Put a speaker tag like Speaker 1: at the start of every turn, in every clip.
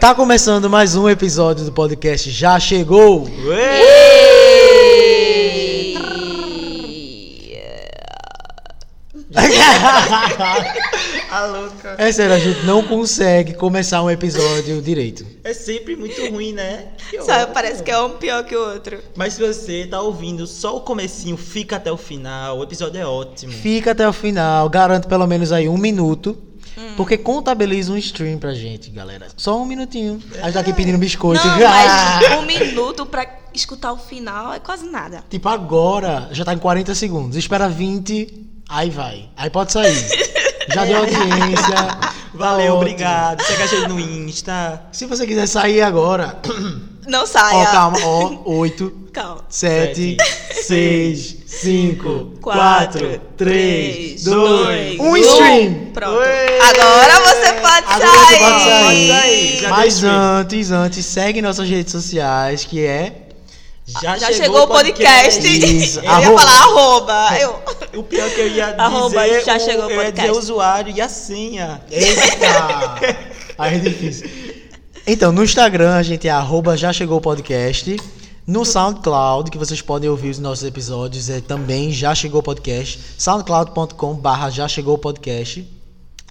Speaker 1: Tá começando mais um episódio do podcast Já Chegou!
Speaker 2: A louca.
Speaker 1: É sério, a gente não consegue começar um episódio direito.
Speaker 2: É sempre muito ruim, né? Que
Speaker 3: Sabe,
Speaker 2: horror.
Speaker 3: parece que é um pior que o outro.
Speaker 2: Mas se você tá ouvindo só o comecinho, fica até o final. O episódio é ótimo.
Speaker 1: Fica até o final, garanto pelo menos aí um minuto. Porque contabiliza um stream pra gente, galera. Só um minutinho. A gente tá aqui pedindo biscoito.
Speaker 3: Não,
Speaker 1: Ah!
Speaker 3: mas um minuto pra escutar o final é quase nada.
Speaker 1: Tipo, agora já tá em 40 segundos. Espera 20, aí vai. Aí pode sair. Já deu audiência. tá ótimo. Ah,
Speaker 2: Valeu, obrigado. Segue a gente no Insta.
Speaker 1: Se você quiser sair agora.
Speaker 3: Não
Speaker 1: Ó,
Speaker 3: saia.
Speaker 1: calma. Ó, 8,
Speaker 3: Calma.
Speaker 1: 7, 6, 5, 4,
Speaker 3: Quatro,
Speaker 1: 3,
Speaker 3: três,
Speaker 1: 2,
Speaker 3: dois,
Speaker 1: 1
Speaker 3: um.
Speaker 1: stream!
Speaker 3: Pronto.
Speaker 2: Ué!
Speaker 3: Agora você pode
Speaker 1: Agora você
Speaker 3: sair.
Speaker 1: pode sair.
Speaker 2: sair. Já deu
Speaker 1: Mas
Speaker 2: stream.
Speaker 1: antes, antes, segue nossas redes sociais, que é.
Speaker 2: Já,
Speaker 3: Já chegou, o podcast.
Speaker 1: Isso.
Speaker 3: Ele
Speaker 1: Arroba. É.
Speaker 3: ia falar arroba. Eu.
Speaker 2: O pior que eu ia
Speaker 3: Arroba,
Speaker 2: dizer,
Speaker 3: já
Speaker 2: o-
Speaker 3: chegou o
Speaker 2: eu ia dizer
Speaker 3: podcast.
Speaker 2: usuário e a senha.
Speaker 1: Eita! Aí é difícil. Então, no Instagram a gente é arroba já chegou o podcast. No SoundCloud, que vocês podem ouvir os nossos episódios, é também já chegou o podcast. soundcloud.com barra já chegou o podcast.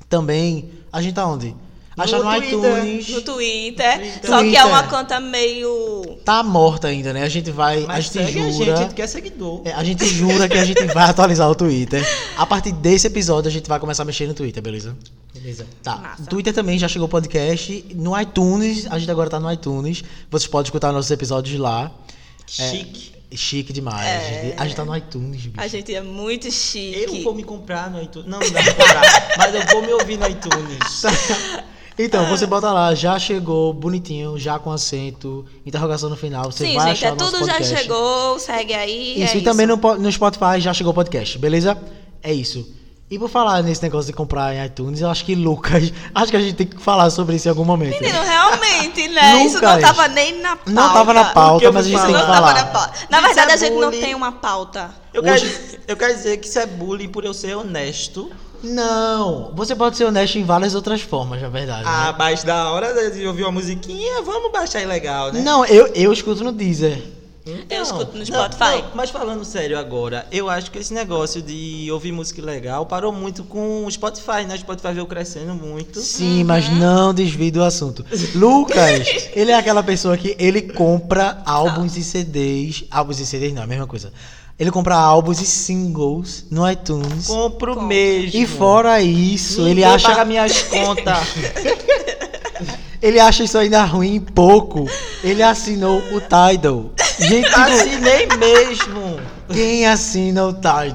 Speaker 1: Também, a gente tá onde? Acha no,
Speaker 2: No Twitter.
Speaker 1: iTunes.
Speaker 3: No Twitter.
Speaker 2: Twitter.
Speaker 3: Só que é uma
Speaker 1: Twitter.
Speaker 3: conta meio.
Speaker 1: Tá morta ainda, né? A gente vai,
Speaker 2: Mas
Speaker 1: a gente
Speaker 2: segue
Speaker 1: jura.
Speaker 2: a gente, a gente quer seguidor.
Speaker 1: É, a gente jura que a gente vai atualizar o Twitter. A partir desse episódio a gente vai começar a mexer no Twitter, beleza?
Speaker 2: Beleza.
Speaker 1: Tá.
Speaker 3: Massa.
Speaker 1: No Twitter também já chegou o podcast. No iTunes, a gente agora tá no iTunes. Vocês podem escutar nossos episódios lá. É
Speaker 2: Chique.
Speaker 1: Chique demais.
Speaker 3: É.
Speaker 1: gente. A gente tá no iTunes, bicho.
Speaker 3: A gente é muito
Speaker 2: Eu
Speaker 3: chique.
Speaker 2: vou me comprar no iTunes. Não, não dá pra comprar. mas eu vou me ouvir no iTunes.
Speaker 1: Então,
Speaker 3: tá.
Speaker 1: você bota lá, já chegou, bonitinho, já com acento, interrogação no final. Você
Speaker 3: Sim,
Speaker 1: vai
Speaker 3: gente,
Speaker 1: achar
Speaker 3: é
Speaker 1: o nosso
Speaker 3: tudo já
Speaker 1: podcast.
Speaker 3: chegou. Segue aí.
Speaker 1: Isso,
Speaker 3: é
Speaker 1: e também no, po- no Spotify já chegou o podcast, beleza? É isso. E por falar nesse negócio de comprar em iTunes, eu acho que Lucas. Acho que a gente tem que falar sobre isso em algum momento.
Speaker 3: Menino, realmente, né? Isso não
Speaker 1: Lucas.
Speaker 3: tava nem na pauta.
Speaker 1: Não tava na
Speaker 2: que eu
Speaker 1: pauta, mas a
Speaker 2: vou
Speaker 1: gente tem que
Speaker 3: Não
Speaker 2: falar?
Speaker 3: tava
Speaker 1: falar.
Speaker 3: na pauta. Na
Speaker 2: Isso
Speaker 3: verdade,
Speaker 2: é
Speaker 3: a gente não
Speaker 2: bullying.
Speaker 3: tem uma pauta.
Speaker 2: Eu,
Speaker 1: Hoje-
Speaker 2: quero, eu quero dizer que isso é bullying por eu ser honesto.
Speaker 1: Não, você pode ser honesto em várias outras formas, na verdade.
Speaker 2: Ah,
Speaker 1: né?
Speaker 2: mas da hora de ouvir uma musiquinha, vamos baixar ilegal, né? Então,
Speaker 1: Não, eu, eu escuto no Deezer.
Speaker 3: Eu escuto no
Speaker 2: não,
Speaker 3: Spotify.
Speaker 2: não, mas falando sério agora, eu acho que esse negócio de ouvir música ilegal parou muito com o Spotify, né? O Spotify veio crescendo muito.
Speaker 1: Sim, mas não desvie do assunto. Lucas, ele é aquela pessoa que ele compra álbuns
Speaker 2: Ah.
Speaker 1: e CDs. Álbuns e CDs não, é a mesma coisa. Ele compra álbuns e singles no iTunes.
Speaker 2: Compro
Speaker 3: Compra.
Speaker 2: mesmo.
Speaker 1: E fora isso, ele
Speaker 2: Ninguém
Speaker 1: acha,
Speaker 2: paga minhas contas.
Speaker 1: ele acha isso ainda ruim pouco. Ele assinou o Tidal. Gente, tipo,
Speaker 2: Assinei mesmo.
Speaker 1: quem assina o Tidal?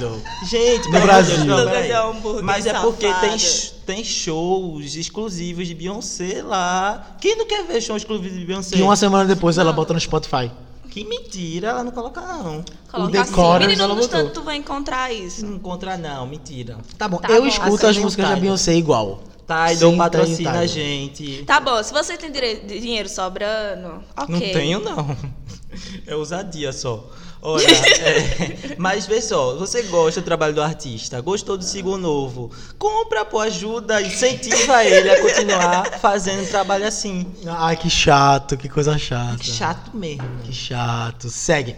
Speaker 2: Gente,
Speaker 1: No
Speaker 2: pelo amor de
Speaker 1: Brasil.
Speaker 2: Deus, não,
Speaker 3: Lucas
Speaker 2: peraí.
Speaker 3: é um hambúrguer
Speaker 2: Mas é porque tem,
Speaker 3: safado.
Speaker 2: sh- tem shows exclusivos de Beyoncé lá. Quem não quer ver show exclusivo de Beyoncé?
Speaker 1: E uma semana depois ela bota no Spotify.
Speaker 2: Que mentira, ela não coloca não.
Speaker 1: O
Speaker 3: Coloca
Speaker 1: decoro
Speaker 3: assim.
Speaker 1: ela
Speaker 3: Menino, no
Speaker 1: botou.
Speaker 3: instante tu vai encontrar isso.
Speaker 2: Não encontra não, mentira. Tá
Speaker 1: Tá bom,
Speaker 3: Tá
Speaker 1: eu
Speaker 3: bom.
Speaker 1: escuto as
Speaker 2: Assinei o
Speaker 1: músicas da
Speaker 2: Tidal.
Speaker 1: Beyoncé igual.
Speaker 2: Tidal
Speaker 1: Sim, tá tem
Speaker 2: patrocina
Speaker 1: Tidal.
Speaker 2: a gente.
Speaker 3: Tá bom, se você tem dire- dinheiro sobrando, ok.
Speaker 2: Não tenho não. É ousadia só. Olha, é, mas vê só, você gosta do trabalho do artista, gostou do single novo, compra, pô, ajuda, incentiva ele a continuar fazendo um trabalho assim.
Speaker 1: Ai, que chato, que coisa chata.
Speaker 2: Chato mesmo.
Speaker 1: Que chato. Segue.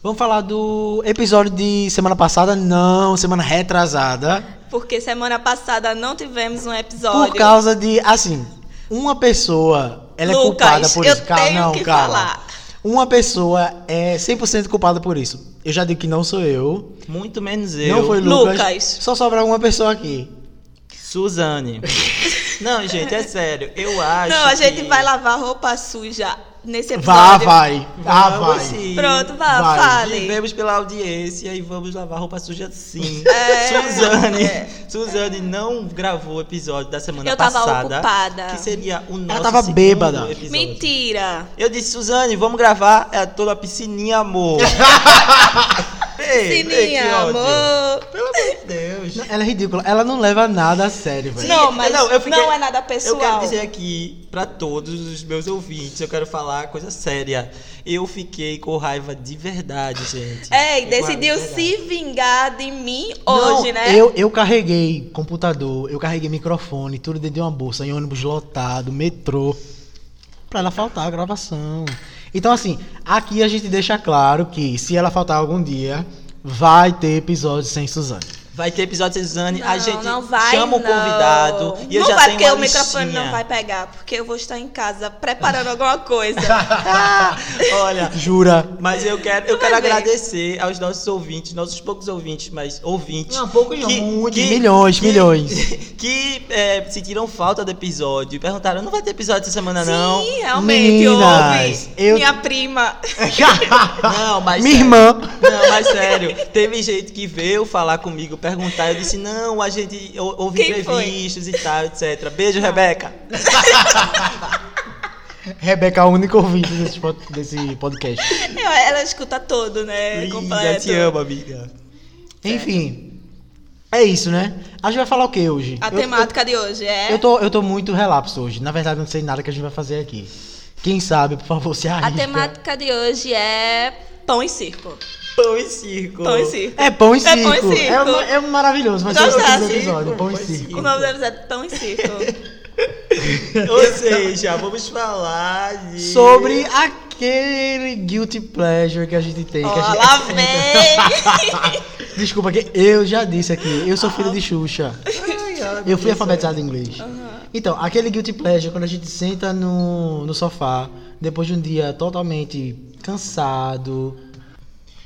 Speaker 1: Vamos falar do episódio de semana passada? Não, semana retrasada.
Speaker 3: Porque semana passada não tivemos um episódio.
Speaker 1: Por causa de, assim, uma pessoa, ela é
Speaker 3: Lucas,
Speaker 1: culpada por isso.
Speaker 3: eu
Speaker 1: Calma,
Speaker 3: tenho
Speaker 1: não,
Speaker 3: que
Speaker 1: calma.
Speaker 3: falar.
Speaker 1: Uma pessoa é 100% culpada por isso. Eu já digo que não sou eu.
Speaker 2: Muito menos eu.
Speaker 1: Não foi Lucas.
Speaker 3: Lucas.
Speaker 1: Só sobra uma pessoa aqui.
Speaker 2: Suzane. não, gente, é sério. Eu acho.
Speaker 3: Não, a gente
Speaker 2: que-
Speaker 3: vai lavar roupa suja nesse
Speaker 1: Vá,
Speaker 3: episódio.
Speaker 1: vai. Vá,
Speaker 2: Vamos
Speaker 1: Ah, vai.
Speaker 2: sim.
Speaker 3: Pronto, vá,
Speaker 1: Vai.
Speaker 3: fale.
Speaker 2: Vivemos pela audiência e vamos lavar roupa suja sim.
Speaker 3: É.
Speaker 2: Suzane,
Speaker 3: É.
Speaker 2: Suzane não gravou o episódio da semana
Speaker 3: Eu tava
Speaker 2: passada.
Speaker 3: ocupada.
Speaker 2: Que seria o nosso
Speaker 1: tava
Speaker 2: segundo
Speaker 1: bêbada.
Speaker 2: episódio.
Speaker 3: Mentira.
Speaker 2: Eu disse, Suzane, vamos gravar. Ela toda a piscininha, amor. Ei, ei, que
Speaker 3: Sininha,
Speaker 2: ódio.
Speaker 3: amor.
Speaker 2: Pelo amor de Deus.
Speaker 1: Ela é ridícula. Ela não leva nada a sério, velho.
Speaker 3: Não, mas
Speaker 2: eu fiquei-
Speaker 3: não é nada pessoal.
Speaker 2: Eu quero dizer aqui pra todos os meus ouvintes, eu quero falar coisa séria. Eu fiquei com raiva de verdade, gente.
Speaker 3: Ei,
Speaker 2: Fiquei com raiva
Speaker 3: decidiu
Speaker 2: de é verdade.
Speaker 3: se vingar de mim
Speaker 1: Não,
Speaker 3: hoje, né?
Speaker 1: Eu, eu carreguei computador, eu carreguei microfone, tudo dentro de uma bolsa, em ônibus lotado, metrô. pra ela faltar a gravação. Então, assim, aqui a gente deixa claro que se ela faltar algum dia, vai ter episódio sem Suzane.
Speaker 2: Vai ter episódio de Suzane, a
Speaker 3: Não,
Speaker 2: gente
Speaker 3: não vai,
Speaker 2: chama o
Speaker 3: não.
Speaker 2: convidado e eu
Speaker 3: não
Speaker 2: já
Speaker 3: vai
Speaker 2: tenho
Speaker 3: porque
Speaker 2: uma
Speaker 3: o microfone
Speaker 2: listinha.
Speaker 3: não vai pegar, porque eu vou estar em casa preparando alguma coisa.
Speaker 2: Ah, Olha,
Speaker 1: Jura?
Speaker 2: mas eu quero, eu
Speaker 3: Tu
Speaker 2: quero
Speaker 3: vai ver.
Speaker 2: agradecer aos nossos ouvintes, nossos poucos ouvintes, mas ouvintes.
Speaker 1: Não, poucos não,
Speaker 2: que-
Speaker 1: muitos,
Speaker 2: que-
Speaker 1: milhões,
Speaker 2: que-
Speaker 1: milhões.
Speaker 2: Que é, sentiram falta do episódio. Perguntaram, não vai ter episódio essa semana, não?
Speaker 3: Sim, realmente,
Speaker 1: Meninas,
Speaker 3: houve.
Speaker 1: eu-
Speaker 3: Minha prima.
Speaker 2: Não, mas.
Speaker 1: Minha
Speaker 2: sério.
Speaker 1: irmã.
Speaker 2: Não, mas sério. Teve gente que veio falar comigo, perguntar. Eu disse, não, a gente ou- houve
Speaker 3: Quem foi?
Speaker 2: entrevistas e tal, etc. Beijo, Rebeca.
Speaker 1: Rebeca é a única ouvinte desse pod- desse podcast.
Speaker 3: Eu- Ela escuta todo, né?
Speaker 2: Linda,
Speaker 3: completo.
Speaker 2: te amo, amiga.
Speaker 1: Enfim, é isso, né? A gente vai falar o que hoje?
Speaker 3: A
Speaker 1: Eu-
Speaker 3: temática de hoje é.
Speaker 1: Eu, eu, tô, eu tô muito relapso hoje. Na verdade, eu não sei nada que a gente vai fazer aqui. Quem sabe, por favor, se arrisca.
Speaker 3: A temática de hoje é pão e circo.
Speaker 2: Pão e circo.
Speaker 3: Pão e circo.
Speaker 1: É pão e circo.
Speaker 3: É pão e circo.
Speaker 1: É, um- é um maravilhoso, mas
Speaker 3: Gostasse?
Speaker 1: é o episódio. Pão e
Speaker 2: Pão e
Speaker 1: circo.
Speaker 3: O nome do episódio é pão e circo.
Speaker 2: Ou seja, vamos falar de...
Speaker 1: Sobre aquele guilty pleasure que a gente tem. que a
Speaker 3: Ó,
Speaker 1: gente-
Speaker 3: lá vem!
Speaker 1: Desculpa, que eu já disse aqui. Eu sou filho de Xuxa.
Speaker 2: Ai,
Speaker 1: Eu
Speaker 2: ai,
Speaker 3: é.
Speaker 2: professor.
Speaker 1: fui alfabetizado em inglês. Então, aquele guilty pleasure, quando a gente senta no, no sofá, depois de um dia totalmente cansado,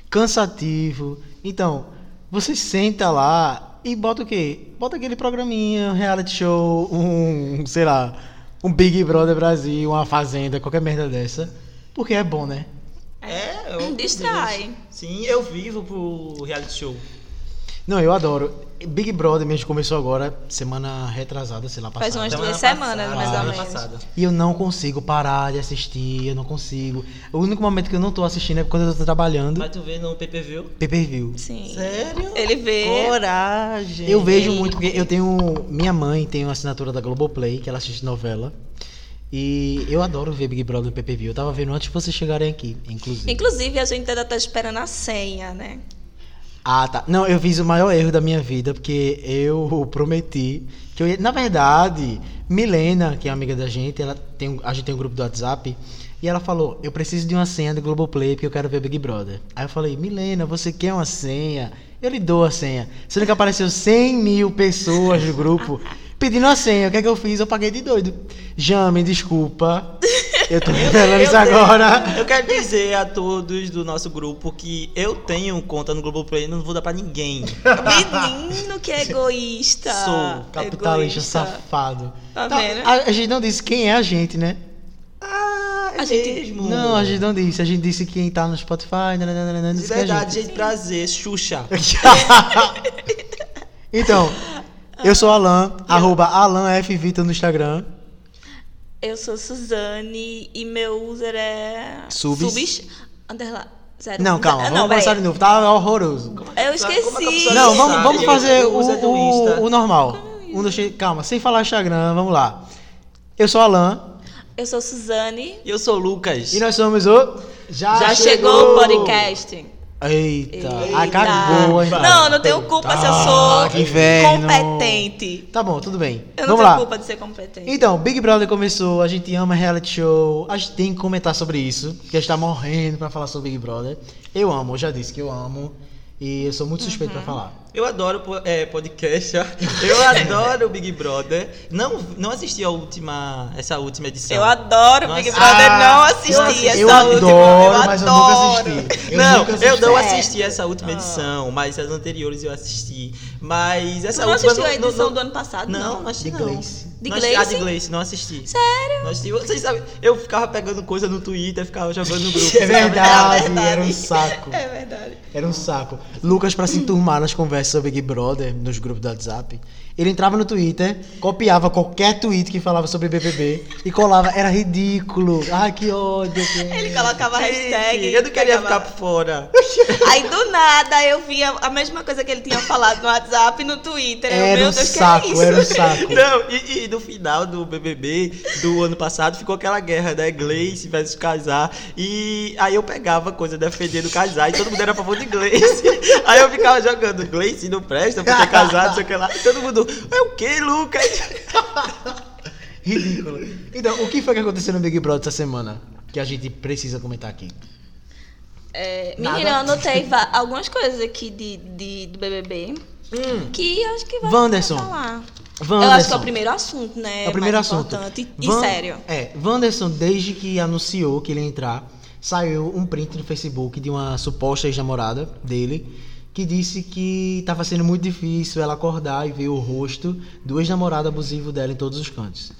Speaker 1: cansativo. Então, você senta lá e bota o quê? Bota aquele programinha, um reality show, um, sei lá, um Big Brother Brasil, uma fazenda, qualquer merda dessa. Porque é bom, né?
Speaker 2: É,
Speaker 3: Hum,
Speaker 2: eu...
Speaker 3: distrai.
Speaker 2: Sim, eu vivo pro reality show.
Speaker 1: Não, eu adoro. Big Brother mesmo começou agora, semana retrasada, sei lá, passada.
Speaker 3: Faz umas
Speaker 2: Semana
Speaker 3: duas
Speaker 2: passada,
Speaker 3: semanas, mais ou
Speaker 2: semana
Speaker 3: menos.
Speaker 2: passada.
Speaker 1: E eu não consigo parar de assistir, eu não consigo. O único momento que eu não tô assistindo é quando eu tô trabalhando.
Speaker 2: Mas tu vê no PPV?
Speaker 1: Pay per view.
Speaker 3: Sim.
Speaker 2: Sério?
Speaker 3: Ele vê.
Speaker 2: Coragem.
Speaker 1: Eu vejo um muito, porque eu tenho. Minha mãe tem uma assinatura da Globoplay, que ela assiste novela. E eu adoro ver Big Brother no pay per view. Eu tava vendo antes de vocês chegarem aqui, inclusive.
Speaker 3: Inclusive, a gente ainda tá esperando a senha, né?
Speaker 1: Ah, tá. Não, eu fiz o maior erro da minha vida, porque eu prometi que eu ia... Na verdade, Milena, que é amiga da gente, ela tem um- a gente tem um grupo do WhatsApp, e ela falou, eu preciso de uma senha do Globoplay, porque eu quero ver Big Brother. Aí eu falei, Milena, você quer uma senha? Eu lhe dou a senha. Sendo que apareceu 100 mil pessoas no grupo pedindo a senha. O que é que eu fiz? Eu paguei de doido. Jame, desculpa. Eu tô revelando isso agora.
Speaker 2: Eu quero dizer a todos do nosso grupo que eu tenho conta no Globoplay e não vou dar pra ninguém.
Speaker 3: Menino que é egoísta.
Speaker 2: Sou
Speaker 1: Capitalista
Speaker 3: Ah, Egoísta.
Speaker 1: safado.
Speaker 3: Tá vendo?
Speaker 1: A, a gente não disse quem é a gente, né?
Speaker 2: Ah,
Speaker 3: A gente-
Speaker 2: mesmo.
Speaker 1: Não, a gente não disse. A gente disse quem tá no Spotify. nananana, não
Speaker 2: De
Speaker 1: disse que é a
Speaker 2: verdade, gente, prazer, Xuxa.
Speaker 1: gente. então, eu sou Alan,
Speaker 3: Ah.
Speaker 1: arroba AlanFVita no Instagram.
Speaker 3: Eu sou Suzane e meu user é.
Speaker 1: Subs.
Speaker 3: Underline. zero.
Speaker 1: Não, calma,
Speaker 3: Ah,
Speaker 1: vamos
Speaker 3: peraí.
Speaker 1: começar de novo. Tá horroroso.
Speaker 3: Eu
Speaker 2: Como é que a
Speaker 3: esqueci.
Speaker 2: pessoa
Speaker 1: Não, vamos,
Speaker 2: sabe?
Speaker 1: vamos fazer o,
Speaker 2: Usa do Insta.
Speaker 1: o, o normal.
Speaker 3: é
Speaker 1: Um, dois, três, calma, sem falar Instagram, vamos lá. Eu sou Alan
Speaker 3: Eu sou Suzane.
Speaker 2: Eu sou o Lucas.
Speaker 1: e nós somos o. Ah,
Speaker 3: Já chegou o podcast.
Speaker 1: Eita,
Speaker 3: Eita.
Speaker 1: ai, Tá. Ah, cagou, hein?
Speaker 3: Não, não tenho culpa se eu sou
Speaker 1: Ah, que inferno.
Speaker 3: competente.
Speaker 1: Tá bom, tudo bem.
Speaker 3: Eu não
Speaker 1: Vamos
Speaker 3: tenho
Speaker 1: lá.
Speaker 3: culpa de ser competente.
Speaker 1: Então, Big Brother começou, a gente ama reality show, a gente tem que comentar sobre isso, porque a gente tá morrendo pra falar sobre Big Brother. Eu amo, eu já disse que eu amo, e eu sou muito suspeito
Speaker 3: Uhum.
Speaker 1: pra falar.
Speaker 2: Eu adoro po- é, podcast. ó. Eu adoro o Big Brother. Não, não assisti a última, essa última
Speaker 1: Então,
Speaker 2: edição.
Speaker 3: Eu adoro
Speaker 2: Nossa. Ah,
Speaker 3: Big
Speaker 1: Ah,
Speaker 3: Brother, não assisti
Speaker 1: eu
Speaker 3: essa
Speaker 1: adoro,
Speaker 3: última.
Speaker 1: mas eu
Speaker 3: adoro.
Speaker 1: nunca assisti. Eu
Speaker 2: não,
Speaker 1: nunca assisti.
Speaker 2: eu não
Speaker 3: É.
Speaker 2: assisti essa última edição, mas as anteriores eu assisti. Mas
Speaker 3: Tu
Speaker 2: essa
Speaker 3: não
Speaker 2: última.
Speaker 3: assistiu a edição
Speaker 2: não,
Speaker 3: do ano passado?
Speaker 2: Não,
Speaker 3: Não.
Speaker 2: não assisti
Speaker 1: De
Speaker 2: não.
Speaker 1: Gleice.
Speaker 3: De
Speaker 2: Não assisti- Ah, de
Speaker 3: Gleice?
Speaker 2: Gleice, não assisti.
Speaker 3: Sério?
Speaker 2: Não assisti. Vocês sabem, eu ficava pegando coisa no Twitter, ficava jogando no grupo.
Speaker 1: É verdade,
Speaker 3: verdade.
Speaker 1: era um saco.
Speaker 3: É verdade.
Speaker 1: Era um saco. Lucas, pra se enturmar nas conversas sobre Big Brother, nos grupos do WhatsApp, ele entrava no Twitter, copiava qualquer tweet que falava sobre BBB e colava. Era ridículo. Ai, que ódio. que ódio.
Speaker 3: Ele colocava hashtag.
Speaker 2: Eu não queria
Speaker 3: pegava-
Speaker 2: ficar por fora.
Speaker 3: Aí do nada eu via a mesma coisa que ele tinha falado no WhatsApp e no Twitter. Eu,
Speaker 1: Era
Speaker 3: meu
Speaker 1: um
Speaker 3: Deus, que é
Speaker 1: saco,
Speaker 3: isso?
Speaker 1: era um saco.
Speaker 2: Não, e, e no final do BBB do ano passado ficou aquela guerra, né? Gleice versus Casar. E aí eu pegava coisa defendendo Casar e todo mundo era a favor de Gleice. Aí eu ficava jogando Gleice não presta porque é casado, não sei o que lá. E todo mundo, é o que, Lucas?
Speaker 1: Ridículo. Então, o que foi que aconteceu no Big Brother essa semana? Que a gente precisa comentar aqui.
Speaker 3: É, menina, eu anotei va- algumas coisas aqui de, de- do BBB que eu acho que vai
Speaker 1: Hum. Wanderson.
Speaker 3: falar. Eu acho que é
Speaker 1: Wanderson.
Speaker 3: o primeiro assunto, né?
Speaker 1: É o primeiro
Speaker 3: mais
Speaker 1: assunto.
Speaker 3: importante e
Speaker 1: Van-
Speaker 3: sério.
Speaker 1: É, Wanderson, desde que anunciou que ele ia entrar, saiu um print no Facebook de uma suposta ex-namorada dele que disse que estava sendo muito difícil ela acordar e ver o rosto do ex-namorado abusivo dela em todos os cantos.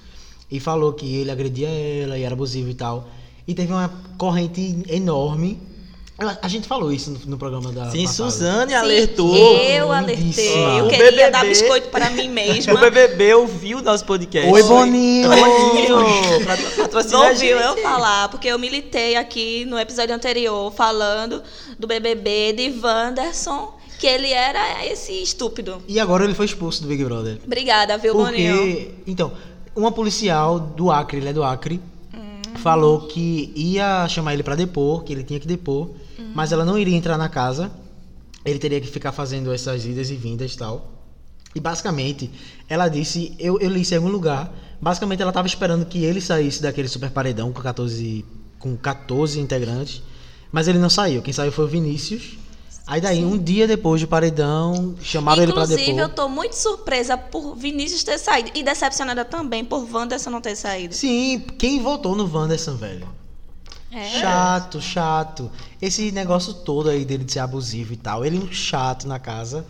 Speaker 1: E falou que ele agredia ela e era abusivo e tal. E teve uma corrente enorme. A- A gente falou isso no, no programa da.
Speaker 2: Sim,
Speaker 1: passada.
Speaker 2: Suzane
Speaker 3: Sim,
Speaker 2: alertou.
Speaker 3: eu alertei.
Speaker 1: Lindíssima.
Speaker 3: Eu
Speaker 2: O
Speaker 3: queria
Speaker 2: BBB
Speaker 3: dar biscoito para mim mesma.
Speaker 2: O BBB ouviu o nosso podcast.
Speaker 1: Oi, Boninho!
Speaker 2: Boninho! Pra- patrocina a
Speaker 3: Não ouviu
Speaker 2: gente.
Speaker 3: Tipo assim, eu falar, porque eu militei aqui no episódio anterior falando do BBB de Wanderson, que ele era esse estúpido.
Speaker 1: E agora ele foi expulso do Big Brother.
Speaker 3: Obrigada, viu, Boninho?
Speaker 1: Porque, então, uma policial do Acre, ele é do Acre,
Speaker 3: Hum.
Speaker 1: falou que ia chamar ele pra depor, que ele tinha que depor,
Speaker 3: Hum.
Speaker 1: mas ela não iria entrar na casa. Ele teria que ficar fazendo essas idas e vindas e tal. E basicamente, ela disse, eu, eu li isso em algum lugar, basicamente ela tava esperando que ele saísse daquele super paredão com 14, com 14 integrantes, mas ele não saiu. Quem saiu foi o Vinícius. Aí daí, um dia depois do paredão, chamaram ele pra
Speaker 3: Inclusive,
Speaker 1: depor.
Speaker 3: eu tô muito surpresa por Vinícius ter saído. E decepcionada também por Wanderson não ter saído.
Speaker 1: Sim, quem votou no Wanderson, velho?
Speaker 3: É.
Speaker 1: Chato, chato. Esse negócio todo aí dele de ser abusivo e tal. Ele é um chato na casa.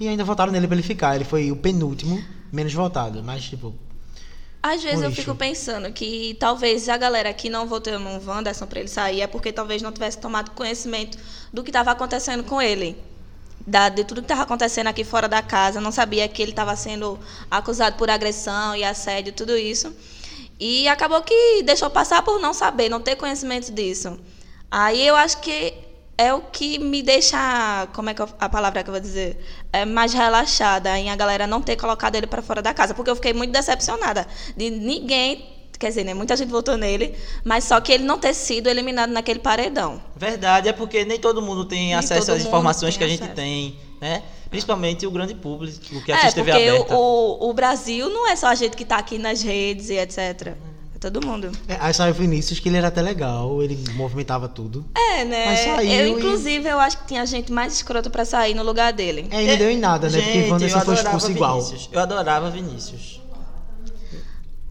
Speaker 1: E ainda votaram nele pra ele ficar. Ele foi o penúltimo, menos votado. Mas, tipo,
Speaker 3: Às vezes
Speaker 1: Um
Speaker 3: eu
Speaker 1: lixo.
Speaker 3: fico pensando que talvez a galera que não votou no Wanderson pra ele sair é porque talvez não tivesse tomado conhecimento do que estava acontecendo com ele. Da- de tudo que estava acontecendo aqui fora da casa, não sabia que ele estava sendo acusado por agressão e assédio, tudo isso. E acabou que deixou passar por não saber, não ter conhecimento disso. Aí eu acho que é o que me deixa, como é que eu- a palavra que eu vou dizer, é mais relaxada em a galera não ter colocado ele para fora da casa, porque eu fiquei muito decepcionada de ninguém, quer dizer, né, muita gente votou nele, mas só que ele não ter sido eliminado naquele paredão.
Speaker 2: Verdade, é porque nem todo mundo tem
Speaker 3: Nem
Speaker 2: acesso
Speaker 3: todo
Speaker 2: às
Speaker 3: mundo
Speaker 2: informações
Speaker 3: tem
Speaker 2: que a gente
Speaker 3: acesso.
Speaker 2: tem, né? Principalmente o grande público que
Speaker 3: é,
Speaker 2: assiste TV
Speaker 3: porque
Speaker 2: aberta.
Speaker 3: o, o Brasil não é só a gente que tá aqui nas redes e etc. É todo mundo.
Speaker 1: é, aí saiu o Vinícius, que ele era até legal. Ele movimentava tudo.
Speaker 3: É, né?
Speaker 1: Mas saiu
Speaker 3: eu,
Speaker 1: e-
Speaker 3: inclusive, eu acho que tinha gente mais escrota para sair no lugar dele.
Speaker 1: É, e não deu em nada, né?
Speaker 2: Gente,
Speaker 1: Porque Wanderson
Speaker 2: eu
Speaker 1: foi
Speaker 2: adorava
Speaker 1: expulso igual.
Speaker 2: Vinícius. Eu adorava Vinícius.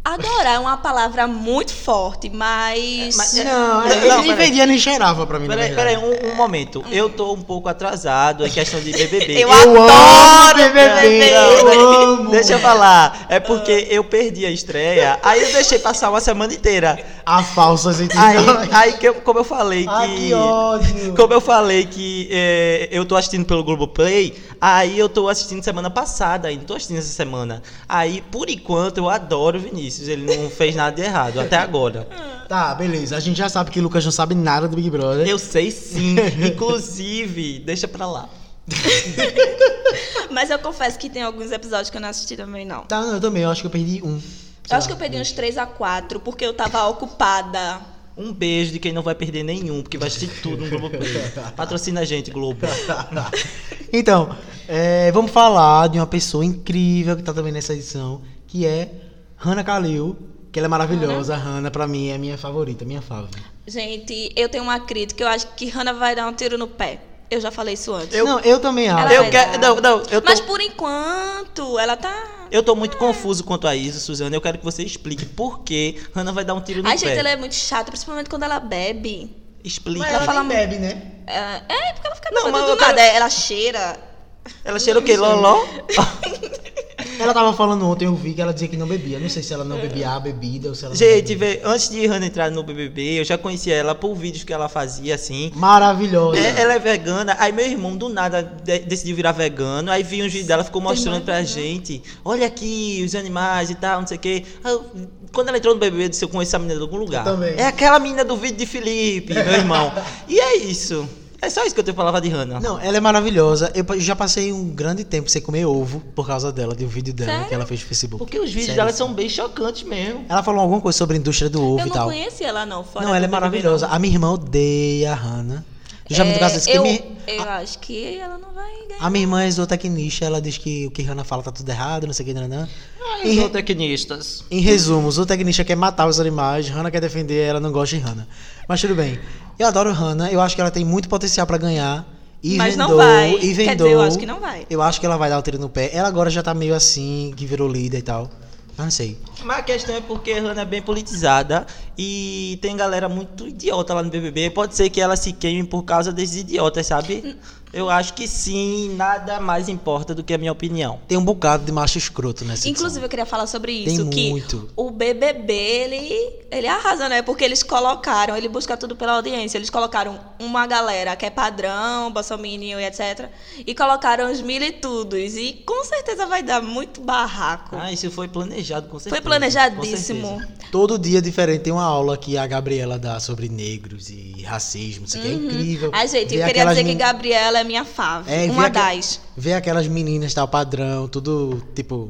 Speaker 3: Adorar é uma palavra muito forte, mas.
Speaker 2: mas- É.
Speaker 1: Não,
Speaker 2: Não,
Speaker 1: ele nem
Speaker 2: peraí.
Speaker 1: vendia nem cheirava pra mim. na
Speaker 2: Peraí,
Speaker 1: é verdade.
Speaker 2: peraí, um, um momento. Eu tô um pouco atrasado em questão de BBB.
Speaker 3: Hum. Eu
Speaker 1: Eu amo BBB!
Speaker 2: Não,
Speaker 1: Eu
Speaker 2: não,
Speaker 1: amo!
Speaker 2: Deixa eu falar. É porque
Speaker 3: Ah.
Speaker 2: eu perdi a estreia, aí eu deixei passar uma semana inteira.
Speaker 1: A falsa, gente.
Speaker 2: Aí, aí que eu- como eu falei que.
Speaker 1: Ah, que ódio!
Speaker 2: Como eu falei que é, eu tô assistindo pelo Globoplay, aí eu tô assistindo semana passada, ainda tô assistindo essa semana. Aí, por enquanto, eu adoro o Vinícius. Ele não fez nada de errado até agora.
Speaker 1: Tá, beleza. A gente já sabe que o Lucas não sabe nada do Big Brother.
Speaker 2: Eu sei sim. Inclusive, deixa pra lá.
Speaker 3: Mas eu confesso que tem alguns episódios que eu não assisti também, não.
Speaker 1: Tá, eu também. Eu acho que eu perdi um.
Speaker 3: Eu acho que eu perdi uns 3 a 4, porque eu tava ocupada.
Speaker 2: Um beijo de quem não vai perder nenhum, porque vai assistir tudo no Globoplay. Patrocina a gente, Globo.
Speaker 1: Então, é, vamos falar de uma pessoa incrível que tá também nessa edição, que é Hannah Kalil, que ela é maravilhosa. Hannah, pra mim, é a minha favorita, minha fave.
Speaker 3: Gente, eu tenho uma crítica. Eu acho que Hannah vai dar um tiro no pé. Eu já falei isso antes.
Speaker 1: Não, eu também acho.
Speaker 3: Ela
Speaker 2: Eu
Speaker 3: vai
Speaker 2: quero.
Speaker 3: dar.
Speaker 2: Não, não, eu tô.
Speaker 3: Mas por enquanto, ela tá.
Speaker 2: Eu tô muito confuso quanto a isso, Suzana. Eu quero que você explique por que Hannah vai dar um tiro no
Speaker 3: Ai,
Speaker 2: pé.
Speaker 3: gente, ela é muito chata, principalmente quando ela bebe.
Speaker 2: Explica.
Speaker 1: ela
Speaker 2: fala-
Speaker 1: fala bebe, né?
Speaker 3: É, é, porque ela fica
Speaker 2: Não,
Speaker 3: bêbada
Speaker 2: mas
Speaker 3: do
Speaker 2: eu quero-
Speaker 3: nada. Ela cheira.
Speaker 2: Ela cheira o quê? Loló?
Speaker 1: Ela tava falando ontem, eu vi que ela dizia que não bebia. Não sei se ela não bebia a bebida ou se ela. não
Speaker 2: Gente,
Speaker 1: bebia.
Speaker 2: vê, antes de Hannah entrar no BBB, eu já conhecia ela por vídeos que ela fazia, assim.
Speaker 1: Maravilhosa.
Speaker 2: É, ela é vegana, aí meu irmão do nada de- decidiu virar vegano, aí vi um vídeo dela, ficou mostrando pra gente, olha aqui os animais e tal, não sei o quê. Aí eu- Quando ela entrou no BBB, eu disse, eu conheço essa menina de algum lugar.
Speaker 1: Eu também.
Speaker 2: É aquela menina do vídeo de Felipe, meu irmão. e é isso. É só isso que eu tenho pra falar de Hannah.
Speaker 1: Não, ela é maravilhosa. Eu pa- já passei um grande tempo sem comer ovo por causa dela, de um vídeo dela
Speaker 3: Sério?
Speaker 1: que ela fez no Facebook.
Speaker 2: Porque os vídeos
Speaker 1: Sério.
Speaker 2: dela são bem chocantes mesmo.
Speaker 1: Ela falou alguma coisa sobre a indústria do ovo
Speaker 3: eu
Speaker 1: e
Speaker 3: não
Speaker 1: tal.
Speaker 3: conheci ela, não. Fora
Speaker 1: não, ela é
Speaker 3: do BBB,
Speaker 1: maravilhosa. A minha irmã odeia a Hannah. Tu já me
Speaker 3: É,
Speaker 1: indicaste isso que
Speaker 3: eu,
Speaker 1: me-
Speaker 3: eu acho que ela não vai ganhar.
Speaker 1: A minha irmã é zootecnista, ela diz que o que Hannah fala tá tudo errado, não sei o que, não, não.
Speaker 2: Ai,
Speaker 1: Em-
Speaker 2: zootecnistas.
Speaker 1: Em resumo, o zootecnista quer matar os animais, Hannah quer defender, ela não gosta de Hannah. Mas tudo bem. Eu adoro Hannah, eu acho que ela tem muito potencial pra ganhar. E
Speaker 3: Mas
Speaker 1: vendou,
Speaker 3: não vai.
Speaker 1: E vendou.
Speaker 3: Quer dizer, eu acho que não vai.
Speaker 1: Eu acho que ela vai dar o tiro no pé. Ela agora já tá meio assim, que virou líder e tal. Mas não sei.
Speaker 2: Mas a questão é porque a Hannah é bem politizada e tem galera muito idiota lá no BBB. Pode ser que ela se queime por causa desses idiotas, sabe? Eu acho que sim, nada mais importa do que a minha opinião.
Speaker 1: Tem um bocado de macho escroto nessa edição.
Speaker 3: Inclusive, eu queria falar sobre
Speaker 1: Tem
Speaker 3: isso, que
Speaker 1: muito.
Speaker 3: o BBB, ele, ele arrasa, né? Porque eles colocaram, ele busca tudo pela audiência, eles colocaram uma galera que é padrão, bolsominion e etc, e colocaram os militudos, e com certeza vai dar muito barraco.
Speaker 2: Ah, isso foi planejado, com certeza.
Speaker 3: Foi planejadíssimo.
Speaker 2: Com certeza.
Speaker 1: Todo dia é diferente. Tem uma aula que a Gabriela dá sobre negros e racismo. Isso aqui é incrível.
Speaker 3: Uhum. Ai, gente,
Speaker 1: Ver
Speaker 3: eu queria
Speaker 1: aquelas
Speaker 3: dizer que
Speaker 1: men-
Speaker 3: Gabriela é minha fave,
Speaker 1: É,
Speaker 3: uma
Speaker 1: ver aque-
Speaker 3: das.
Speaker 1: Ver aquelas meninas tal padrão, tudo tipo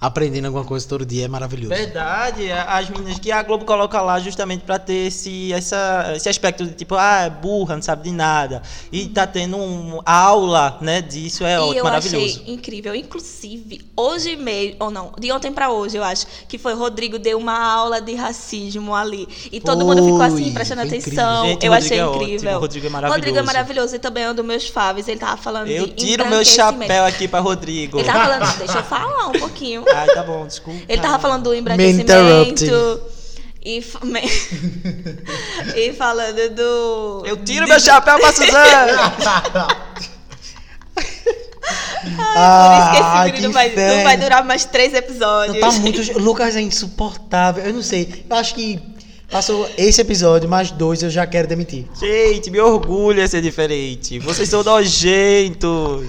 Speaker 1: aprendendo alguma coisa todo dia é maravilhoso.
Speaker 2: Verdade, a- as meninas que a Globo coloca lá justamente pra ter esse, essa, esse aspecto de tipo, ah, é burra, não sabe de nada. E tá tendo um aula, né, disso, é
Speaker 3: e
Speaker 2: ótimo,
Speaker 3: eu
Speaker 2: maravilhoso.
Speaker 3: achei incrível. Inclusive, hoje mesmo, ou não, de ontem pra hoje, eu acho, que foi Rodrigo deu uma aula de racismo ali. E todo
Speaker 1: Foi,
Speaker 3: mundo ficou assim, prestando
Speaker 1: foi incrível.
Speaker 3: atenção.
Speaker 2: Gente,
Speaker 3: eu
Speaker 2: Rodrigo
Speaker 3: achei
Speaker 2: é ótimo,
Speaker 3: incrível.
Speaker 2: Rodrigo é
Speaker 3: Rodrigo é
Speaker 2: maravilhoso.
Speaker 3: maravilhoso e também é um dos meus faves. Ele tava falando
Speaker 2: Eu
Speaker 3: de
Speaker 2: tiro meu
Speaker 3: embranquecimento.
Speaker 2: chapéu aqui pra Rodrigo.
Speaker 3: Ele tava falando, deixa eu falar um pouquinho.
Speaker 2: Ai, tá bom, desculpa.
Speaker 3: Ele tava falando do
Speaker 1: interrupting.
Speaker 3: embranquecimento. E, fa- me- e falando do.
Speaker 2: Eu tiro meu chapéu pra Suzana!
Speaker 1: Ah,
Speaker 2: Ah,
Speaker 3: Por isso que esse vídeo não
Speaker 1: que
Speaker 3: vai,
Speaker 1: inferno.
Speaker 3: não vai durar mais três episódios.
Speaker 1: Tá muito. Lucas é insuportável. Eu não sei. Eu acho que passou esse episódio, mais dois eu já quero demitir.
Speaker 2: Gente, me orgulha ser diferente. Vocês são nojentos.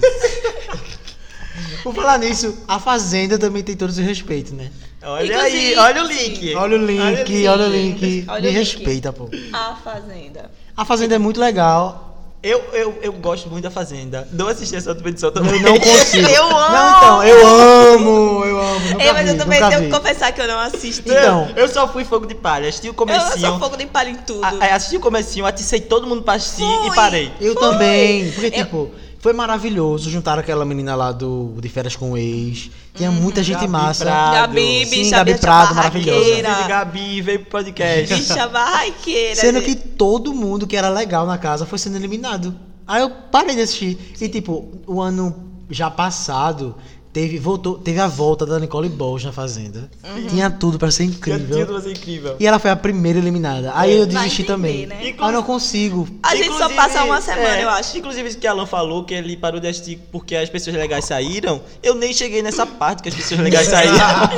Speaker 1: Por falar nisso, a Fazenda também tem todos os respeitos, né?
Speaker 2: Olha aí,
Speaker 3: Inclusive-
Speaker 2: olha o link.
Speaker 1: Olha o link, olha o link.
Speaker 3: Olha o
Speaker 1: Me
Speaker 3: link.
Speaker 1: respeita, pô.
Speaker 3: A Fazenda.
Speaker 1: A Fazenda é muito legal.
Speaker 2: Eu, eu, eu gosto muito da Fazenda. Não assisti essa outra edição também.
Speaker 1: Eu não consigo.
Speaker 3: Eu
Speaker 1: Não, então, eu amo, eu amo. Nunca
Speaker 3: Ei, É, mas
Speaker 1: vi,
Speaker 3: eu também
Speaker 1: nunca
Speaker 3: tenho
Speaker 1: vi.
Speaker 3: que confessar que eu não assisti.
Speaker 1: Então.
Speaker 2: Eu só fui fogo de palha. Assisti o
Speaker 3: eu sou
Speaker 2: comecinho.
Speaker 3: fogo de palha em tudo.
Speaker 1: Ah,
Speaker 2: a-
Speaker 1: é,
Speaker 2: a- assisti o comecinho, aticei todo mundo pra assistir e
Speaker 3: Fui.
Speaker 2: parei.
Speaker 1: Eu também. Porque,
Speaker 3: Eu-
Speaker 1: tipo, foi maravilhoso. Juntaram aquela menina lá do de férias com o ex. Tinha
Speaker 3: Uhum.
Speaker 1: muita gente
Speaker 2: Gabi
Speaker 1: massa.
Speaker 2: Prado.
Speaker 3: Gabi,
Speaker 1: Sim,
Speaker 3: bicha,
Speaker 1: Gabi
Speaker 3: bicha
Speaker 1: Prado,
Speaker 3: barraqueira.
Speaker 2: Inclusive, Gabi veio pro podcast.
Speaker 3: Bicha barraqueira.
Speaker 1: Sendo que
Speaker 3: gente.
Speaker 1: todo mundo que era legal na casa foi sendo eliminado. Aí eu parei de assistir. E, tipo, o ano já passado. Teve, voltou, teve a volta da Nicole Bols na Fazenda.
Speaker 3: Uhum.
Speaker 1: Tinha tudo pra ser
Speaker 2: Incrível.
Speaker 1: incrível.
Speaker 2: incrível.
Speaker 1: E ela foi a primeira eliminada. Aí eu desisti
Speaker 3: Vai
Speaker 1: também.
Speaker 3: É. entender, né?
Speaker 1: Ah, eu não consigo.
Speaker 3: A gente só
Speaker 2: Inclusive,
Speaker 3: passa uma semana,
Speaker 2: é,
Speaker 3: eu acho.
Speaker 2: Inclusive, isso que Alan falou, que ele parou de assistir porque as pessoas legais saíram, eu nem cheguei nessa parte que as pessoas legais saíram.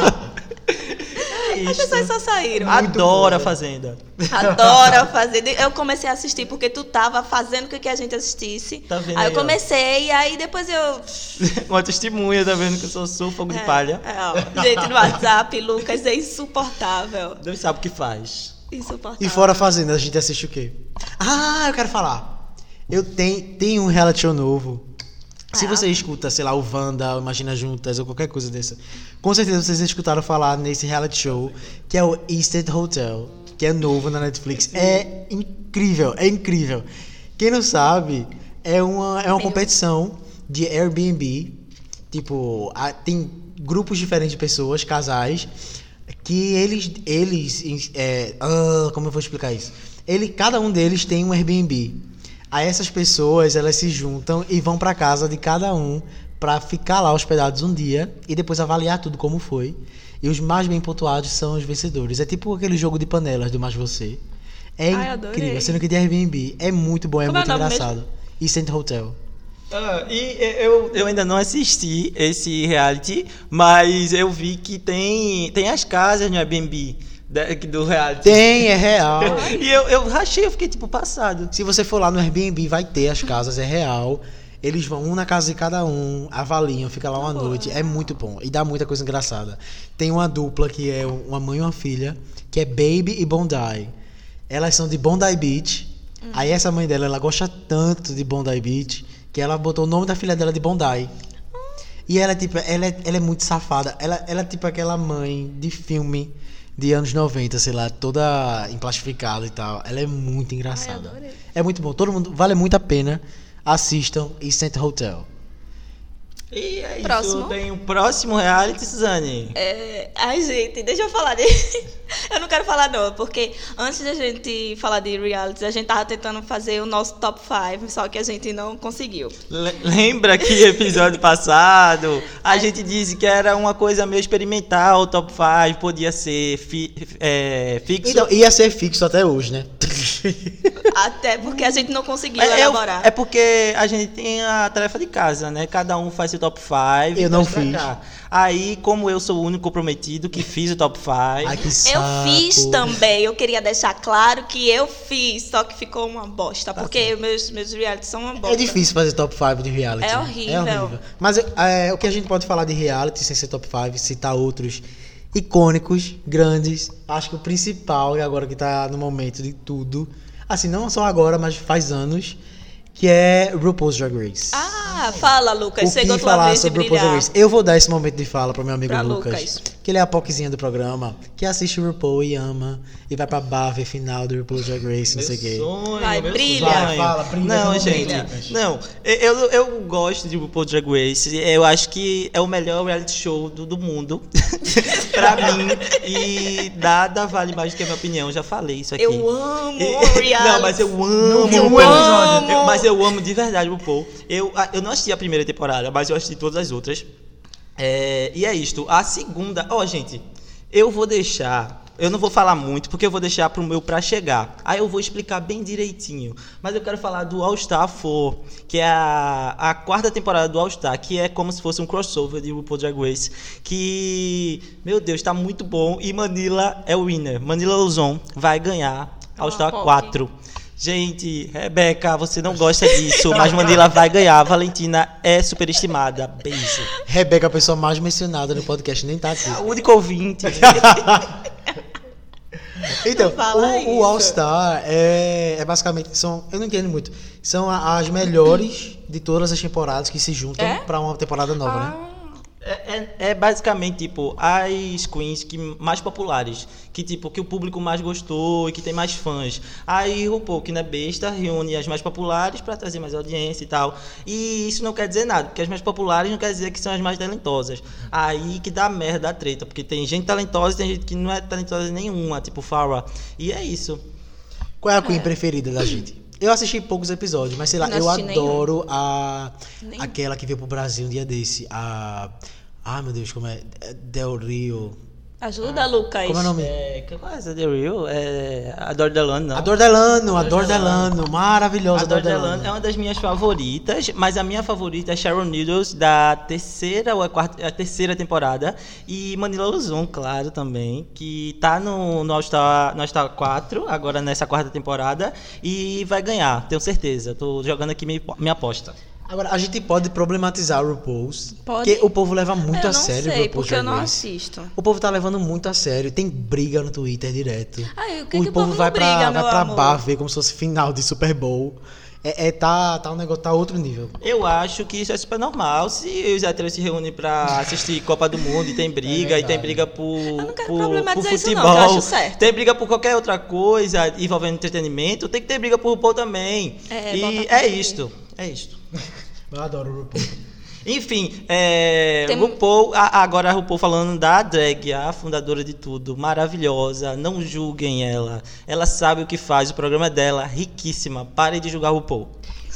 Speaker 2: é
Speaker 3: As
Speaker 2: isso.
Speaker 3: pessoas só saíram.
Speaker 2: Adoro a Fazenda.
Speaker 3: Adora fazer. Eu comecei a assistir porque tu tava fazendo com que a gente assistisse.
Speaker 2: Tá vendo
Speaker 3: aí
Speaker 2: aí,
Speaker 3: eu
Speaker 2: ó.
Speaker 3: comecei, e aí depois eu.
Speaker 2: Uma testemunha, tá vendo que eu sou, sou fogo de palha.
Speaker 3: É, ó, gente no WhatsApp, Lucas, é insuportável.
Speaker 2: Deus sabe o que faz.
Speaker 3: Insuportável.
Speaker 1: E fora a Fazenda, a gente assiste o quê? Ah, eu quero falar. Eu tenho, tenho um reality show novo. Se
Speaker 3: Ah.
Speaker 1: você escuta, sei lá, o Wanda, o Imagina Juntas ou qualquer coisa dessa, com certeza vocês escutaram falar nesse reality show, que é o Eastern Hotel, que é novo na Netflix. É incrível, é incrível. Quem não sabe, é uma, é uma competição de Airbnb. Tipo, a- tem grupos diferentes de pessoas, casais, que eles eles é, ah, como eu vou explicar isso ele cada um deles tem um Airbnb aí essas pessoas elas se juntam e vão pra casa de cada um pra ficar lá hospedados um dia e depois avaliar tudo como foi e os mais bem pontuados são os vencedores é tipo aquele jogo de panelas do mais você é
Speaker 3: Ai, adorei.
Speaker 1: incrível sendo que de Airbnb é muito bom é
Speaker 3: Como é
Speaker 1: muito
Speaker 3: o nome
Speaker 1: engraçado e Centro Hotel
Speaker 2: Ah, e e- eu, eu ainda não assisti esse reality, mas eu vi que tem, tem as casas no Airbnb da- do reality.
Speaker 1: tem é real
Speaker 2: E eu, eu rachei, eu fiquei tipo passado.
Speaker 1: Se você for lá no Airbnb, vai ter as casas, é real. Eles vão um na casa de cada um, avaliam, fica lá uma noite. É muito bom e dá muita coisa engraçada. Tem uma dupla que é uma mãe e uma filha, que é Baby e Bondi. Elas são de Bondi Beach. Aí essa mãe dela, ela gosta tanto de Bondi Beach, que ela botou o nome da filha dela de Bondi. E ela, tipo, ela é, ela é muito safada. Ela, ela é tipo aquela mãe de filme de anos 90, sei lá, toda emplastificada e tal. Ela é muito engraçada.
Speaker 3: adorei.
Speaker 1: é muito bom. Todo mundo vale muito a pena. Assistam Instant Hotel.
Speaker 2: E é isso.
Speaker 3: Próximo.
Speaker 2: Tem o próximo reality, Suzane.
Speaker 3: É, ai, gente, deixa eu falar de. eu não quero falar, não, porque antes da gente falar de realities, a gente tava tentando fazer o nosso top 5, só que a gente não conseguiu.
Speaker 2: Le- Lembra que episódio passado a gente disse que era uma coisa meio experimental, o top 5 podia ser fi, é, fixo.
Speaker 1: Então, ia ser fixo até hoje, né?
Speaker 3: Até porque a gente não conseguiu
Speaker 2: é, é, o-
Speaker 3: elaborar.
Speaker 2: é porque a gente tem a tarefa de casa, né? Cada um faz seu top 5.
Speaker 1: Eu não fiz.
Speaker 2: Aí, como eu sou o único comprometido que fiz o top 5,
Speaker 1: Ai, que
Speaker 3: Eu
Speaker 1: saco.
Speaker 3: fiz também, eu queria deixar claro que eu fiz, só que ficou uma bosta, porque meus, meus realities são uma bosta.
Speaker 1: É difícil fazer top 5 de reality.
Speaker 3: É
Speaker 1: né?
Speaker 3: horrível.
Speaker 1: Mas é, o que a gente pode falar de reality sem ser top 5, citar outros icônicos, grandes. Acho que o principal, e agora que tá no momento de tudo, assim, não só agora, mas faz anos, que é RuPaul's Drag Race.
Speaker 3: Ah, fala, Lucas,
Speaker 1: o
Speaker 3: chegou
Speaker 1: que
Speaker 3: tua
Speaker 1: falar
Speaker 3: vez de
Speaker 1: sobre RuPaul's Drag
Speaker 3: brilhar.
Speaker 1: Race? Eu vou dar esse momento de fala pro meu amigo
Speaker 3: Pra
Speaker 1: Lucas,
Speaker 3: Lucas.
Speaker 1: Que ele é a poquezinha do programa, que assiste o RuPaul e ama, e vai pra bar ver final do RuPaul's Drag Race, não
Speaker 2: Meu
Speaker 1: sei o quê.
Speaker 2: sonho,
Speaker 3: Vai,
Speaker 2: meu
Speaker 3: brilha.
Speaker 1: Vai, fala, brilha,
Speaker 2: Não,
Speaker 1: vamos
Speaker 2: gente.
Speaker 1: brilhar, Lucas.
Speaker 2: Não, eu, eu- eu gosto de RuPaul Drag Race. Eu acho que é o melhor reality show do, do mundo. pra mim. E nada vale mais do que a minha opinião. Já falei isso aqui.
Speaker 3: Eu amo um
Speaker 2: E-
Speaker 3: reality.
Speaker 2: Não, mas eu amo.
Speaker 1: vi um
Speaker 2: RuPaul.
Speaker 3: episódio.
Speaker 2: Eu- mas eu amo de verdade RuPaul. Eu, a- eu não assisti a primeira temporada, mas eu assisti todas as outras. É, e é isto. A segunda. Ó, gente, eu vou deixar. Eu não vou falar muito, porque eu vou deixar pro meu pra chegar. Aí eu vou explicar bem direitinho. Mas eu quero falar do All Star 4, que é a, a quarta temporada do All Star, que é como se fosse um crossover de RuPaul Drag Race. Que, meu Deus, tá muito bom. E Manila é o winner. Manila Luzon vai ganhar All
Speaker 3: Uma
Speaker 2: Star
Speaker 3: pop.
Speaker 2: 4. Gente, Rebeca, você não gosta disso, mas Manila vai ganhar. Valentina é superestimada. Beijo.
Speaker 1: Rebeca, é a pessoa mais mencionada no podcast, nem tá aqui.
Speaker 2: O único ouvinte.
Speaker 1: Então,
Speaker 3: Não fala
Speaker 1: o- o,
Speaker 3: isso.
Speaker 1: All Star é, é basicamente são, eu não entendo muito, são a- as melhores de todas as temporadas que se juntam
Speaker 3: É? Ah.
Speaker 1: pra uma temporada nova, né?
Speaker 2: É, é- é basicamente, tipo, as queens que mais populares, que tipo, que o público mais gostou e que tem mais fãs. Aí RuPaul, que não é besta, reúne as mais populares pra trazer mais audiência e tal. E isso não quer dizer nada, porque as mais populares não quer dizer que são as mais talentosas. Aí que dá merda a treta, porque tem gente talentosa e tem gente que não é talentosa nenhuma, tipo Farah. E é isso.
Speaker 1: Qual é a Queen preferida da gente? Eu assisti poucos episódios, mas sei lá,
Speaker 3: Não
Speaker 1: eu
Speaker 3: assisti nenhum.
Speaker 1: adoro a
Speaker 3: Nenhum.
Speaker 1: aquela que veio pro Brasil um dia desse, a Ah, meu Deus, como é? Del Rio.
Speaker 3: Ajuda, Lucas.
Speaker 1: Como é o nome?
Speaker 2: É, que- qual é essa The Real? É, a Dor Delano, não.
Speaker 1: A Dordelano, a Dordelano, maravilhosa
Speaker 2: A Dor Delano é
Speaker 3: um
Speaker 1: Dordelano.
Speaker 2: uma das minhas favoritas, mas a minha favorita é Sharon Needles da terceira ou a quarta, a terceira temporada e Manila Luzon, claro, também, que tá no no All Star, no All Star 4, agora nessa quarta temporada e vai ganhar, tenho certeza. Tô jogando aqui minha, minha aposta.
Speaker 1: Agora, a gente pode problematizar o RuPaul's,
Speaker 3: Pode.
Speaker 1: porque o povo leva muito
Speaker 3: eu
Speaker 1: a sério
Speaker 3: não
Speaker 1: o
Speaker 3: sei,
Speaker 1: RuPaul's
Speaker 3: porque eu
Speaker 1: Drag
Speaker 3: não
Speaker 1: Race.
Speaker 3: assisto.
Speaker 1: O povo tá levando muito a sério. Tem briga no Twitter direto.
Speaker 3: Ai, Ah, o que que o povo não
Speaker 1: vai pra,
Speaker 3: briga,
Speaker 1: vai
Speaker 3: meu
Speaker 1: pra
Speaker 3: amor? É,
Speaker 1: bar ver como se fosse final de Super Bowl. É, é, tá, tá um negócio, tá outro nível.
Speaker 2: Eu acho que isso é super normal. Se os atletas se reúnem pra assistir Copa do Mundo e tem briga, e
Speaker 1: verdade.
Speaker 2: tem briga por,
Speaker 3: não quero
Speaker 2: por, por
Speaker 3: problematizar isso não,
Speaker 2: futebol,
Speaker 3: que eu acho certo.
Speaker 2: tem briga por qualquer outra coisa envolvendo entretenimento, tem que ter briga por RuPaul também.
Speaker 3: É,
Speaker 2: e
Speaker 3: bota
Speaker 2: é
Speaker 3: tudo.
Speaker 2: isto, é isto.
Speaker 1: Eu adoro o RuPaul.
Speaker 2: Enfim, é,
Speaker 3: Tem- um
Speaker 2: RuPaul, a- agora a RuPaul falando da drag, a fundadora de tudo, maravilhosa, não julguem ela. Ela sabe o que faz, o programa é dela, riquíssima, parem de julgar RuPaul.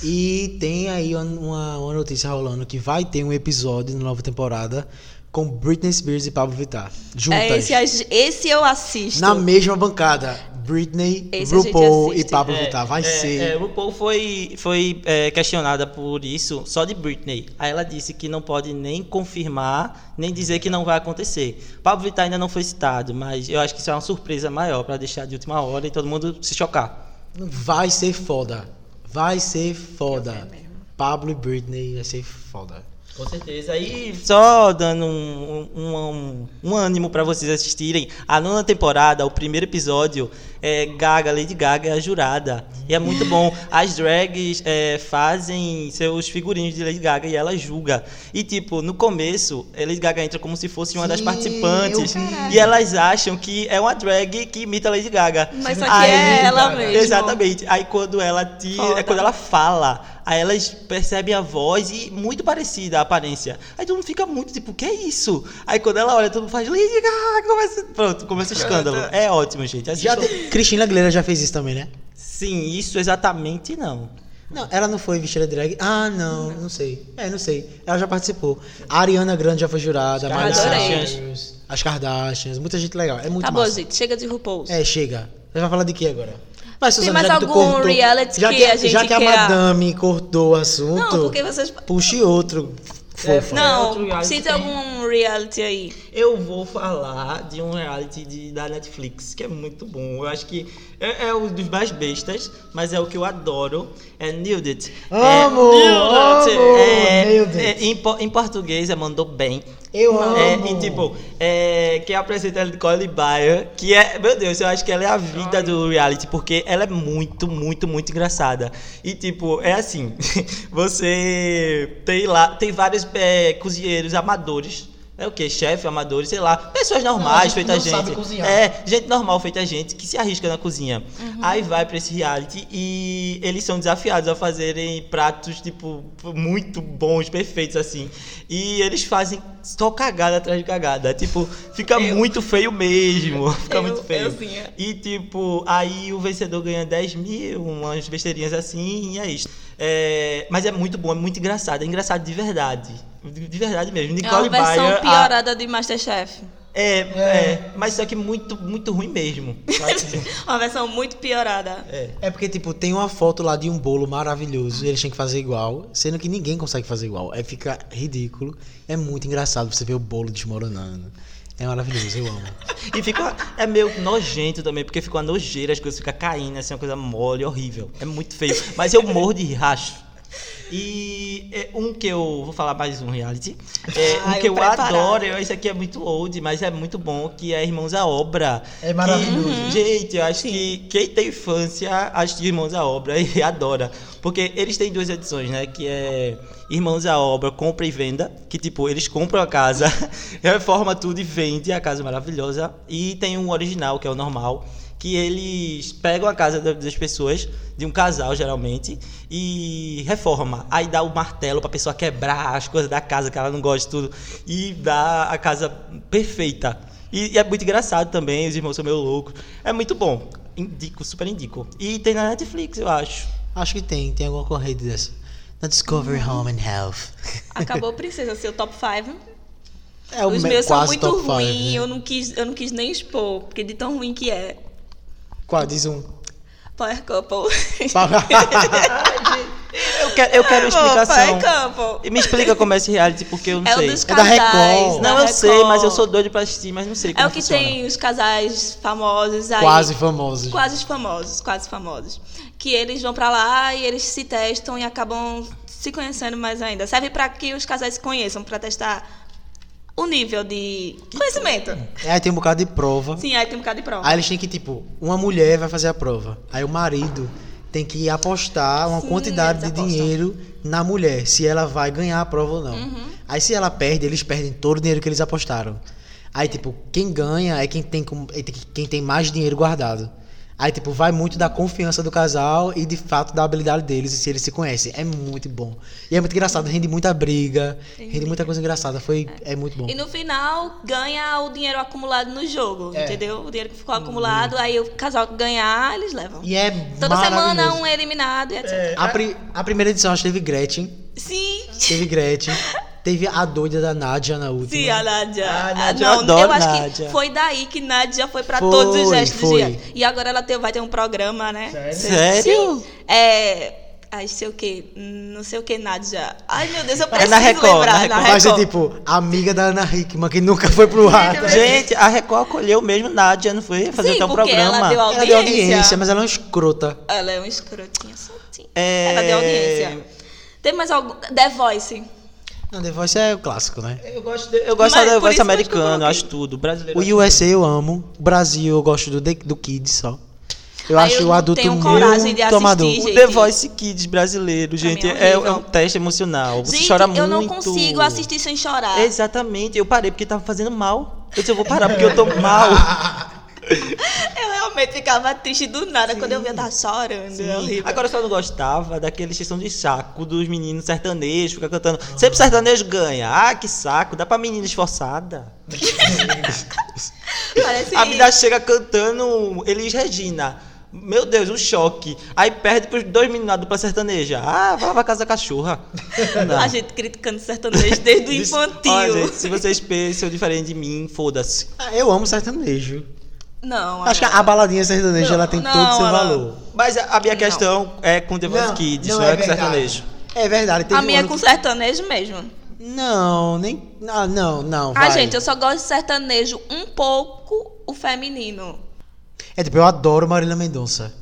Speaker 1: E tem aí uma- uma, uma notícia rolando que vai ter um episódio na nova temporada com Britney Spears e Pablo Vittar. Juntas.
Speaker 3: É, esse, esse eu assisto.
Speaker 1: Na mesma bancada. Britney,
Speaker 3: Esse a gente
Speaker 1: RuPaul e
Speaker 3: assiste.
Speaker 1: Pablo
Speaker 2: É,
Speaker 1: Vittar. Vai
Speaker 2: é,
Speaker 1: ser.
Speaker 2: é, RuPaul foi, foi é, questionada por isso só de Britney. Aí ela disse que não pode nem confirmar, nem dizer que não vai acontecer. Pablo Vittar ainda não foi citado, mas eu acho que isso é uma surpresa maior para deixar de última hora e todo mundo se chocar.
Speaker 1: Vai ser foda. Vai ser foda. Pablo e Britney vai ser foda.
Speaker 2: Com certeza. E só dando um, um, um- um ânimo para vocês assistirem. A nona temporada, o primeiro episódio, é, Gaga, Lady Gaga é a jurada. E é muito bom. As drags é, fazem seus figurinhos de Lady Gaga e ela julga. E, tipo, no começo, a Lady Gaga entra como se fosse uma das
Speaker 1: Sim,
Speaker 2: participantes.
Speaker 1: eu vi.
Speaker 2: E elas acham que é uma drag que imita a Lady Gaga.
Speaker 3: Mas só que é ela mesmo.
Speaker 2: Exatamente. Aí quando ela tira,
Speaker 3: Foda.
Speaker 2: é quando ela fala, aí elas percebem a voz e muito parecida a aparência. Aí todo mundo fica muito tipo, que é isso? Aí quando ela olha, todo mundo faz, Lady Gaga, começa... Pronto, começa o escândalo. É ótimo, gente.
Speaker 1: Já
Speaker 2: Assistam.
Speaker 1: te- Cristina Aguilera já fez isso também, né?
Speaker 2: Sim, isso exatamente não.
Speaker 1: Não, ela não foi vestida de drag. Ah, não, não sei. É, não sei. Ela já participou. A Ariana Grande já foi jurada. a Miley
Speaker 3: Adorei.
Speaker 1: Cyrus, As Kardashians. Muita gente legal. É muito
Speaker 3: Tá bom,
Speaker 1: massa.
Speaker 3: gente. Chega de RuPaul's.
Speaker 1: É, chega. Você vai falar de que agora? Vai, Suzana,
Speaker 3: mais
Speaker 1: já que tu
Speaker 3: algum
Speaker 1: cortou-
Speaker 3: reality
Speaker 1: já
Speaker 3: que a gente
Speaker 1: Já que a
Speaker 3: quer-
Speaker 1: madame cortou o assunto,
Speaker 3: Não, porque vocês...
Speaker 1: puxe outro, fofa.
Speaker 3: Não,
Speaker 2: outro reality
Speaker 3: cite
Speaker 2: tem.
Speaker 3: algum reality aí.
Speaker 2: Eu vou falar de um reality de- da Netflix, que é muito bom. Eu acho que é, é um dos mais bestas, mas é o que eu adoro. É Nudity.
Speaker 1: Amo,
Speaker 2: é, Nudity.
Speaker 1: amo,
Speaker 2: É,
Speaker 1: Nudity.
Speaker 2: é, em, po- em português é Mandou Bem.
Speaker 1: Eu amo.
Speaker 2: É, e tipo, é, quem apresenta ela é Nicole Bayer, que é, meu Deus, eu acho que ela é a vida do reality, porque ela é muito, muito, muito engraçada. E tipo, é assim, você tem lá, tem vários é, cozinheiros amadores, é o que? Chefe, amadores, sei lá, pessoas normais,
Speaker 1: gente
Speaker 2: feita a
Speaker 1: não
Speaker 2: gente.
Speaker 1: sabe cozinhar.
Speaker 2: É, é, gente normal feita a gente que se arrisca na cozinha.
Speaker 3: Uhum.
Speaker 2: Aí vai pra esse reality e eles são desafiados a fazerem pratos, tipo, muito bons, perfeitos, assim. E eles fazem só cagada atrás de cagada. Tipo, fica muito feio mesmo. Fica
Speaker 3: Eu- é.
Speaker 2: muito feio.
Speaker 3: euzinha.
Speaker 2: E tipo, aí o vencedor ganha 10 mil, umas besteirinhas assim, e é isso. É, mas é muito bom, é muito engraçado. É engraçado de verdade. De de verdade mesmo.
Speaker 3: É uma
Speaker 2: Nicole
Speaker 3: versão
Speaker 2: Bayer, a-
Speaker 3: piorada de Masterchef.
Speaker 2: é, é, mas só que muito, muito ruim mesmo.
Speaker 3: Uma versão muito piorada.
Speaker 2: É.
Speaker 1: É porque, tipo, tem uma foto lá de um bolo maravilhoso e eles têm que fazer igual, sendo que ninguém consegue fazer igual. Aí fica ridículo. É muito engraçado você ver o bolo desmoronando. É maravilhoso, eu amo.
Speaker 2: E fica. É meio nojento também, porque fica uma nojeira, as coisas ficam caindo, assim, uma coisa mole, horrível. É muito feio. Mas eu morro de racho. E é, um que eu. Vou falar mais um reality. É, um
Speaker 3: Ai,
Speaker 2: que eu
Speaker 3: preparada.
Speaker 2: adoro. eu- Esse aqui é muito old, mas é muito bom, que é Irmãos à Obra.
Speaker 1: É maravilhoso.
Speaker 2: Que- gente, eu acho que quem tem infância assiste Irmãos à Obra e adora. Porque eles têm duas edições, né? Que é Irmãos à Obra, compra e venda. Que tipo, eles compram a casa, reforma tudo e vende a casa maravilhosa. E tem um original, que é o normal. Que eles pegam a casa da- das pessoas, de um casal geralmente, e reforma. Aí dá o martelo pra pessoa quebrar as coisas da casa que ela não gosta e tudo. E dá a casa perfeita. E, e é muito engraçado também, os irmãos são meio loucos. É muito bom. Indico, super indico. E tem na Netflix, eu acho.
Speaker 1: Acho que tem, tem alguma corrente dessa. Na Discovery
Speaker 3: Hum.
Speaker 1: Home and Health.
Speaker 3: Acabou Princesa, seu top 5.
Speaker 1: É o
Speaker 3: Os
Speaker 1: me-
Speaker 3: meus são
Speaker 1: quase
Speaker 3: muito
Speaker 1: top five, né?
Speaker 3: ruins, eu, não quis, eu não quis nem expor, porque de tão ruim que é.
Speaker 1: Qual? Diz um.
Speaker 3: Power Couple.
Speaker 2: Eu quero, eu quero explicação.
Speaker 3: Power Couple.
Speaker 2: E Me explica como é esse reality, porque eu não
Speaker 3: É o
Speaker 2: sei.
Speaker 3: dos
Speaker 1: É da
Speaker 3: casais. né?
Speaker 1: Record.
Speaker 3: da
Speaker 2: Não, eu sei,
Speaker 3: Record.
Speaker 2: mas eu sou doido pra assistir, mas não sei como
Speaker 3: É o que
Speaker 2: funciona.
Speaker 3: tem os casais famosos aí.
Speaker 1: quase famoso.
Speaker 3: Quase famosos, quase famosos. Que eles vão pra lá e eles se testam e acabam se conhecendo mais ainda. Serve pra que os casais se conheçam, pra testar o nível de conhecimento.
Speaker 1: Aí tem um bocado de prova.
Speaker 3: Sim, aí tem um bocado de prova.
Speaker 1: Aí eles têm que, tipo, uma mulher vai fazer a prova. Aí o marido tem que apostar uma
Speaker 3: Sim,
Speaker 1: quantidade de
Speaker 3: eles apostam.
Speaker 1: dinheiro na mulher, se ela vai ganhar a prova ou não.
Speaker 3: Uhum.
Speaker 1: Aí se ela perde, eles perdem todo o dinheiro que eles apostaram. Aí, tipo, quem ganha é quem tem, com- é quem tem mais dinheiro guardado. Aí, tipo, vai muito da confiança do casal e, de fato, da habilidade deles e se eles se conhecem. É muito bom. E é muito engraçado, rende muita briga, rende muita coisa engraçada. Foi, é muito bom.
Speaker 3: E no final ganha o dinheiro acumulado no jogo,
Speaker 1: É.
Speaker 3: entendeu? O dinheiro que ficou acumulado, aí o casal que ganhar, eles levam.
Speaker 1: E é
Speaker 3: Toda semana
Speaker 1: maravilhoso.
Speaker 3: um é eliminado e etc.
Speaker 1: A, pri- a primeira edição, acho que teve Gretchen.
Speaker 3: Sim.
Speaker 1: Teve Gretchen. Teve a doida da Nádia na última.
Speaker 3: Sim, a Nádia.
Speaker 2: Ah,
Speaker 3: Ah,
Speaker 2: Nádia, eu
Speaker 3: não,
Speaker 2: adoro
Speaker 3: eu acho
Speaker 2: Nádia.
Speaker 3: que foi daí que Nádia foi pra
Speaker 1: Foi,
Speaker 3: todos os gestos
Speaker 1: foi.
Speaker 3: do dia. E agora ela tem- vai ter um programa, né?
Speaker 2: Sério?
Speaker 3: Sim. É. Ai, sei o que. Não sei o que, Nádia. Ai, meu Deus, eu
Speaker 2: É
Speaker 3: preciso
Speaker 2: na Record, na
Speaker 3: lembrar. Na
Speaker 2: Record.
Speaker 3: Record.
Speaker 1: Mas é tipo, a amiga da Ana Hickman, que nunca foi pro ar. tá?
Speaker 2: Gente, a Record acolheu mesmo Nádia, não foi fazer
Speaker 3: Sim,
Speaker 2: até um
Speaker 3: porque
Speaker 2: programa.
Speaker 3: ela deu a-
Speaker 1: Ela deu
Speaker 3: audiência.
Speaker 1: audiência, mas ela é uma escrota.
Speaker 3: Ela é uma escrotinha, soltinha.
Speaker 2: É.
Speaker 3: Ela deu audiência. Tem mais algum? The Voice.
Speaker 1: Não, The Voice é o clássico, né?
Speaker 2: Eu gosto, de- eu gosto
Speaker 3: Mas
Speaker 2: da voz
Speaker 3: por isso que eu acho que eu
Speaker 2: americana, eu
Speaker 3: coloquei.
Speaker 2: acho tudo. Brasileiro.
Speaker 1: O USA eu amo. O Brasil eu gosto do, The- do Kids só. Eu
Speaker 3: Aí
Speaker 1: acho
Speaker 3: eu
Speaker 1: o adulto
Speaker 3: tenho
Speaker 1: muito
Speaker 3: coragem de assistir,
Speaker 1: tomador.
Speaker 3: gente.
Speaker 2: O The Voice Kids brasileiro,
Speaker 3: Pra mim é
Speaker 2: gente, é, é
Speaker 3: horrível.
Speaker 2: um teste emocional. Você
Speaker 3: Gente,
Speaker 2: chora
Speaker 3: eu
Speaker 2: muito.
Speaker 3: não consigo assistir sem chorar.
Speaker 2: Exatamente. Eu parei porque tava fazendo mal. Eu disse, eu vou parar porque eu tô mal.
Speaker 3: Eu realmente ficava triste do nada quando eu via tá chorando. É horrível.
Speaker 2: Agora eu só não gostava daquela extensão de saco dos meninos sertanejos, ficar cantando. Sempre sertanejo ganha. Ah, que saco. Dá pra menina esforçada.
Speaker 3: Parece
Speaker 2: A vida chega cantando Elis Regina. Meu Deus, um choque. Aí perde pros dois meninos da dupla sertaneja. Ah, vai pra casa da cachorra. Não.
Speaker 3: a gente criticando sertanejo desde o
Speaker 2: Isso-
Speaker 3: infantil.
Speaker 2: Ó, gente, se vocês pensam diferente de mim, foda-se.
Speaker 1: Ah, Eu amo sertanejo.
Speaker 3: Não, é.
Speaker 1: Acho que
Speaker 3: Alan.
Speaker 1: a baladinha sertaneja
Speaker 3: Não,
Speaker 1: ela tem
Speaker 3: não,
Speaker 1: todo o seu
Speaker 3: Alan.
Speaker 1: valor.
Speaker 2: Mas a, a minha
Speaker 3: Não.
Speaker 2: questão é com The Voice Kids, não, é, com
Speaker 4: verdade.
Speaker 2: sertanejo.
Speaker 1: É verdade. teve
Speaker 3: a
Speaker 1: um
Speaker 3: minha é
Speaker 1: ano
Speaker 3: com
Speaker 1: que-
Speaker 3: sertanejo mesmo.
Speaker 1: Não, nem. Ah, não, não.
Speaker 3: Ah,
Speaker 1: vai.
Speaker 3: gente, eu só gosto de sertanejo um pouco o feminino.
Speaker 1: É tipo, eu adoro Marília Mendonça.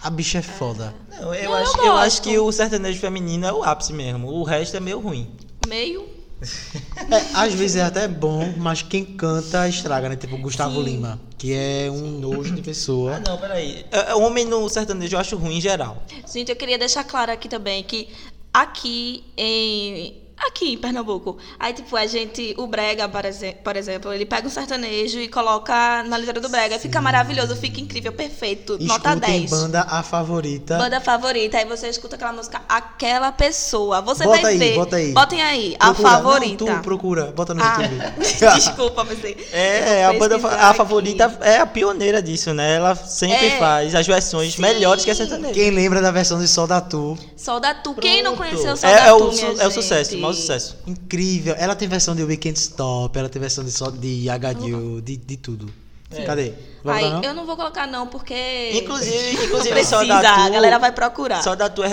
Speaker 1: A bicha é foda.
Speaker 2: Não, eu,
Speaker 3: Não, eu
Speaker 2: acho, eu acho
Speaker 3: gosto.
Speaker 2: que o sertanejo feminino é o ápice mesmo. O resto é meio ruim.
Speaker 3: Meio.
Speaker 1: É, às vezes é até bom, mas quem canta estraga, né? Tipo o Gustavo
Speaker 3: Sim.
Speaker 1: Lima, que é um nojo de
Speaker 2: Ah,
Speaker 1: pessoa.
Speaker 2: não, peraí. É, é, Homem no sertanejo eu acho ruim em geral.
Speaker 3: Gente, eu queria deixar claro aqui também que aqui em. Aqui em Pernambuco. Aí, tipo, a gente. O Brega, por exe- por exemplo, ele pega um sertanejo e coloca na letra do Brega. Fica maravilhoso, fica incrível, perfeito. nota
Speaker 1: Escutem
Speaker 3: 10.
Speaker 1: banda a favorita.
Speaker 3: Banda favorita, aí você escuta aquela música, aquela pessoa. Você
Speaker 1: Bota
Speaker 3: vai
Speaker 1: aí,
Speaker 3: ver.
Speaker 1: bota aí.
Speaker 3: Botem aí, a
Speaker 1: Procura. Não,
Speaker 3: favorita.
Speaker 1: tu procura, bota no
Speaker 3: Ah,
Speaker 1: YouTube.
Speaker 3: desculpa, você.
Speaker 2: É, a banda fa- a favorita é a pioneira disso, né? Ela sempre
Speaker 3: É.
Speaker 2: faz as versões
Speaker 3: Sim.
Speaker 2: melhores que a sertaneja.
Speaker 1: Quem lembra da versão de Sol da Tu?
Speaker 3: Sol da Tu. Quem não
Speaker 2: Pronto.
Speaker 3: conheceu Sol
Speaker 2: é,
Speaker 3: da
Speaker 2: é
Speaker 3: Tu,
Speaker 2: o, su-
Speaker 3: minha
Speaker 2: é o sucesso, o
Speaker 3: gente?
Speaker 2: maior sucesso.
Speaker 1: Incrível. Ela tem versão de We Can't Stop, ela tem versão de, só de HDU, de, de tudo. Cadê? Vai
Speaker 3: É. Aí,
Speaker 1: botar, não?
Speaker 3: eu não vou colocar não, porque...
Speaker 2: Inclusive,
Speaker 3: não
Speaker 2: inclusive
Speaker 3: precisa,
Speaker 2: só da tu,
Speaker 3: a galera vai procurar.
Speaker 2: Só da tu é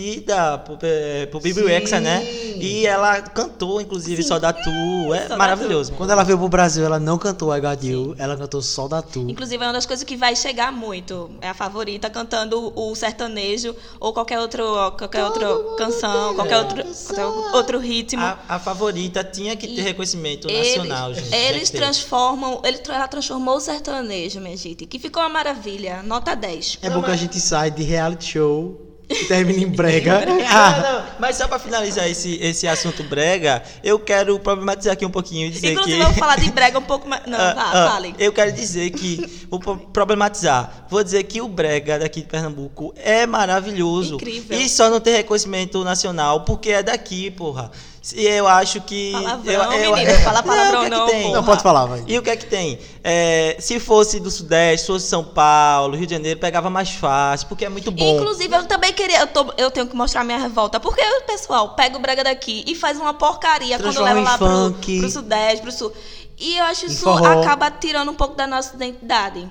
Speaker 2: reconhecida por, é, por Bibi Rexa, né? E ela cantou, inclusive, só da tu. É
Speaker 3: Só da
Speaker 2: maravilhoso.
Speaker 1: Quando ela veio pro Brasil, ela não cantou HDU, ela cantou Sol da Tu.
Speaker 3: Inclusive, é uma das coisas que vai chegar muito. É a favorita cantando o sertanejo ou qualquer, outro, qualquer outra canção, qualquer outro, qualquer outro ritmo.
Speaker 2: A, a favorita tinha que ter
Speaker 3: E
Speaker 2: reconhecimento
Speaker 3: Eles-
Speaker 2: Ah, nacional, gente. tinha
Speaker 3: Eles
Speaker 2: que ter.
Speaker 3: transformam, ele, tra- ela transformou o sertanejo, minha gente, que ficou uma maravilha, nota 10.
Speaker 1: É bom que a gente sai de reality show e termina em brega.
Speaker 2: Ah,
Speaker 1: Ah,
Speaker 2: não, mas só pra finalizar esse, esse assunto brega, eu quero problematizar aqui um pouquinho e dizer
Speaker 3: Inclusive,
Speaker 2: que.
Speaker 3: eu vou falar de brega um pouco mais... Não,
Speaker 2: Ah,
Speaker 3: vá,
Speaker 2: ah,
Speaker 3: fale.
Speaker 1: é
Speaker 2: Eu quero dizer que. Vou pro- problematizar. Vou dizer que o Brega daqui de Pernambuco é maravilhoso.
Speaker 3: Incrível.
Speaker 2: E só não tem reconhecimento nacional porque é daqui, porra. E eu acho que.
Speaker 3: Palavrão,
Speaker 2: eu, eu,
Speaker 3: menino, fala
Speaker 2: o
Speaker 3: palavrão
Speaker 2: que é que
Speaker 3: não,
Speaker 2: tem?
Speaker 3: porra.
Speaker 1: não, pode falar, vai.
Speaker 2: E o que é que tem? É, se fosse do Sudeste, fosse São Paulo, Rio de Janeiro, pegava mais fácil, porque é muito bom.
Speaker 3: Inclusive, eu também queria. Eu, tô- eu tenho que mostrar minha revolta. Porque o pessoal pega o brega daqui e faz uma porcaria quando
Speaker 1: Transforma
Speaker 3: leva
Speaker 1: em
Speaker 3: lá pro,
Speaker 1: funk.
Speaker 3: pro Sudeste, pro Sul. E eu acho
Speaker 1: Em
Speaker 3: isso
Speaker 1: forró.
Speaker 3: acaba tirando um pouco da nossa identidade.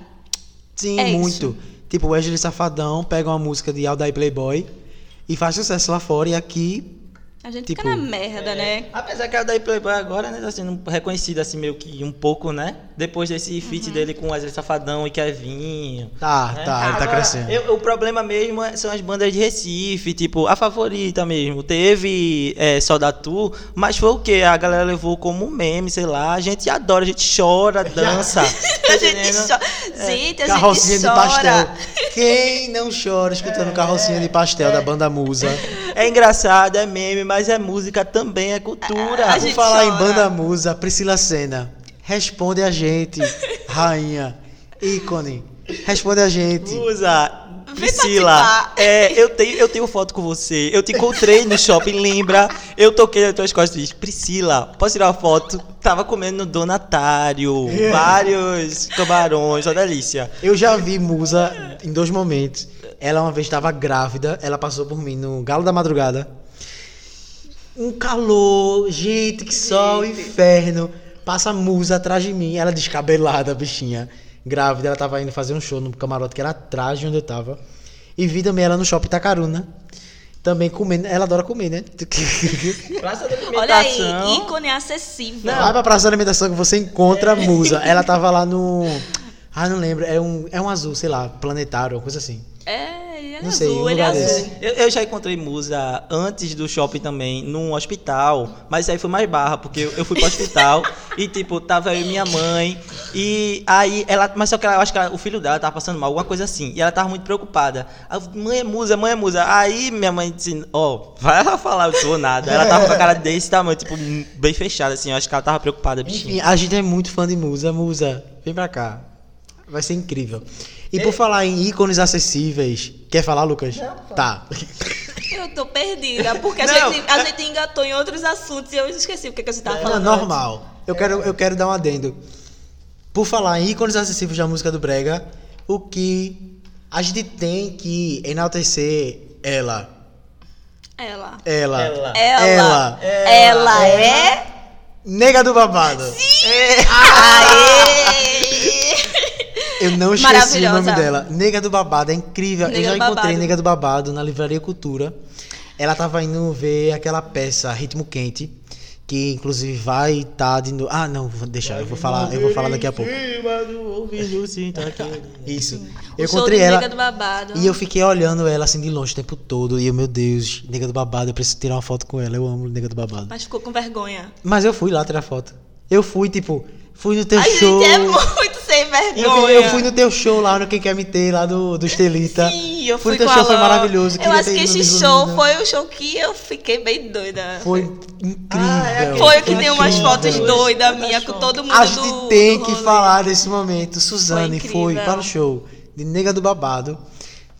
Speaker 1: Sim,
Speaker 3: É
Speaker 1: muito. Tipo, Wesley Safadão pega uma música de Aldair Playboy e faz sucesso lá fora e aqui.
Speaker 3: A gente
Speaker 1: Tipo,
Speaker 3: fica na merda, né?
Speaker 2: Apesar que a daí Playboy agora, né, tá sendo reconhecida assim meio que um pouco, né? Depois desse feat
Speaker 3: Uhum.
Speaker 2: dele com Wesley Safadão e Kevinho.
Speaker 1: Tá,
Speaker 2: né?
Speaker 1: tá, ele tá
Speaker 2: Agora,
Speaker 1: crescendo.
Speaker 2: eu- o problema mesmo é- são as bandas de Recife, tipo, a favorita mesmo. Teve é, Só da Tu, mas foi o que? A galera levou como um meme, sei lá. A gente adora, a gente chora, dança. tá
Speaker 3: A gente
Speaker 2: entendendo?
Speaker 3: chora. Gente, a
Speaker 1: É. Carrocinha
Speaker 3: gente
Speaker 1: de
Speaker 3: chora.
Speaker 1: pastel. Quem não chora escutando Carrocinha de Pastel da banda Musa?
Speaker 2: É engraçado, é meme, mas é música também, é cultura.
Speaker 3: A
Speaker 1: Por
Speaker 3: gente
Speaker 1: falar em
Speaker 3: chora.
Speaker 1: banda Musa, Priscila Senna, responde a gente, rainha, ícone. Responde a gente.
Speaker 2: Usa.
Speaker 3: Vem
Speaker 2: Priscila,
Speaker 3: participar.
Speaker 2: é, eu, tenho, eu tenho foto com você. Eu te encontrei no shopping, lembra? Eu toquei nas tuas costas e disse: Priscila, posso tirar uma foto? Tava comendo no Donatário. Vários camarões, uma delícia.
Speaker 1: Eu já vi Musa em dois momentos. Ela uma vez estava grávida, ela passou por mim no galo da madrugada. Um calor, gente, que sol, inferno. Passa Musa atrás de mim, ela descabelada, a bichinha. Grávida, ela tava indo fazer um show no camarote que era atrás de onde eu tava. E vi também ela no shopping Itacaruna. Também comendo, ela adora comer, né?
Speaker 2: Praça da
Speaker 3: Olha aí, ícone acessível.
Speaker 1: Vai pra praça de alimentação que você encontra a musa. Ela tava lá no. Ah, não lembro. É um, é um azul, sei lá, planetário, uma coisa assim.
Speaker 3: É, ele é
Speaker 1: Não sei,
Speaker 3: azul,
Speaker 1: um
Speaker 3: ele é
Speaker 1: lugar
Speaker 3: azul.
Speaker 1: desse.
Speaker 2: Eu, eu já encontrei musa antes do shopping também, num hospital, mas aí foi mais barra, porque eu, eu fui pro hospital e, tipo, tava eu e minha mãe. E aí ela. Mas só que ela, eu acho que ela- o filho dela tava passando mal, alguma coisa assim. E ela tava muito preocupada. Aí eu, mãe é musa, mãe é musa. Aí minha mãe disse, ó, vai lá falar, eu sou nada. Ela tava com a cara desse tamanho, tipo, bem fechada, assim. Eu acho que ela tava preocupada, bichinho.
Speaker 1: Enfim, a gente é muito fã de Musa. Musa, vem pra cá. Vai ser incrível. E por falar em ícones acessíveis, quer falar, Lucas? tá.
Speaker 3: Eu tô perdida, porque a,
Speaker 2: Não,
Speaker 3: gente, a gente engatou em outros assuntos e eu esqueci o que, que a gente tava
Speaker 1: Não,
Speaker 3: falando.
Speaker 1: normal. Eu quero, eu quero dar um adendo. Por falar em ícones acessíveis da música do Brega, o que a gente tem que enaltecer ela.
Speaker 3: antes. Ela.
Speaker 1: Ela.
Speaker 2: Ela.
Speaker 3: Ela.
Speaker 1: Ela.
Speaker 3: Ela, é.
Speaker 1: Nega do babado.
Speaker 3: Aê!
Speaker 1: Eu não esqueci o
Speaker 3: Maravilhosa.
Speaker 1: nome dela. Nega do Babado, é incrível.
Speaker 3: Nega
Speaker 1: eu já
Speaker 3: do
Speaker 1: encontrei
Speaker 3: Babado.
Speaker 1: Nega do Babado na Livraria Cultura. Ela tava indo ver aquela peça Ritmo Quente, que inclusive vai estar de novo. Ah, não, vou deixar, eu vou falar, eu vou falar daqui a pouco. Isso. Eu
Speaker 3: O show
Speaker 1: encontrei
Speaker 3: do
Speaker 1: ela
Speaker 3: Nega do babado.
Speaker 1: e eu fiquei olhando ela assim de longe o tempo todo e eu, meu Deus, Nega do Babado, eu preciso tirar uma foto com ela. Eu amo Nega do Babado.
Speaker 3: Mas ficou com vergonha.
Speaker 1: Mas eu fui lá tirar foto. Eu fui, tipo, fui no teu
Speaker 3: A
Speaker 1: show.
Speaker 3: gente é muito sem
Speaker 1: Eu
Speaker 3: vergonha.
Speaker 1: fui, eu fui no teu show lá no Quem Quer Me Ter, lá do, do Estelita.
Speaker 3: Sim, eu
Speaker 1: Fui no
Speaker 3: fui
Speaker 1: teu
Speaker 3: com
Speaker 1: show,
Speaker 3: a
Speaker 1: foi
Speaker 3: Ló.
Speaker 1: maravilhoso.
Speaker 3: Eu
Speaker 1: queria
Speaker 3: acho
Speaker 1: ter
Speaker 3: que
Speaker 1: ido
Speaker 3: esse
Speaker 1: no
Speaker 3: show
Speaker 1: Vislumina.
Speaker 3: foi o show que eu fiquei bem doida.
Speaker 1: Foi incrível.
Speaker 3: Ah, é, Foi o que tem umas
Speaker 1: incrível.
Speaker 3: fotos doidas minha com todo mundo
Speaker 1: A gente
Speaker 3: do-
Speaker 1: tem
Speaker 3: do
Speaker 1: que
Speaker 3: rolê.
Speaker 1: falar desse momento. Suzane
Speaker 3: Foi
Speaker 1: foi,
Speaker 3: incrível.
Speaker 1: para o show de Nega do Babado.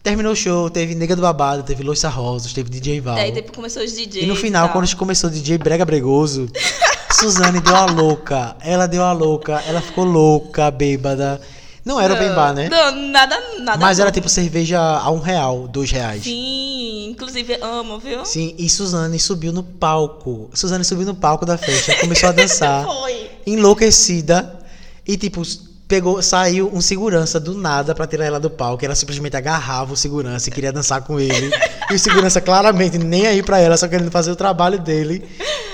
Speaker 1: Terminou o show, teve Nega do Babado, teve Louça Rosas, teve DJ Val.
Speaker 3: Daí depois começou os DJs.
Speaker 1: E no final,
Speaker 3: tal.
Speaker 1: quando começou o DJ Brega Bregoso, Suzane deu a louca. Ela deu a louca, ela ficou louca, bêbada. Não era o bem bar, né?
Speaker 3: Não, nada, nada.
Speaker 1: Mas era
Speaker 3: Tá, bom.
Speaker 1: tipo cerveja a um real, dois reais.
Speaker 3: Sim, inclusive amo, viu?
Speaker 1: Sim, e Suzane subiu no palco. Suzane subiu no palco da festa, começou a dançar,
Speaker 3: Foi.
Speaker 1: enlouquecida. E tipo, pegou, saiu um segurança do nada pra tirar ela do palco. Ela simplesmente agarrava o segurança e queria dançar com ele. E o segurança claramente nem aí pra ela, só querendo fazer o trabalho dele.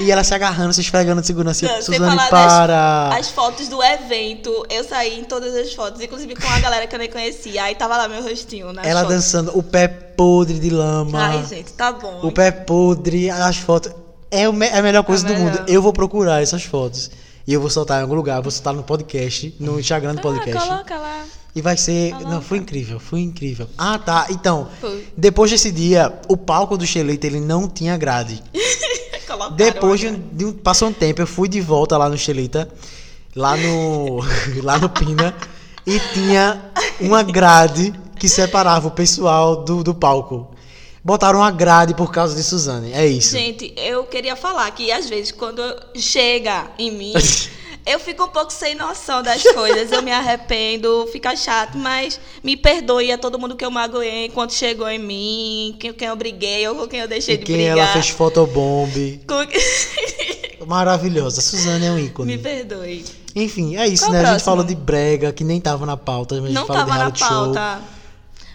Speaker 1: E ela se agarrando, se esfregando de segurança.
Speaker 3: Não,
Speaker 1: E,
Speaker 3: sem
Speaker 1: Suzane,
Speaker 3: falar das-
Speaker 1: para!
Speaker 3: As fotos do evento, eu saí em todas as fotos, inclusive com a galera que eu nem conhecia. Aí tava lá meu rostinho, né?
Speaker 1: Ela dançando, o pé podre de lama.
Speaker 3: Ai, gente, tá bom.
Speaker 1: O pé podre, as fotos. É o me- é a melhor coisa do
Speaker 3: melhor.
Speaker 1: mundo. Eu vou procurar essas fotos. E eu vou soltar em algum lugar, vou soltar no podcast, no Instagram do
Speaker 3: Ah,
Speaker 1: podcast.
Speaker 3: coloca lá.
Speaker 1: e vai ser.
Speaker 3: coloca.
Speaker 1: Não, foi incrível, foi incrível. Ah, tá. Então,
Speaker 3: Foi.
Speaker 1: depois desse dia, o palco do Xeleita ele não tinha grade.
Speaker 3: Colocaram. né?
Speaker 1: Depois de um, de um- Passou um tempo, eu fui de volta lá no Xeleita, lá no. lá no Pina, e tinha uma grade que separava o pessoal do, do palco. Botaram uma grade por causa de Suzane. É isso.
Speaker 3: Gente, eu queria falar que às vezes quando chega em mim, eu fico um pouco sem noção das coisas, eu me arrependo, fica chato, mas me perdoe a todo mundo que eu magoei enquanto chegou em mim, quem, quem eu briguei ou com quem eu deixei
Speaker 1: E
Speaker 3: de
Speaker 1: quem
Speaker 3: brigar.
Speaker 1: ela fez fotobomb.
Speaker 3: Com-
Speaker 1: Maravilhosa. Suzane é um
Speaker 3: me
Speaker 1: ícone.
Speaker 3: perdoe.
Speaker 1: Enfim, é isso,
Speaker 3: Qual
Speaker 1: né?
Speaker 3: o
Speaker 1: A gente
Speaker 3: próximo?
Speaker 1: falou de brega, que nem tava na pauta, mas a gente
Speaker 3: Não
Speaker 1: falou de
Speaker 3: tava na
Speaker 1: reality show.
Speaker 3: pauta.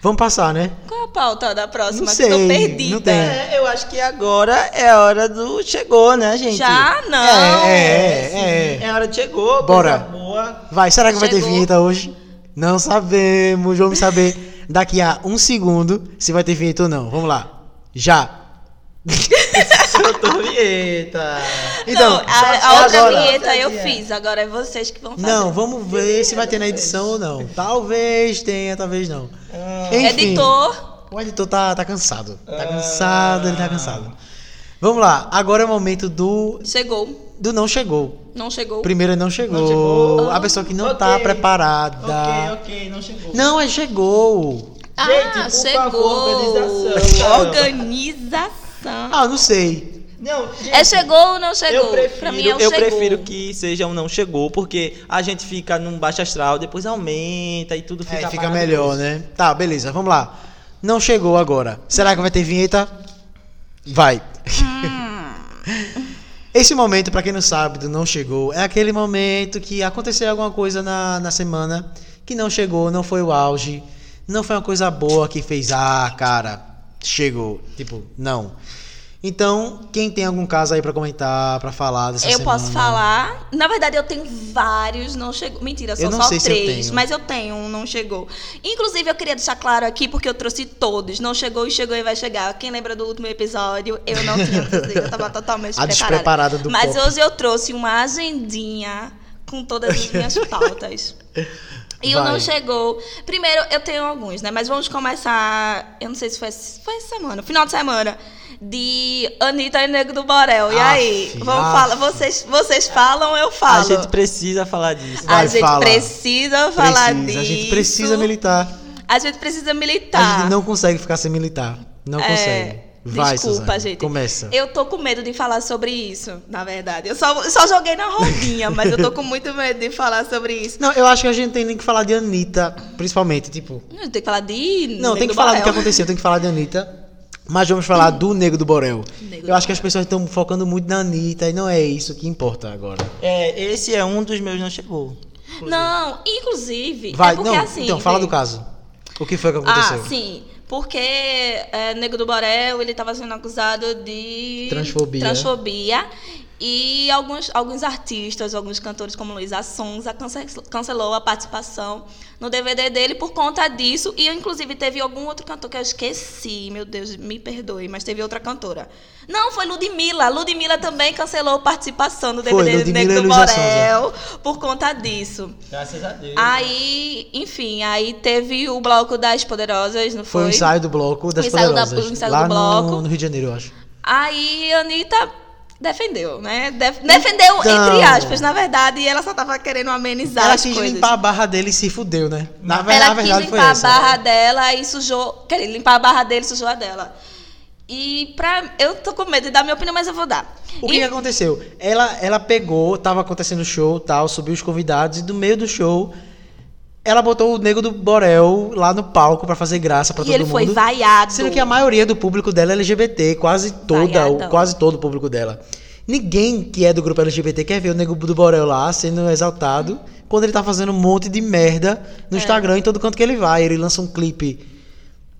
Speaker 1: Vamos passar, né?
Speaker 3: Qual é a pauta da próxima?
Speaker 1: Não
Speaker 3: que
Speaker 1: sei,
Speaker 3: tô perdida.
Speaker 1: não tem.
Speaker 2: É, eu acho que agora é a hora do chegou, né, gente?
Speaker 3: Já não.
Speaker 1: É, é, é, é.
Speaker 2: É hora de chegou,
Speaker 1: Bora.
Speaker 2: coisa boa.
Speaker 1: Vai, será que vai ter
Speaker 3: Chegou.
Speaker 1: vinheta hoje? Não sabemos. Vamos saber daqui a um segundo se vai ter vinheta ou não. Vamos lá. Já.
Speaker 2: Soltou vinheta.
Speaker 1: Então,
Speaker 3: não, a,
Speaker 2: já
Speaker 3: a outra
Speaker 2: agora.
Speaker 3: vinheta eu fiz, agora é vocês que vão fazer.
Speaker 1: não, vamos ver se vai ter na edição ou não. Talvez tenha, talvez não.
Speaker 3: É
Speaker 1: Enfim.
Speaker 3: Editor,
Speaker 1: O editor tá, tá cansado.
Speaker 2: Ah.
Speaker 1: Tá cansado, ele tá cansado. Vamos lá, agora é o momento do,
Speaker 3: chegou.
Speaker 1: do não chegou.
Speaker 3: Não chegou.
Speaker 1: Primeiro é não chegou.
Speaker 2: Não chegou.
Speaker 1: A pessoa que não
Speaker 2: Ok.
Speaker 1: tá preparada.
Speaker 2: Ok, ok, não chegou.
Speaker 1: Não, é chegou.
Speaker 3: Ah,
Speaker 2: Gente, por favor, organização.
Speaker 3: Organização.
Speaker 1: Ah, não sei.
Speaker 2: Não, gente,
Speaker 3: É chegou ou não chegou?
Speaker 2: Eu prefiro,
Speaker 3: pra mim é o
Speaker 2: eu
Speaker 3: chegou.
Speaker 2: prefiro que seja um não chegou, porque a gente fica num baixo astral, depois aumenta e tudo fica
Speaker 1: É, fica melhor,
Speaker 2: maravilhoso.
Speaker 1: né? Tá, beleza, vamos lá. Não chegou agora. Será que vai ter vinheta? Vai.
Speaker 3: Ah.
Speaker 1: Esse momento, pra quem não sabe, do não chegou, é aquele momento que aconteceu alguma coisa na, na semana que não chegou, não foi o auge, não foi uma coisa boa que fez, ah, cara, chegou. Tipo, não. Então, quem tem algum caso aí pra comentar, pra falar dessa
Speaker 3: eu
Speaker 1: semana?
Speaker 3: posso falar. Na verdade, eu tenho vários, não chegou. Mentira, são
Speaker 1: Eu não
Speaker 3: só
Speaker 1: sei se eu
Speaker 3: três.
Speaker 1: tenho.
Speaker 3: Mas eu tenho um, não chegou. Inclusive, eu queria deixar claro aqui, porque eu trouxe todos. Não chegou e chegou e vai chegar. Quem lembra do último episódio, eu não tinha trazido. Eu tava totalmente
Speaker 1: A despreparada do
Speaker 3: Mas
Speaker 1: pop.
Speaker 3: hoje eu trouxe uma agendinha com todas as minhas pautas. E o
Speaker 1: Vai.
Speaker 3: não chegou. Primeiro, eu tenho alguns, né? Mas vamos começar. Eu não sei se foi, foi essa semana, final de semana. De Anitta e Nego do Borel. e
Speaker 1: Aff,
Speaker 3: aí? Vamos
Speaker 1: aff.
Speaker 3: falar. Vocês, vocês falam, eu
Speaker 2: A
Speaker 3: falo.
Speaker 2: gente precisa falar disso.
Speaker 3: A
Speaker 1: Vai,
Speaker 3: gente
Speaker 1: fala.
Speaker 3: precisa falar
Speaker 1: precisa,
Speaker 3: disso.
Speaker 1: A gente precisa militar.
Speaker 3: A gente precisa militar.
Speaker 1: A gente não consegue ficar sem militar. Não
Speaker 3: É,
Speaker 1: consegue. Vai,
Speaker 3: Desculpa,
Speaker 1: Suzane,
Speaker 3: gente.
Speaker 1: Começa.
Speaker 3: Eu tô com medo de falar sobre isso, na verdade. Eu só, eu só joguei na rodinha, mas eu tô com muito medo de falar sobre isso.
Speaker 1: Não, eu acho que a gente tem que falar de Anitta, principalmente, tipo...
Speaker 3: Não, tem que falar de.
Speaker 1: Não,
Speaker 3: Nego
Speaker 1: tem que
Speaker 3: do
Speaker 1: falar do que
Speaker 3: Borel.
Speaker 1: aconteceu, tem que falar de Anitta. Mas vamos falar do Nego do Borel.
Speaker 3: Nego do
Speaker 1: eu acho que as pessoas estão focando muito na Anitta e não é isso que importa agora.
Speaker 2: É, esse é um dos meus não chegou.
Speaker 3: Não, inclusive,
Speaker 1: Vai,
Speaker 3: é porque
Speaker 1: não,
Speaker 3: assim.
Speaker 1: então, fala
Speaker 3: vem.
Speaker 1: do caso. O que foi que aconteceu?
Speaker 3: Ah, sim. Porque é, Nego do Borel, ele estava sendo acusado de...
Speaker 1: Transfobia.
Speaker 3: transfobia. E alguns, alguns artistas, alguns cantores como Luiz Assonza cance- cancelou a participação no DVD dele por conta disso. E, inclusive, teve algum outro cantor que eu esqueci. Meu Deus, me perdoe, mas teve outra cantora. Não, foi Ludmilla. Ludmilla também cancelou participação no
Speaker 1: Foi,
Speaker 3: DVD de
Speaker 1: Ludmilla
Speaker 3: Nego
Speaker 1: e
Speaker 3: do
Speaker 1: Luiz Assonza.
Speaker 3: Borel por conta disso.
Speaker 2: Graças a Deus.
Speaker 3: Ah, Aí, enfim, aí teve o bloco das Poderosas, não
Speaker 1: Foi
Speaker 3: foi?
Speaker 1: o ensaio do bloco das
Speaker 3: O ensaio da-
Speaker 1: Poderosas.
Speaker 3: o ensaio
Speaker 1: lá no-
Speaker 3: do bloco.
Speaker 1: No, Rio de Janeiro, eu acho.
Speaker 3: Aí a Anitta defendeu, né? Def- defendeu
Speaker 1: Então.
Speaker 3: entre aspas, na verdade, e ela só tava querendo amenizar
Speaker 1: Ela
Speaker 3: as
Speaker 1: quis
Speaker 3: coisas.
Speaker 1: limpar a barra dele e se fudeu, né? Na, ver-
Speaker 3: ela
Speaker 1: na verdade
Speaker 3: quis
Speaker 1: foi
Speaker 3: limpar
Speaker 1: essa.
Speaker 3: a barra dela e sujou. Quer dizer, limpar a barra dele e sujou a dela. E pra. Eu tô com medo de dar minha opinião, mas eu vou dar.
Speaker 1: O que, é que
Speaker 3: E-
Speaker 1: aconteceu? Ela, ela pegou, tava acontecendo o show, tal, subiu os convidados e do meio do show ela botou o nego do Borel lá no palco pra fazer graça pra
Speaker 3: e
Speaker 1: todo
Speaker 3: ele
Speaker 1: mundo.
Speaker 3: foi vaiado.
Speaker 1: Sendo que a maioria do público dela é LGBT, quase toda,
Speaker 3: Vaiadão.
Speaker 1: o- quase todo o público dela. Ninguém que é do grupo LGBT quer ver o nego do Borel lá sendo exaltado quando ele tá fazendo um monte de merda
Speaker 3: É.
Speaker 1: no Instagram em todo canto que ele vai. Ele lança um clipe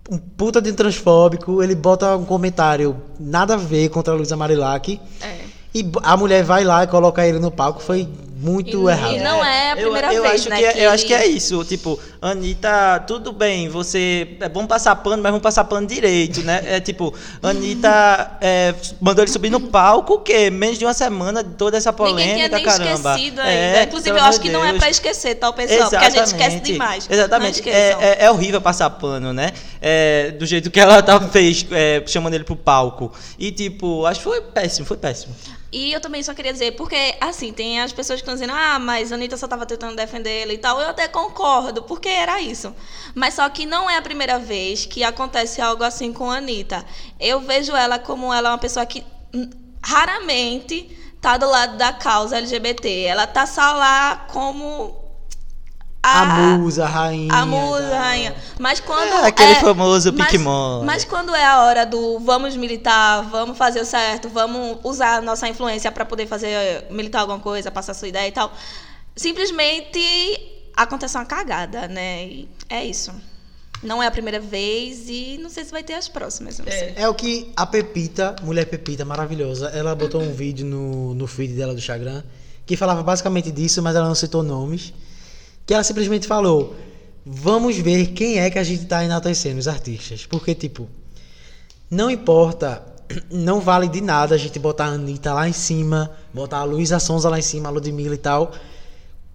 Speaker 1: um puta de transfóbico, ele bota um comentário nada a ver contra a Luísa Marilac.
Speaker 3: É.
Speaker 1: E b- a mulher vai lá e coloca ele no palco, foi muito
Speaker 3: E-
Speaker 1: errado.
Speaker 3: e não é
Speaker 2: Eu-
Speaker 3: a primeira
Speaker 2: eu,
Speaker 3: vez,
Speaker 2: acho
Speaker 3: né,
Speaker 2: que é-
Speaker 3: que
Speaker 2: Eu acho que é
Speaker 3: ele-
Speaker 2: isso. Tipo, Anitta, tudo bem, você. É bom passar pano, mas vamos passar pano direito, né? É tipo, Anitta é, mandou ele subir no palco, o quê? Menos de uma semana de toda essa polêmica,
Speaker 3: Ninguém tinha nem
Speaker 2: caramba.
Speaker 3: esquecido
Speaker 2: É,
Speaker 3: ainda. Inclusive,
Speaker 2: pelo
Speaker 3: eu
Speaker 2: amor
Speaker 3: acho que
Speaker 2: de
Speaker 3: não é
Speaker 2: Deus.
Speaker 3: pra esquecer, tal pessoal, porque a gente esquece
Speaker 2: Exatamente.
Speaker 3: demais.
Speaker 2: Exatamente.
Speaker 3: Não
Speaker 2: é,
Speaker 3: esqueçam.
Speaker 2: é- é horrível passar pano, né? É, do jeito que ela tá, fez, é, chamando ele pro palco. E, tipo, acho que foi péssimo, foi péssimo.
Speaker 3: E eu também só queria dizer, porque, assim, tem as pessoas que estão dizendo, ah, mas a Anitta só tava tentando defender ele e tal. Eu até concordo, porque era isso. Mas só que não é a primeira vez que acontece algo assim com a Anitta. Eu vejo ela como ela é uma pessoa que hum, raramente tá do lado da causa LGBT. Ela tá só lá como.
Speaker 1: A musa, a rainha.
Speaker 3: A musa, rainha. Mas quando.
Speaker 2: É, aquele famoso
Speaker 3: mas-
Speaker 2: Piquemon.
Speaker 3: Mas quando é a hora do vamos militar, vamos fazer o certo, vamos usar a nossa influência pra poder fazer militar alguma coisa, passar sua ideia e tal. Simplesmente acontece uma cagada, né? E é isso. Não é a primeira vez e não sei se vai ter as próximas. eu Não sei.
Speaker 1: É o que a Pepita, mulher Pepita, maravilhosa, ela botou um vídeo no, no feed dela do Instagram que falava basicamente disso, mas ela não citou nomes. Que ela simplesmente falou: Vamos ver quem é que a gente tá enaltecendo, os artistas. Porque, tipo, não importa, não vale de nada a gente botar a Anitta lá em cima, botar a Luísa Sonza lá em cima, a Ludmilla e tal.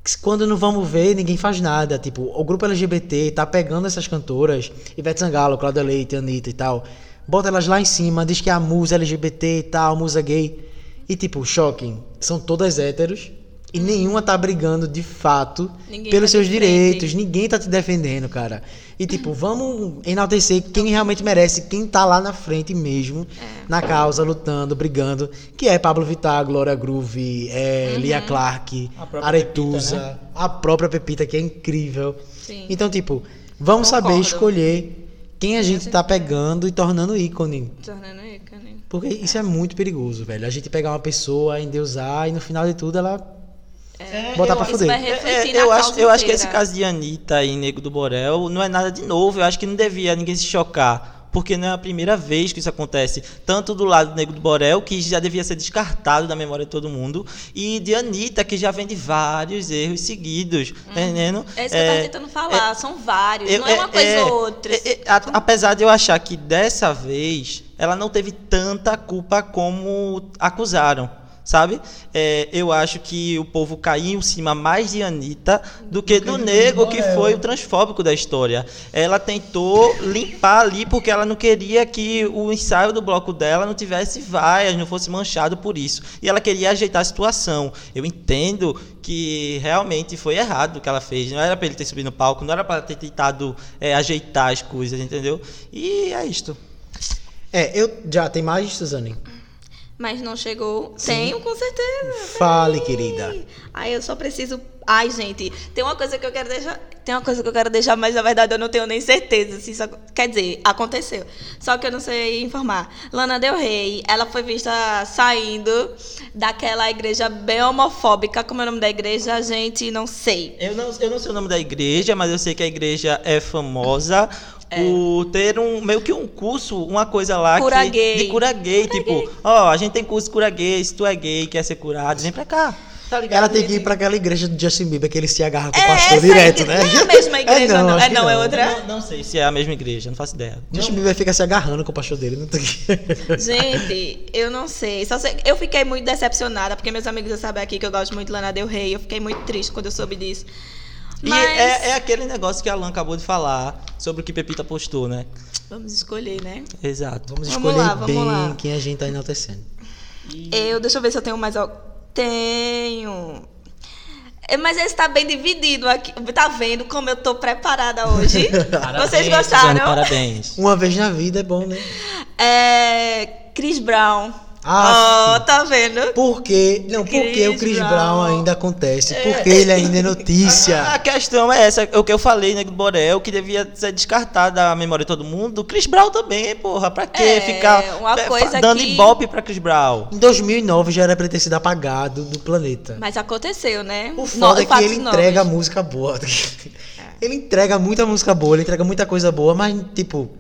Speaker 1: que Quando não vamos ver, ninguém faz nada. Tipo, o grupo LGBT tá pegando essas cantoras, Ivete Sangalo, Cláudia Leite, Anitta e tal, bota elas lá em cima, diz que é a musa LGBT e tal, musa gay. E tipo, shocking, são todas héteros e nenhuma tá brigando de fato
Speaker 3: Uhum. Ninguém
Speaker 1: pelos
Speaker 3: tá de
Speaker 1: seus
Speaker 3: frente. Uhum.
Speaker 1: direitos, ninguém tá te defendendo, cara. E tipo, vamos enaltecer quem realmente merece, quem tá lá na frente mesmo,
Speaker 3: É.
Speaker 1: na causa, lutando, brigando, que é Pablo Vittar, Glória Groove, é,
Speaker 3: Uhum.
Speaker 1: Lia Clark,
Speaker 2: A própria
Speaker 1: Aretusa,
Speaker 2: Pepita,
Speaker 1: a própria Pepita, que é incrível.
Speaker 3: Sim.
Speaker 1: Então, tipo, vamos saber
Speaker 3: Concordo.
Speaker 1: escolher quem a gente tá pegando e tornando ícone.
Speaker 3: Tornando ícone.
Speaker 1: Porque isso é muito perigoso, velho. A gente pegar uma pessoa, endeusar e no final de tudo ela
Speaker 2: É,
Speaker 1: Botar
Speaker 2: eu
Speaker 1: pra
Speaker 2: acho-
Speaker 1: fuder.
Speaker 3: Isso vai refletir
Speaker 2: É,
Speaker 3: na
Speaker 2: eu,
Speaker 3: causa
Speaker 2: acho, eu acho que
Speaker 3: inteira.
Speaker 2: esse caso de Anitta e Nego do Borel não é nada de novo. Eu acho que não devia ninguém se chocar porque não é a primeira vez que isso acontece, tanto do lado do Negro do Borel, que já devia ser descartado da memória de todo mundo, e de Anitta, que já vem de vários erros seguidos, tá entendendo?
Speaker 3: É isso que eu tava tentando falar, são vários, não é uma coisa ou outra.
Speaker 2: é, é, a- apesar de eu achar que dessa vez ela não teve tanta culpa como acusaram. Sabe? É, eu acho que o povo caiu em cima mais de Anitta do que
Speaker 3: Uhum.
Speaker 2: do nego, que foi o transfóbico da história. Ela tentou limpar ali porque ela não queria que o ensaio do bloco dela não tivesse vaias, não fosse manchado por isso. E ela queria ajeitar a situação. Eu entendo que realmente foi errado o que ela fez. Não era pra ele ter subido no palco, não era pra ela ter tentado é, ajeitar as coisas, entendeu? E é isto.
Speaker 1: É, eu já tem mais, Suzane.
Speaker 3: Mas não chegou. Tenho, com certeza.
Speaker 1: Fale, querida.
Speaker 3: Ai, eu só preciso. Ai, gente, tem uma coisa que eu quero deixar. Tem uma coisa que eu quero deixar, mas na verdade eu não tenho nem certeza se isso. ac- Quer dizer, aconteceu. Só que eu não sei informar. Lana Del Rey, ela foi vista saindo daquela igreja bem homofóbica. Como é o nome da igreja? Gente, não sei.
Speaker 2: Eu não, eu não sei o nome da igreja, mas eu sei que a igreja é famosa
Speaker 3: É.
Speaker 2: por ter um meio que um curso, uma coisa lá
Speaker 3: Cura
Speaker 2: que,
Speaker 3: gay.
Speaker 2: de cura gay,
Speaker 3: Cura
Speaker 2: tipo,
Speaker 3: gay.
Speaker 2: ó, a gente tem curso de cura gay, se tu é gay, quer ser curado, vem pra cá. Tá ligado?
Speaker 1: Ela tem que ir pra aquela igreja do Justin Bieber que ele se agarra com o
Speaker 3: É, essa
Speaker 1: pastor direto,
Speaker 3: igre-
Speaker 1: né?
Speaker 3: Não é a mesma igreja, não.
Speaker 1: acho
Speaker 3: É,
Speaker 1: que
Speaker 3: não, é outra.
Speaker 2: Não, não sei se é a mesma igreja, não faço ideia.
Speaker 3: é.
Speaker 1: Justin Bieber fica se agarrando com o pastor dele. Não tem...
Speaker 3: Gente, eu não sei. Só sei- Eu fiquei muito decepcionada, porque meus amigos já sabem aqui que eu gosto muito de Lana Del Rey. Eu fiquei muito triste quando eu soube disso. Mas
Speaker 2: E é, é aquele negócio que a Alan acabou de falar sobre o que Pepita postou, né?
Speaker 3: vamos escolher, né?
Speaker 2: Exato.
Speaker 1: Vamos
Speaker 3: Vamos
Speaker 1: escolher
Speaker 3: lá, vamos
Speaker 1: bem
Speaker 3: lá.
Speaker 1: quem a gente tá enaltecendo.
Speaker 3: Eu, deixa eu ver se eu tenho mais algo. Tenho. É, Mas esse tá bem dividido aqui. Tá vendo como eu tô preparada hoje? Vocês
Speaker 2: Parabéns, Suzane,
Speaker 3: gostaram?
Speaker 2: Parabéns.
Speaker 1: Uma vez na vida é bom, né?
Speaker 3: É. Chris Brown.
Speaker 1: Ah,
Speaker 3: oh, tá vendo?
Speaker 1: Por quê? Não, por que o Chris
Speaker 3: Chris
Speaker 1: Brown
Speaker 3: Brown
Speaker 1: ainda acontece? Por que ele ainda é
Speaker 2: A
Speaker 1: notícia?
Speaker 2: questão é essa, o que eu falei, né, do Borel, que devia ser descartado da memória de todo mundo. Chris Brown também, porra, pra que
Speaker 3: É,
Speaker 2: ficar
Speaker 3: uma
Speaker 2: eh, fa-
Speaker 3: coisa
Speaker 2: dando
Speaker 3: que-
Speaker 2: ibope pra Chris Brown?
Speaker 1: Em 2009 já era pra ele ter sido apagado do planeta.
Speaker 3: Mas aconteceu, né?
Speaker 1: O
Speaker 3: No-
Speaker 1: foda é que
Speaker 3: fatos
Speaker 1: ele entrega
Speaker 3: novos.
Speaker 1: música boa. Ele entrega muita música boa, ele entrega muita coisa boa, mas tipo,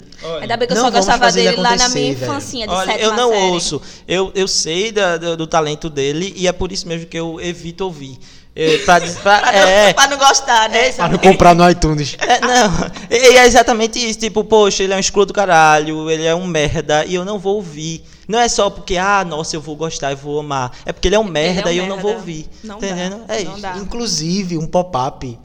Speaker 3: Ainda bem que eu
Speaker 1: Não
Speaker 3: só
Speaker 1: vamos
Speaker 3: gostava
Speaker 1: fazer ele
Speaker 3: dele lá na minha
Speaker 1: acontecer, velho.
Speaker 3: infancinha de
Speaker 2: Olha,
Speaker 3: sétima
Speaker 2: eu não
Speaker 3: série.
Speaker 2: ouço. Eu, eu sei da- do, do talento dele e é por isso mesmo que eu evito ouvir. Eh, pra, pra, é,
Speaker 3: Pra não gostar, né?
Speaker 1: para não comprar no iTunes.
Speaker 2: É, não, e é exatamente isso. Tipo, poxa, ele é um escroto do caralho, ele é um merda e eu não vou ouvir. Não é só porque, ah, nossa, eu vou gostar e vou amar. É porque ele é um
Speaker 3: ele é
Speaker 2: merda
Speaker 3: um
Speaker 2: e eu não
Speaker 3: merda.
Speaker 2: vou ouvir.
Speaker 3: Não dá,
Speaker 2: entendendo? é
Speaker 3: não
Speaker 2: isso.
Speaker 3: dá.
Speaker 1: Inclusive, um pop-up.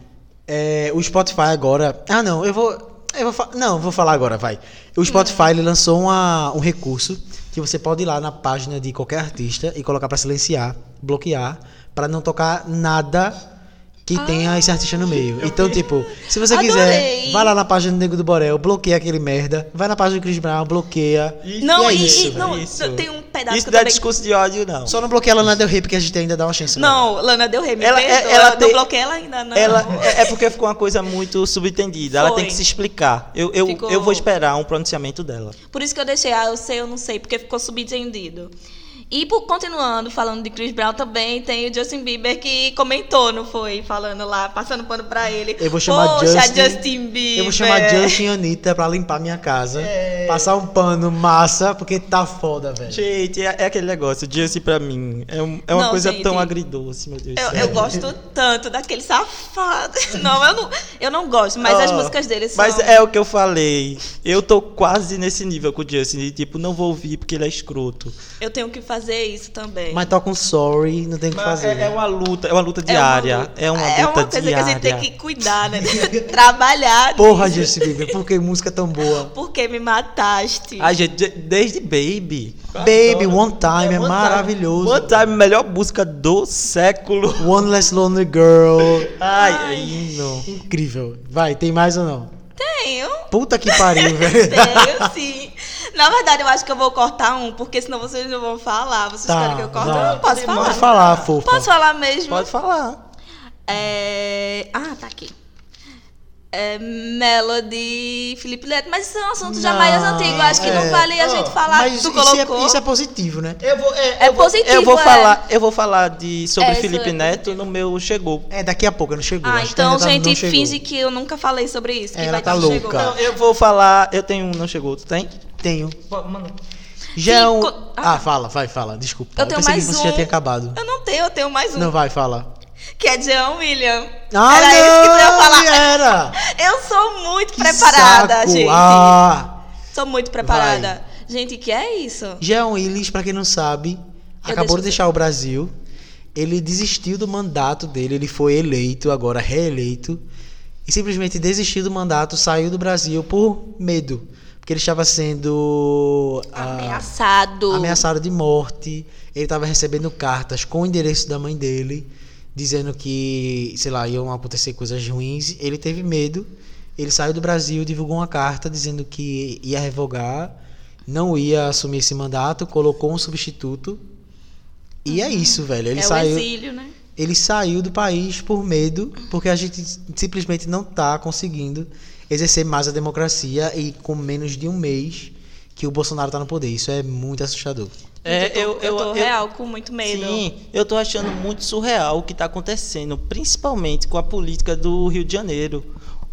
Speaker 1: é, o Spotify agora. Ah, não, eu vou. Eu vou fa- não, eu vou falar agora, vai. O Spotify ele lançou uma- um recurso que você pode ir lá na página de qualquer artista e colocar pra silenciar, bloquear, pra não tocar nada que tenha esse artista no meio. Então, tipo, se você quiser,
Speaker 3: Ah. Adorei.
Speaker 1: vai lá na página do Nego do Borel, bloqueia aquele merda, vai na página do Chris Brown, bloqueia.
Speaker 3: Não,
Speaker 1: E é
Speaker 3: e, e-
Speaker 1: isso,
Speaker 3: não, tem um pedaço
Speaker 2: Isso
Speaker 3: que
Speaker 2: não é
Speaker 3: eu também...
Speaker 2: discurso de ódio, não.
Speaker 1: Só não bloqueia a Lana Del Rey, porque a gente ainda dá uma chance. pra
Speaker 3: Não, Lana Del Rey, me
Speaker 2: Ela-
Speaker 3: ela,
Speaker 2: é-
Speaker 3: perdoa.
Speaker 2: ela
Speaker 3: não
Speaker 2: tem-
Speaker 3: bloqueei ela ainda, não.
Speaker 2: Ela, é, é porque ficou uma coisa muito subentendida. Ela
Speaker 3: Foi.
Speaker 2: tem que se explicar. Eu, eu,
Speaker 3: Ficou-
Speaker 2: eu vou esperar um pronunciamento dela.
Speaker 3: Por isso que eu deixei, ah, eu sei, eu não sei, porque ficou subentendido. E por, continuando, falando de Chris Brown também, tem o Justin Bieber que comentou, não foi? Falando lá, passando pano pra ele.
Speaker 1: Eu vou chamar
Speaker 3: Poxa,
Speaker 1: Justin-
Speaker 3: Bieber.
Speaker 1: Eu vou chamar Justin e Anitta pra limpar minha casa.
Speaker 3: É.
Speaker 1: Passar um pano massa, porque tá foda, velho.
Speaker 2: Gente, é, é aquele negócio. Diz-se pra mim. É, um- é uma
Speaker 3: Não,
Speaker 2: coisa
Speaker 3: gente.
Speaker 2: tão agridoce, meu Deus. do
Speaker 3: Eu,
Speaker 2: céu.
Speaker 3: eu gosto tanto daquele safado. Não, eu não, eu não gosto, mas
Speaker 1: Ah,
Speaker 3: as
Speaker 2: Ó,
Speaker 3: músicas dele são.
Speaker 2: Mas é o que eu falei. Eu tô quase nesse nível com o Justin. de, tipo, não vou ouvir porque ele é escroto.
Speaker 3: Eu tenho que fazer isso também.
Speaker 1: Mas toca um sorry, não tem o que fazer.
Speaker 2: É, é uma luta, é uma luta diária. É uma luta,
Speaker 3: é uma coisa
Speaker 2: diária.
Speaker 3: que a gente tem que cuidar, né? Trabalhar.
Speaker 1: Porra, Justin Bieber, por que música tão boa?
Speaker 3: Porque me mataste.
Speaker 2: Ai, gente, de- desde Baby.
Speaker 1: Baby, One Time é
Speaker 2: One Time.
Speaker 1: maravilhoso.
Speaker 2: One Time, melhor música do século.
Speaker 1: One Less Lonely Girl.
Speaker 2: Ai, hino.
Speaker 1: Incrível. Vai, tem mais ou não?
Speaker 3: Tenho.
Speaker 1: Puta que pariu, velho.
Speaker 3: Tenho, sim. Na verdade, eu acho que eu vou cortar um, porque senão vocês não vão falar. Vocês
Speaker 1: Tá,
Speaker 3: querem que eu corte?
Speaker 1: vai.
Speaker 3: Eu não posso falar.
Speaker 1: Pode falar, fofa.
Speaker 3: Posso falar mesmo?
Speaker 2: Pode falar.
Speaker 3: É... Ah, tá aqui. é, Melody, Felipe Neto, mas isso é um assunto já mais antigo. Acho que não vale a
Speaker 2: Ó,
Speaker 3: gente
Speaker 1: é.
Speaker 3: falar.
Speaker 1: Mas
Speaker 3: tu
Speaker 1: isso
Speaker 3: colocou.
Speaker 1: é, isso é positivo, né?
Speaker 2: Eu vou,
Speaker 3: É
Speaker 2: eu vou- eu
Speaker 3: positivo,
Speaker 2: vou
Speaker 3: é.
Speaker 2: falar, eu vou falar de sobre
Speaker 3: É, isso
Speaker 2: Felipe
Speaker 3: é
Speaker 2: Neto no meu chegou.
Speaker 1: É, daqui a pouco, não chegou.
Speaker 3: Ah,
Speaker 1: acho que
Speaker 3: então,
Speaker 1: ainda tá- não
Speaker 3: gente,
Speaker 1: chegou.
Speaker 3: finge que eu nunca falei sobre isso. Que
Speaker 1: Ela
Speaker 3: vai
Speaker 1: tá
Speaker 3: que
Speaker 1: louca.
Speaker 3: Chegou.
Speaker 2: Não, eu vou falar, eu tenho um, não chegou, tu tem?
Speaker 1: Tenho.
Speaker 2: Mano,
Speaker 1: Já é um...
Speaker 3: co-
Speaker 1: Ah, fala, vai, fala, desculpa.
Speaker 3: Eu tenho
Speaker 1: pensei
Speaker 3: mais
Speaker 1: que você já
Speaker 3: um.
Speaker 1: tinha acabado.
Speaker 3: Eu não tenho, eu tenho mais um.
Speaker 1: Não, vai, fala.
Speaker 3: Que é Jean William.
Speaker 1: Ah,
Speaker 3: Era isso que eu ia
Speaker 1: não,
Speaker 3: falar.
Speaker 1: era.
Speaker 3: Eu sou muito
Speaker 1: Que
Speaker 3: preparada,
Speaker 1: saco.
Speaker 3: gente.
Speaker 1: Ah,
Speaker 3: Sou muito preparada. Gente, que é isso?
Speaker 1: Jean Willis, pra quem não sabe,
Speaker 3: Eu
Speaker 1: acabou
Speaker 3: deixo
Speaker 1: de
Speaker 3: você.
Speaker 1: deixar o Brasil. Ele desistiu do mandato dele, ele foi eleito, agora reeleito, e simplesmente desistiu do mandato, saiu do Brasil por medo. Porque ele estava sendo ah,
Speaker 3: Ameaçado.
Speaker 1: ameaçado de morte. Ele estava recebendo cartas com o endereço da mãe dele, dizendo que, sei lá, iam acontecer coisas ruins. Ele teve medo. Ele saiu do Brasil, divulgou uma carta dizendo que ia revogar, não ia assumir esse mandato, colocou um substituto. E é isso, velho. Ele
Speaker 3: é o
Speaker 1: saiu
Speaker 3: exílio, né?
Speaker 1: ele saiu do país por medo, porque a gente simplesmente não está conseguindo exercer mais a democracia e com menos de um mês que o Bolsonaro está no poder. Isso é muito assustador.
Speaker 2: é,
Speaker 3: Gente, eu tô, eu tô real com muito medo.
Speaker 2: Sim, eu tô achando muito surreal o que tá acontecendo, principalmente com a política do Rio de Janeiro.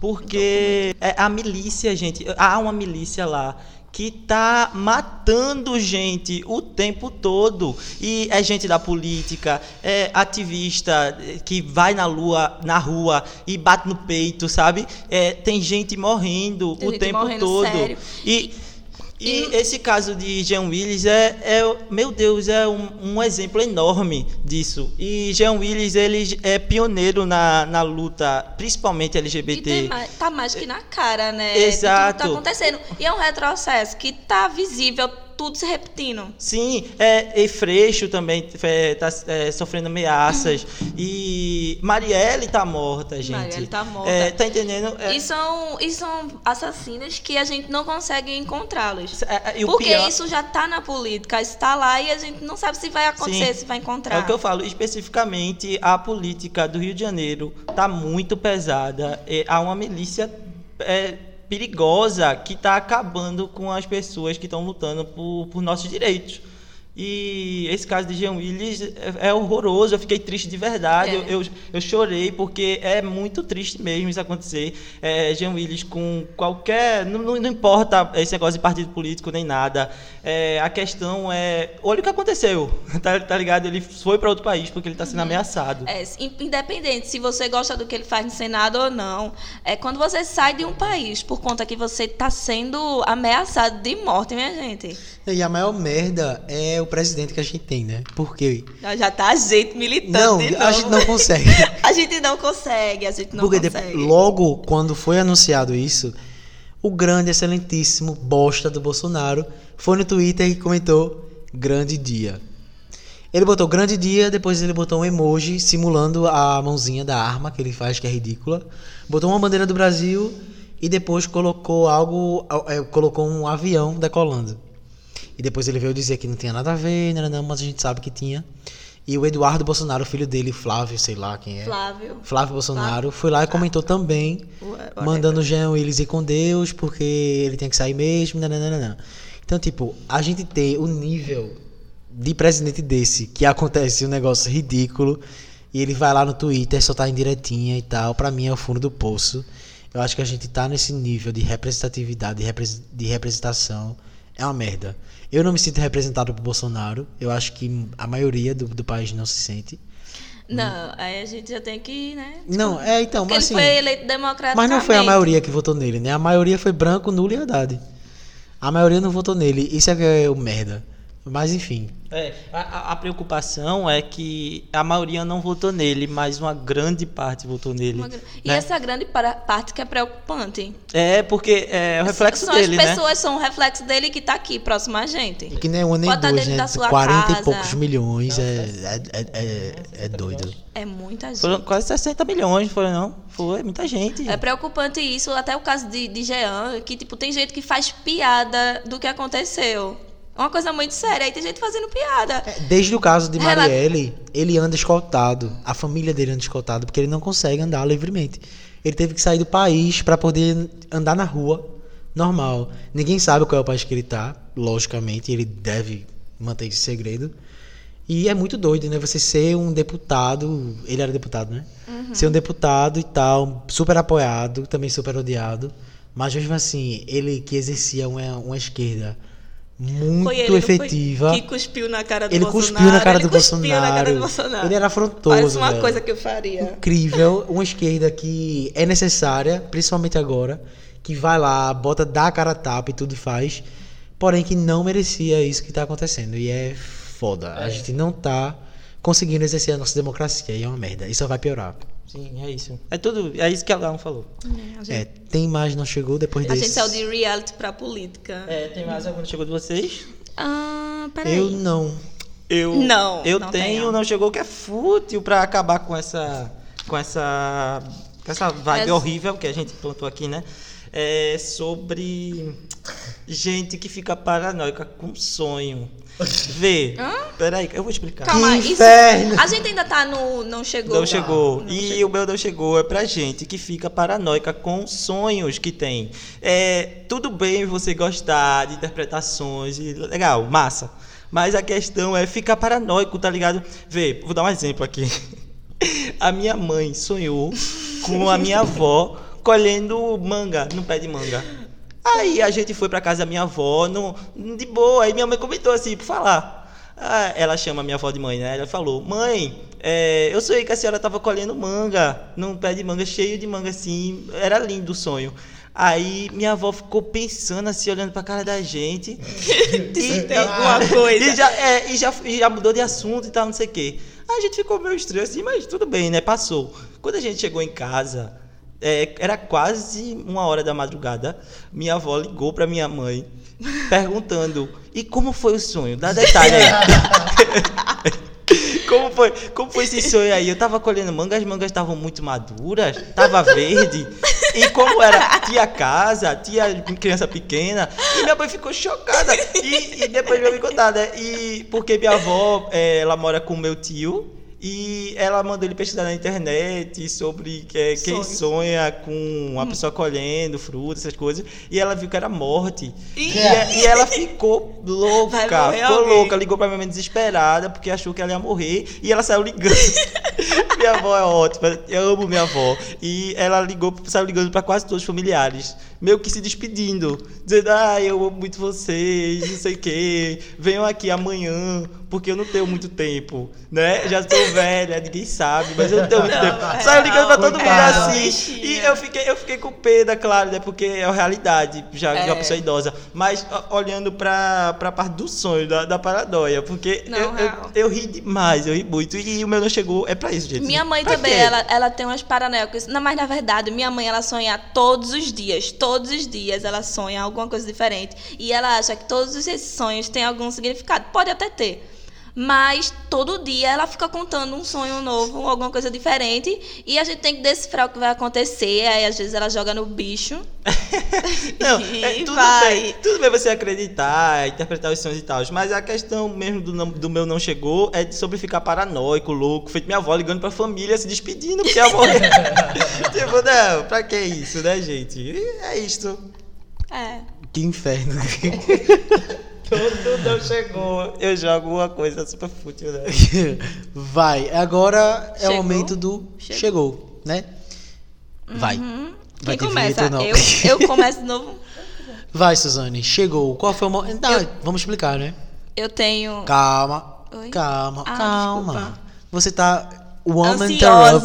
Speaker 2: Porque é a milícia, gente, há uma milícia lá que tá matando gente o tempo todo. E é gente da política, é ativista eh, que vai na lua, na rua e bate no peito, sabe? É, tem gente morrendo
Speaker 3: Tem
Speaker 2: o
Speaker 3: gente
Speaker 2: tempo
Speaker 3: morrendo,
Speaker 2: todo.
Speaker 3: sério.
Speaker 2: E, e esse caso de Jean Willis é, é- meu Deus, é um, um exemplo enorme disso. E Jean Willis, ele é pioneiro na, na luta, principalmente
Speaker 3: E tem
Speaker 2: LGBT.
Speaker 3: mais- tá mais que na cara, né?
Speaker 2: Exato.
Speaker 3: Tudo que tá acontecendo. E é um retrocesso que tá visível, tudo se repetindo.
Speaker 2: Sim, é, e Freixo também está sofrendo ameaças. E Marielle tá morta, gente.
Speaker 3: Marielle tá morta.
Speaker 2: É, tá entendendo? É,
Speaker 3: E, são, e são assassinos que a gente não consegue encontrá-los.
Speaker 2: é, e o
Speaker 3: Porque
Speaker 2: pior-
Speaker 3: isso já tá na política, isso tá lá e a gente não sabe se vai acontecer,
Speaker 2: Sim.
Speaker 3: se vai encontrar.
Speaker 2: É o que eu falo, especificamente a política do Rio de Janeiro está muito pesada. É, há uma milícia é, perigosa que está acabando com as pessoas que estão lutando por, por nossos direitos. E esse caso de Jean Willis é, é horroroso, eu fiquei triste de verdade.
Speaker 3: É.
Speaker 2: Eu, eu, eu chorei porque é muito triste mesmo isso acontecer. É, Jean Willis com qualquer. Não, não- não importa esse negócio de partido político nem nada. É, a questão é. Olha o que aconteceu. Tá, tá ligado? Ele foi para outro país porque ele tá sendo ameaçado.
Speaker 3: É, in- independente se você gosta do que ele faz no Senado ou não, é quando você sai de um país por conta que você tá sendo ameaçado de morte, minha gente.
Speaker 1: E a maior merda é o presidente que a gente tem, né? Porque
Speaker 3: Já- Já tá a gente militante.
Speaker 1: não,
Speaker 3: de
Speaker 1: a
Speaker 3: novo.
Speaker 1: gente não consegue.
Speaker 3: A gente não consegue, a gente não
Speaker 1: Porque de-
Speaker 3: consegue.
Speaker 1: logo quando foi anunciado isso, o grande, excelentíssimo bosta do Bolsonaro foi no Twitter e comentou grande dia. Ele botou grande dia, depois ele botou um emoji simulando a mãozinha da arma que ele faz, que é ridícula. Botou uma bandeira do Brasil e depois colocou algo, é, colocou um avião decolando. E depois ele veio dizer que não tinha nada a ver, não, mas a gente sabe que tinha. E o Eduardo Bolsonaro, o filho dele, Flávio, sei lá quem é.
Speaker 3: Flávio.
Speaker 1: Flávio Bolsonaro foi lá e comentou também, mandando
Speaker 3: é.
Speaker 1: o Jean Willis ir com Deus, porque ele tem que sair mesmo, nananana. Então, tipo, a gente tem o nível de presidente desse, que acontece um negócio ridículo, e ele vai lá no Twitter, só tá em diretinha e tal, pra mim é o fundo do poço. Eu acho que a gente tá nesse nível de representatividade, de, repres- de representação, é uma merda. Eu não me sinto representado por Bolsonaro, eu acho que a maioria do, do país não se sente.
Speaker 3: Não, aí a gente já tem que, né?
Speaker 1: Não, é então,
Speaker 3: Porque
Speaker 1: mas assim...
Speaker 3: ele foi eleito democraticamente.
Speaker 1: Mas não foi a maioria que votou nele, né? A maioria foi branco, nulo e Haddad. A maioria não votou nele. Isso é que é o merda. Mas enfim.
Speaker 2: É, a- a, a preocupação é que a maioria não votou nele, mas uma grande parte votou nele.
Speaker 3: Uma gra- E
Speaker 2: né?
Speaker 3: essa grande para- parte que é preocupante.
Speaker 2: É, porque é o reflexo
Speaker 3: Assim, são
Speaker 2: dele,
Speaker 3: as
Speaker 2: né?
Speaker 3: pessoas, são o reflexo dele que tá aqui, próximo a gente.
Speaker 1: Que nem uma nem
Speaker 3: Bota
Speaker 1: dois,
Speaker 3: dentro
Speaker 1: né?
Speaker 3: da sua
Speaker 1: 40 e
Speaker 3: casa. tá
Speaker 1: poucos milhões. É, é, é, é, é doido.
Speaker 3: É muita gente.
Speaker 2: Foram quase 60 milhões, foram não? Foi, muita gente.
Speaker 3: É preocupante isso, até o caso de, de Jean, que tipo, tem gente que faz piada do que aconteceu. É uma coisa muito séria, aí tem gente fazendo piada.
Speaker 1: É, Desde o caso de
Speaker 3: Ela-
Speaker 1: Marielle, ele anda escoltado. A família dele anda escoltado, porque ele não consegue andar livremente. Ele teve que sair do país para poder andar na rua normal. Ninguém sabe qual é o país que ele tá, logicamente, ele deve manter esse segredo. E é muito doido, né? Você ser um deputado, ele era deputado, né?
Speaker 3: Uhum.
Speaker 1: Ser um deputado e tal, super apoiado, também super odiado. Mas mesmo assim, ele que exercia uma, uma esquerda muito
Speaker 3: Foi ele, não foi?
Speaker 1: efetiva.
Speaker 3: Que cuspiu na cara do
Speaker 1: Ele
Speaker 3: Bolsonaro.
Speaker 1: cuspiu na cara
Speaker 3: ele
Speaker 1: do
Speaker 3: cuspiu
Speaker 1: Bolsonaro.
Speaker 3: na cara do Bolsonaro.
Speaker 1: Ele era afrontoso.
Speaker 3: Parece uma
Speaker 1: velho.
Speaker 3: coisa que eu faria.
Speaker 1: incrível, uma esquerda que é necessária, principalmente agora, que vai lá, bota, dá a cara a tapa e tudo faz, porém que não merecia isso que tá acontecendo. E é foda. A gente não tá conseguindo exercer a nossa democracia e é uma merda. E só vai piorar.
Speaker 2: Sim, é isso. É tudo, é isso que a Galão falou.
Speaker 3: É, a gente,
Speaker 1: É, tem mais, não chegou depois
Speaker 3: a
Speaker 1: desse.
Speaker 3: gente saiu de reality pra política.
Speaker 2: É, tem mais algum que chegou de vocês?
Speaker 3: Ah, peraí.
Speaker 1: Eu não.
Speaker 2: Eu
Speaker 3: Não,
Speaker 2: eu
Speaker 3: não
Speaker 2: tenho,
Speaker 3: tenho.
Speaker 2: não chegou que é fútil pra acabar com essa com essa com essa vibe
Speaker 3: Essa-
Speaker 2: horrível que a gente plantou aqui, né? É sobre gente que fica paranoica com sonho. Vê. Peraí, eu vou explicar.
Speaker 3: Calma,
Speaker 1: Que
Speaker 3: isso-
Speaker 1: inferno!
Speaker 3: A gente ainda tá no. Não chegou.
Speaker 2: Não chegou.
Speaker 3: Não
Speaker 2: e
Speaker 3: chegou.
Speaker 2: o meu não chegou é pra gente que fica paranoica com sonhos que tem. É, tudo bem você gostar de interpretações, e legal, massa. Mas a questão é ficar paranoico, tá ligado? Vê, vou dar um exemplo aqui. A minha mãe sonhou com a minha avó colhendo manga no pé de manga. Aí a gente foi pra casa da minha avó, no, de boa. Aí minha mãe comentou assim, por falar. Ah, ela chama minha avó de mãe, né? Ela falou: Mãe, é, eu sonhei que a senhora tava colhendo manga, num pé de manga cheio de manga assim. Era lindo o sonho. Aí minha avó ficou pensando assim, olhando pra cara da gente. e,
Speaker 3: Tem
Speaker 1: Então, ah,
Speaker 3: alguma coisa.
Speaker 2: Ah. e já, é, e, já, e já mudou de assunto e tal, não sei o quê. Aí a gente ficou meio estranho assim, mas tudo bem, né? Passou. Quando a gente chegou em casa, é, era quase uma hora da madrugada, minha avó ligou pra minha mãe, perguntando, e como foi o sonho? Dá detalhe
Speaker 3: Ah,
Speaker 2: aí. Como foi, como foi esse sonho aí? Eu tava colhendo manga, as mangas estavam muito maduras, tava verde. E como era tinha casa, tinha criança pequena, e minha mãe ficou chocada. E, e depois veio me contar, né? E porque minha avó, eh, ela mora com meu tio. E ela mandou ele pesquisar na internet sobre eh, quem
Speaker 3: Sonhos.
Speaker 2: sonha com uma pessoa colhendo frutas, essas coisas. E ela viu que era morte.
Speaker 3: Ih!
Speaker 2: E, a- é, e ela ficou louca,
Speaker 3: Vai
Speaker 2: ficou
Speaker 3: morrer alguém.
Speaker 2: louca. Ligou pra minha mãe desesperada, porque achou que ela ia morrer. E ela saiu ligando. minha avó é ótima, eu amo minha avó. E ela ligou, saiu ligando pra quase todos os familiares. Meio que se despedindo. Dizendo, ah, eu amo muito vocês, não sei o quê. Venham aqui amanhã, porque eu não tenho muito tempo. Né? Já sou velha, ninguém sabe, mas eu não tenho muito
Speaker 3: Não, é
Speaker 2: tempo. Saiu ligando pra todo mundo
Speaker 1: real,
Speaker 2: assim.
Speaker 3: bichinha.
Speaker 2: E eu fiquei, eu fiquei com pena, claro, né? Porque é a realidade, já é.
Speaker 3: É.
Speaker 2: uma pessoa idosa. Mas ó, olhando pra, pra parte do sonho, da, da paranoia, porque
Speaker 3: Não,
Speaker 2: eu, eu,
Speaker 3: real.
Speaker 2: eu ri demais, eu ri muito. E o meu não chegou, é pra isso, gente.
Speaker 3: Minha mãe
Speaker 2: Pra
Speaker 3: também,
Speaker 2: quê?
Speaker 3: ela, ela tem umas paranoicas. Não, mas na verdade, minha mãe, ela sonha todos os dias. Todos os dias ela sonha alguma coisa diferente. E ela acha que todos esses sonhos têm algum significado. Pode até ter. Mas todo dia ela fica contando um sonho novo, alguma coisa diferente. E a gente tem que decifrar o que vai acontecer. Aí às vezes ela joga no bicho.
Speaker 2: Não,
Speaker 3: E
Speaker 2: é, tudo
Speaker 3: vai.
Speaker 2: bem. Tudo bem você acreditar, interpretar os sonhos e tal. Mas a questão mesmo do, não- do meu não chegou é de sobre ficar paranoico, louco, feito minha avó ligando pra família, se despedindo, porque amor. tipo, não, pra que isso, né, gente? E É isto.
Speaker 3: É.
Speaker 1: Que inferno. né?
Speaker 2: Tudo não chegou. Eu jogo uma coisa super fútil, né?
Speaker 1: Vai. Agora é o
Speaker 3: Chegou?
Speaker 1: momento do
Speaker 3: Chegou.
Speaker 1: chegou, né? Vai.
Speaker 3: Uhum.
Speaker 1: Vai
Speaker 3: Quem
Speaker 1: ter
Speaker 3: começa?
Speaker 1: vinheta ou não?
Speaker 3: Eu, eu começo de novo.
Speaker 1: Vai, Suzane. Chegou. Qual foi o momento? Não, Vamos explicar, né?
Speaker 3: Eu tenho.
Speaker 1: Calma.
Speaker 3: Oi?
Speaker 1: Calma,
Speaker 3: Ah,
Speaker 1: calma.
Speaker 3: desculpa.
Speaker 1: Você tá woman
Speaker 3: ansiosa.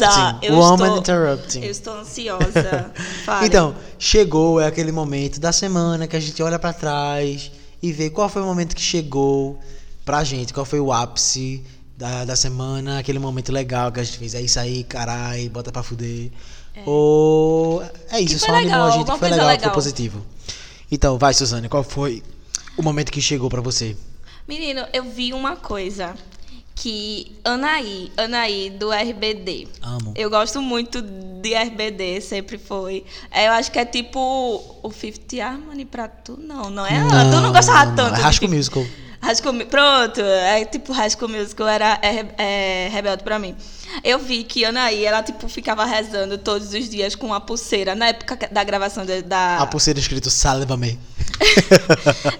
Speaker 1: interrupting.
Speaker 3: Eu
Speaker 1: woman
Speaker 3: estou,
Speaker 1: interrupting.
Speaker 3: Eu estou ansiosa. Fale.
Speaker 1: Então, chegou é aquele momento da semana que a gente olha pra trás e vê qual foi o momento que chegou pra gente, qual foi o ápice da, da semana, aquele momento legal que a gente fez. É isso aí, carai, bota pra fuder. Ou é isso,
Speaker 3: É. Que
Speaker 1: só
Speaker 3: foi
Speaker 1: animou a
Speaker 3: legal,
Speaker 1: gente,
Speaker 3: alguma
Speaker 1: que foi
Speaker 3: coisa
Speaker 1: legal, que foi
Speaker 3: legal.
Speaker 1: positivo. Então, vai, Suzane, qual foi o momento que chegou pra você?
Speaker 3: Menino, eu vi uma coisa que Anaí, Anaí do RBD.
Speaker 1: Amo.
Speaker 3: Eu gosto muito de RBD, sempre foi. É, Eu acho que é tipo o Fifty Harmony pra tu, não, não é? tu não gostava
Speaker 1: não,
Speaker 3: tanto.
Speaker 1: É
Speaker 3: de
Speaker 1: Rasco
Speaker 3: Fifth-
Speaker 1: Musical.
Speaker 3: High School Mu- pronto, é tipo High School Musical era é, re- é, rebelde pra mim. Eu vi que Anaí, ela, tipo, ficava rezando todos os dias com uma pulseira. Na época da gravação de- da.
Speaker 1: A pulseira escrito Salva-me.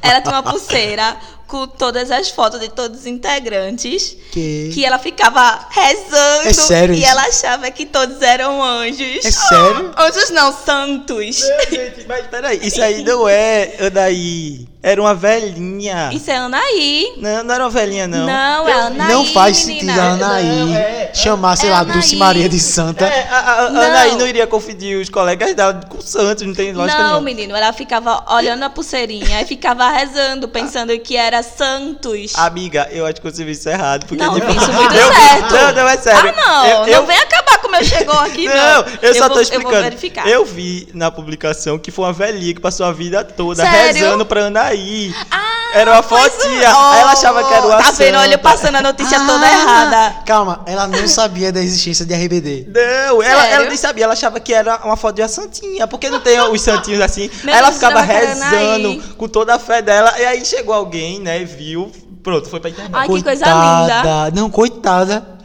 Speaker 3: Ela tinha uma pulseira com todas as fotos de todos os integrantes.
Speaker 1: Que...
Speaker 3: Que ela ficava rezando.
Speaker 1: É sério
Speaker 3: E
Speaker 1: isso?
Speaker 3: ela achava que todos eram anjos.
Speaker 1: É sério?
Speaker 3: Ah, anjos não, santos.
Speaker 2: É, gente, mas peraí, isso aí não é Anaí. Era uma velhinha.
Speaker 3: Isso é Anaí.
Speaker 2: Não, não era uma velhinha, não.
Speaker 3: Não, é Anaí.
Speaker 1: não faz
Speaker 3: menina.
Speaker 1: sentido a Anaí
Speaker 2: Não, é-
Speaker 1: chamar, sei
Speaker 3: é
Speaker 1: lá,
Speaker 3: Anaí.
Speaker 1: Dulce Maria de Santa.
Speaker 2: É, a, a- a
Speaker 3: Não.
Speaker 2: Anaí não iria confundir os colegas dela com o Santos, não tem lógica
Speaker 3: não,
Speaker 2: nenhuma.
Speaker 3: menino, ela ficava olhando a pulseirinha e ficava rezando, pensando que era Santos.
Speaker 2: Amiga, eu acho que você viu isso errado. Porque
Speaker 3: não,
Speaker 2: depois...
Speaker 3: isso muito
Speaker 2: Eu-
Speaker 3: certo.
Speaker 2: Não, não, é sério.
Speaker 3: Ah, não,
Speaker 2: Eu- eu-
Speaker 3: não vem acabar como eu chegou aqui, não.
Speaker 2: Não, eu só
Speaker 3: vou-
Speaker 2: tô explicando.
Speaker 3: Eu vou verificar.
Speaker 2: Eu vi na publicação que foi uma velhinha que passou a vida toda
Speaker 3: Sério?
Speaker 2: rezando pra Anaí. era uma
Speaker 3: Pois é.
Speaker 2: fotinha. Aí ela achava que era o
Speaker 3: Tá vendo? Olha, eu
Speaker 2: Santa.
Speaker 3: passando a notícia toda
Speaker 1: Ah,
Speaker 3: errada.
Speaker 1: Calma, ela não sabia da existência de RBD.
Speaker 2: Não, ela,
Speaker 3: Sério?
Speaker 2: ela nem sabia, ela achava que era uma foto de uma santinha, porque não tem os santinhos assim.
Speaker 3: Meu
Speaker 2: ela
Speaker 3: Deus,
Speaker 2: ficava
Speaker 3: ela tá querendo
Speaker 2: rezando
Speaker 3: Anaí.
Speaker 2: com toda a fé dela, e aí chegou alguém, né, viu, pronto, foi pra internet.
Speaker 3: Ai, que coisa
Speaker 1: Coitada. Não, coitada.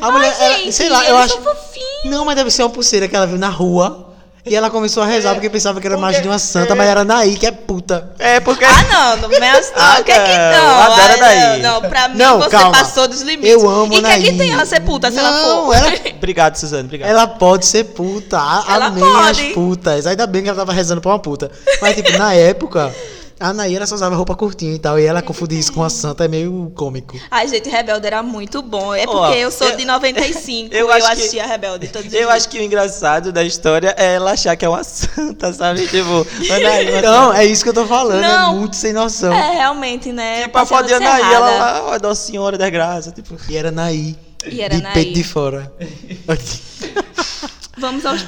Speaker 1: A mulher,
Speaker 3: Ai,
Speaker 1: ela-
Speaker 3: gente,
Speaker 1: sei lá,
Speaker 3: eles
Speaker 1: eu acho.
Speaker 3: são fofinhos.
Speaker 1: Não, mas deve ser uma pulseira que ela viu na rua. E ela começou a rezar porque pensava que era mais
Speaker 2: É, porque-
Speaker 1: de uma santa,
Speaker 2: é.
Speaker 1: mas era Naí, que é puta.
Speaker 2: É, porque...
Speaker 3: Ah, não, não me ass-
Speaker 2: Ah,
Speaker 3: não, o que é que
Speaker 2: não,
Speaker 3: não?
Speaker 2: a tá Dara
Speaker 3: Ah,
Speaker 2: daí.
Speaker 3: Não, não, pra mim
Speaker 1: Não,
Speaker 3: você
Speaker 1: calma.
Speaker 3: passou dos limites.
Speaker 1: Eu amo
Speaker 3: E o que é que
Speaker 1: Anaí.
Speaker 3: tem ela ser puta se ela
Speaker 1: Não,
Speaker 3: for?
Speaker 1: ela-
Speaker 2: Obrigado, Suzane, obrigado.
Speaker 1: Ela pode ser puta. A,
Speaker 3: Ela
Speaker 1: amém
Speaker 3: pode.
Speaker 1: as putas. Ainda bem que ela tava rezando pra uma puta. Mas, tipo, na época, a Anaí ela só usava roupa curtinha e tal. E ela confundir isso com a santa é meio cômico.
Speaker 3: Ai, gente, Rebelde era muito bom. É porque
Speaker 2: Ó,
Speaker 3: eu sou
Speaker 2: eu-
Speaker 3: de 95
Speaker 2: eu
Speaker 3: eu,
Speaker 2: acho que-
Speaker 3: assistia Rebelde todos os
Speaker 2: Eu
Speaker 3: dias.
Speaker 2: acho que o engraçado da história é ela achar que é uma santa, sabe? Tipo, Anaí, uma
Speaker 1: Não, é isso que eu tô falando.
Speaker 3: Não.
Speaker 1: É muito sem noção.
Speaker 3: É, realmente, né?
Speaker 2: Tipo, a foto de
Speaker 3: Passando
Speaker 2: Anaí,
Speaker 3: cerrada.
Speaker 2: ela lá, ó, Nossa Senhora da Graça, tipo...
Speaker 1: E era Naí.
Speaker 3: E era
Speaker 1: de
Speaker 3: Anaí.
Speaker 1: peito de fora.
Speaker 3: Vamos aos.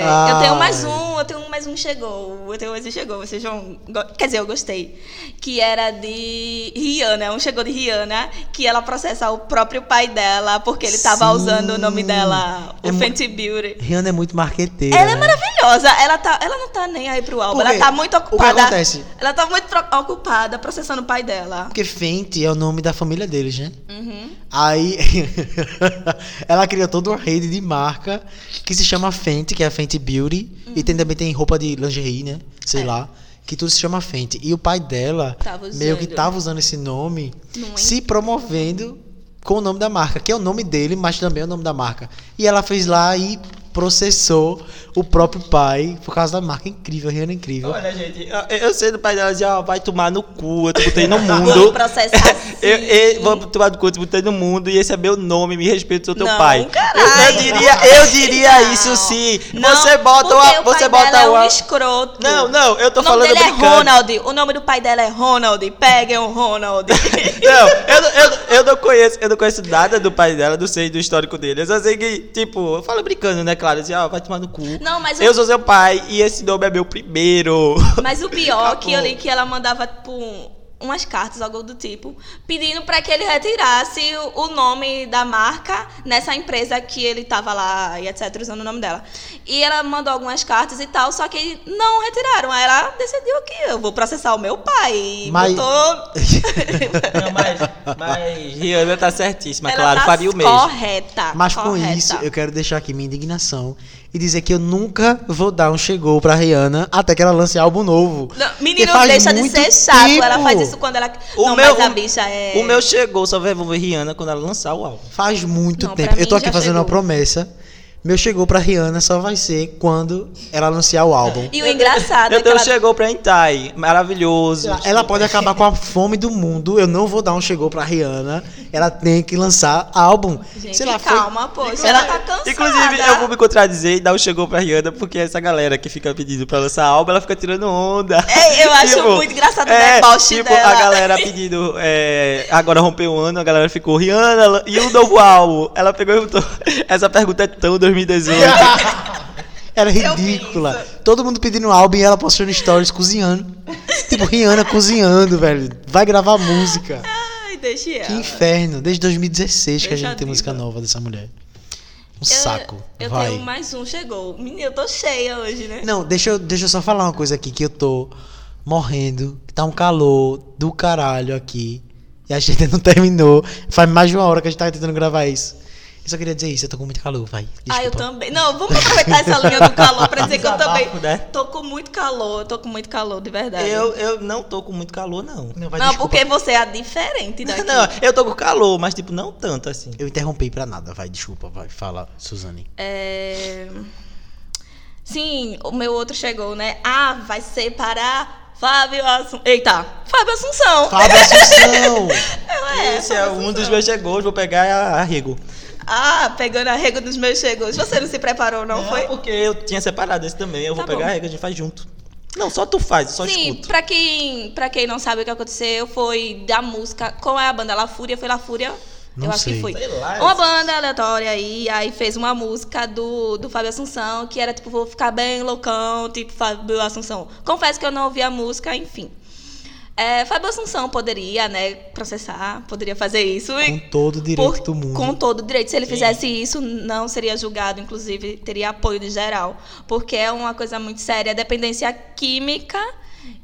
Speaker 1: Ai.
Speaker 2: Ah.
Speaker 3: Eu tenho mais um, eu tenho mais um chegou. Eu tenho mais um chegou. Vocês vão. go- Quer dizer, eu gostei. Que era de Rihanna. Um chegou de Rihanna. Que ela processa o próprio pai dela. Porque ele tava
Speaker 1: Sim.
Speaker 3: usando o nome dela, o
Speaker 1: É mu-
Speaker 3: Fenty Beauty.
Speaker 1: Rihanna é muito marqueteira.
Speaker 3: Ela é
Speaker 1: né?
Speaker 3: maravilhosa. Ela, tá, ela não tá nem aí pro álbum.
Speaker 1: Por
Speaker 3: Ela
Speaker 1: quê?
Speaker 3: tá muito
Speaker 1: O que
Speaker 3: ocupada.
Speaker 1: acontece?
Speaker 3: Ela tá muito pro- ocupada processando o pai dela.
Speaker 1: Porque Fenty é o nome da família deles, né?
Speaker 3: Uhum.
Speaker 1: Aí ela criou toda uma rede de marca que se chama Fenty, que é a Fenty Beauty. E tem, também tem roupa de lingerie, né? Sei
Speaker 3: Uhum. É.
Speaker 1: lá. Que tudo se chama Fenty. E o pai dela
Speaker 3: Tava
Speaker 1: meio que
Speaker 3: usando.
Speaker 1: tava usando esse nome,
Speaker 3: Não é?
Speaker 1: se promovendo com o nome da marca, que é o nome dele, mas também é o nome da marca. E ela fez lá e processou o próprio pai por causa da marca incrível, Rihanna é incrível.
Speaker 2: Olha, gente, eu, eu sei do pai dela dizer, ó, vai tomar no cu, eu te botei no
Speaker 3: Vou
Speaker 2: mundo.
Speaker 3: processar assim.
Speaker 2: Eu, eu vou tomar no cu, eu te botei no mundo e esse é meu nome, me respeito, sou teu
Speaker 3: Não,
Speaker 2: pai.
Speaker 3: caralho.
Speaker 2: Eu, eu diria, eu diria
Speaker 3: Não.
Speaker 2: é isso sim.
Speaker 3: assim. Não,
Speaker 2: você bota uma,
Speaker 3: porque o
Speaker 2: você
Speaker 3: pai
Speaker 2: bota
Speaker 3: dela é um
Speaker 2: uma-
Speaker 3: escroto.
Speaker 2: Não, não, eu tô
Speaker 3: o nome
Speaker 2: falando
Speaker 3: dele
Speaker 2: brincando.
Speaker 3: é Ronald. O nome do pai dela é Ronald. Peguem o Ronald.
Speaker 2: Não, eu, não- eu, não- eu não conheço, eu não conheço nada do pai dela, não sei do histórico dele. Eu só sei que, tipo, eu falo brincando, né, claro, assim, ó, vai tomar no cu.
Speaker 3: Não, mas o-
Speaker 2: eu sou seu pai e esse nome é meu primeiro.
Speaker 3: Mas o pior é que eu li que ela mandava, tipo, umas cartas, algo do tipo, pedindo pra que ele retirasse o- o nome da marca nessa empresa que ele tava lá e etc, usando o nome dela. E ela mandou algumas cartas e tal, só que não retiraram. Aí ela decidiu que eu vou processar o meu pai. E
Speaker 1: Mas-
Speaker 3: botou...
Speaker 2: Não, mas, mas Rihanna tá certíssima,
Speaker 3: ela
Speaker 2: claro,
Speaker 3: tá
Speaker 2: faria o mesmo.
Speaker 3: correta.
Speaker 1: Mas com
Speaker 3: correta.
Speaker 1: isso, eu quero deixar aqui minha indignação e dizer que eu nunca vou dar um chegou pra Rihanna até que ela lance álbum novo.
Speaker 3: Não,
Speaker 1: Porque
Speaker 3: menino,
Speaker 1: faz
Speaker 3: deixa de
Speaker 1: muito
Speaker 3: ser chato. Ela
Speaker 1: tempo.
Speaker 3: faz isso quando ela.
Speaker 2: O
Speaker 3: não,
Speaker 2: meu-
Speaker 3: mas a bicha é.
Speaker 2: O meu chegou, só vai envolver Rihanna quando ela lançar o álbum.
Speaker 1: Faz muito
Speaker 3: Não,
Speaker 1: tempo.
Speaker 3: pra
Speaker 1: Eu tô
Speaker 3: mim
Speaker 1: aqui
Speaker 3: já
Speaker 1: fazendo uma
Speaker 3: chegou.
Speaker 1: promessa. Meu chegou pra Rihanna só vai ser quando ela anunciar o álbum.
Speaker 3: E o engraçado
Speaker 2: Eu
Speaker 3: é que
Speaker 2: tenho
Speaker 3: ela.
Speaker 2: chegou pra Entai, maravilhoso.
Speaker 1: Ela- Ela pode acabar com a fome do mundo. Eu não vou dar um chegou pra Rihanna. Ela tem que lançar álbum.
Speaker 3: Gente,
Speaker 1: Sei lá, foi-
Speaker 3: calma, poxa. Ela tá cansada.
Speaker 2: Inclusive, eu vou me contradizer e dar um chegou pra Rihanna, porque essa galera que fica pedindo pra lançar álbum, ela fica tirando onda.
Speaker 3: É, eu acho muito engraçado o deboche
Speaker 2: tipo,
Speaker 3: dela.
Speaker 2: a galera pedindo, é, agora rompeu o ano, a galera ficou, Rihanna, lan- e o novo álbum? Ela pegou e botou, essa pergunta é tão 2018.
Speaker 1: Era
Speaker 3: Eu vi
Speaker 1: é ridícula. Todo mundo pedindo álbum e ela postando stories cozinhando. tipo, Rihanna cozinhando, velho. Vai gravar música.
Speaker 3: Ai, deixa ela.
Speaker 1: Que inferno. Desde 2016 que a
Speaker 3: Deixa
Speaker 1: gente tem
Speaker 3: a
Speaker 1: música
Speaker 3: diva.
Speaker 1: nova dessa mulher. Um
Speaker 3: Eu-
Speaker 1: saco.
Speaker 3: Eu
Speaker 1: Vai.
Speaker 3: tenho mais um, chegou. Menina, eu tô cheia hoje, né?
Speaker 1: Não, deixa eu, deixa eu só falar uma coisa aqui que eu tô morrendo. que Tá um calor do caralho aqui. E a gente ainda não terminou. Faz mais de uma hora que a gente tá tentando gravar isso. Eu só queria dizer isso, eu tô com muito calor, vai.
Speaker 3: Ah, eu
Speaker 1: Desculpa.
Speaker 3: também. Não, vamos aproveitar essa linha do calor pra dizer que eu também.
Speaker 2: Desabafo, né?
Speaker 3: Tô com muito calor, tô com muito calor, de verdade.
Speaker 2: Eu, eu não tô com muito calor, não.
Speaker 1: Não, vai,
Speaker 3: Não,
Speaker 1: desculpa.
Speaker 3: porque você é diferente daqui.
Speaker 2: Não, eu tô com calor, mas tipo, não tanto assim.
Speaker 1: Eu interrompi pra nada, vai, desculpa, vai. Fala, Suzane.
Speaker 3: É... Sim, o meu outro chegou, né? Ah, vai separar Fábio Assunção. Eita, Fábio Assunção.
Speaker 1: Fábio Assunção!
Speaker 3: É,
Speaker 2: Tá. Esse é um dos meus chegou, vou pegar a arrego.
Speaker 3: Ah, pegando a régua dos meus chegos. Você não se preparou, não, foi?
Speaker 2: É, porque eu tinha separado esse também, eu vou
Speaker 3: Tá
Speaker 2: pegar
Speaker 3: bom.
Speaker 2: a rega, a gente faz junto. Não, só tu faz, eu só
Speaker 3: Sim,
Speaker 2: escuto.
Speaker 3: pra quem, pra quem não sabe o que aconteceu, foi da música. Qual é a banda? La Fúria? Foi La Fúria?
Speaker 1: Não
Speaker 3: eu acho
Speaker 1: sei.
Speaker 3: que foi.
Speaker 2: Sei lá,
Speaker 3: Uma
Speaker 2: eu-
Speaker 3: banda aleatória aí, aí fez uma música do, do Fábio Assunção, que era tipo, vou ficar bem loucão, tipo Fábio Assunção. Confesso que eu não ouvi a música, enfim. É, Fábio Assunção poderia, né, processar, poderia fazer isso. e-
Speaker 1: Com todo o direito
Speaker 3: por-
Speaker 1: do mundo.
Speaker 3: Com todo o direito. Se ele
Speaker 2: Sim.
Speaker 3: fizesse isso, não seria julgado, inclusive teria apoio de geral. Porque é uma coisa muito séria, é dependência química.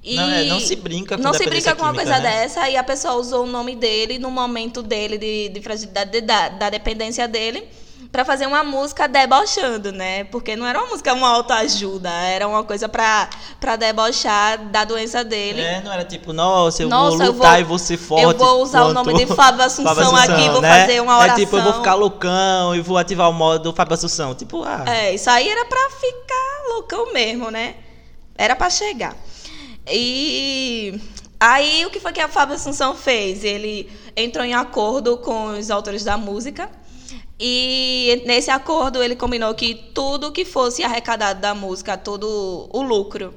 Speaker 3: E
Speaker 2: Não, é, não se brinca com
Speaker 3: Não se
Speaker 2: dependência
Speaker 3: brinca com uma
Speaker 2: química,
Speaker 3: coisa
Speaker 2: né?
Speaker 3: dessa e a pessoa usou o nome dele no momento dele, de, de fragilidade de- da, da dependência dele, pra fazer uma música debochando, né? Porque não era uma música uma autoajuda, era uma coisa pra pra debochar da doença dele.
Speaker 2: É, não era tipo, nossa, eu
Speaker 3: Nossa,
Speaker 2: vou
Speaker 3: eu
Speaker 2: lutar
Speaker 3: vou-
Speaker 2: e vou ser forte.
Speaker 3: eu vou usar o nome de Fábio Assunção aqui, vou
Speaker 2: né?
Speaker 3: fazer uma oração.
Speaker 2: É tipo, eu vou ficar loucão e vou ativar o modo Fábio Assunção. Tipo, ah,
Speaker 1: Tá.
Speaker 3: É, isso aí era pra ficar loucão mesmo, né? Era pra chegar. E aí o que foi que a Fábio Assunção fez? Ele entrou em acordo com os autores da música. E nesse acordo ele combinou que tudo que fosse arrecadado da música, todo o lucro,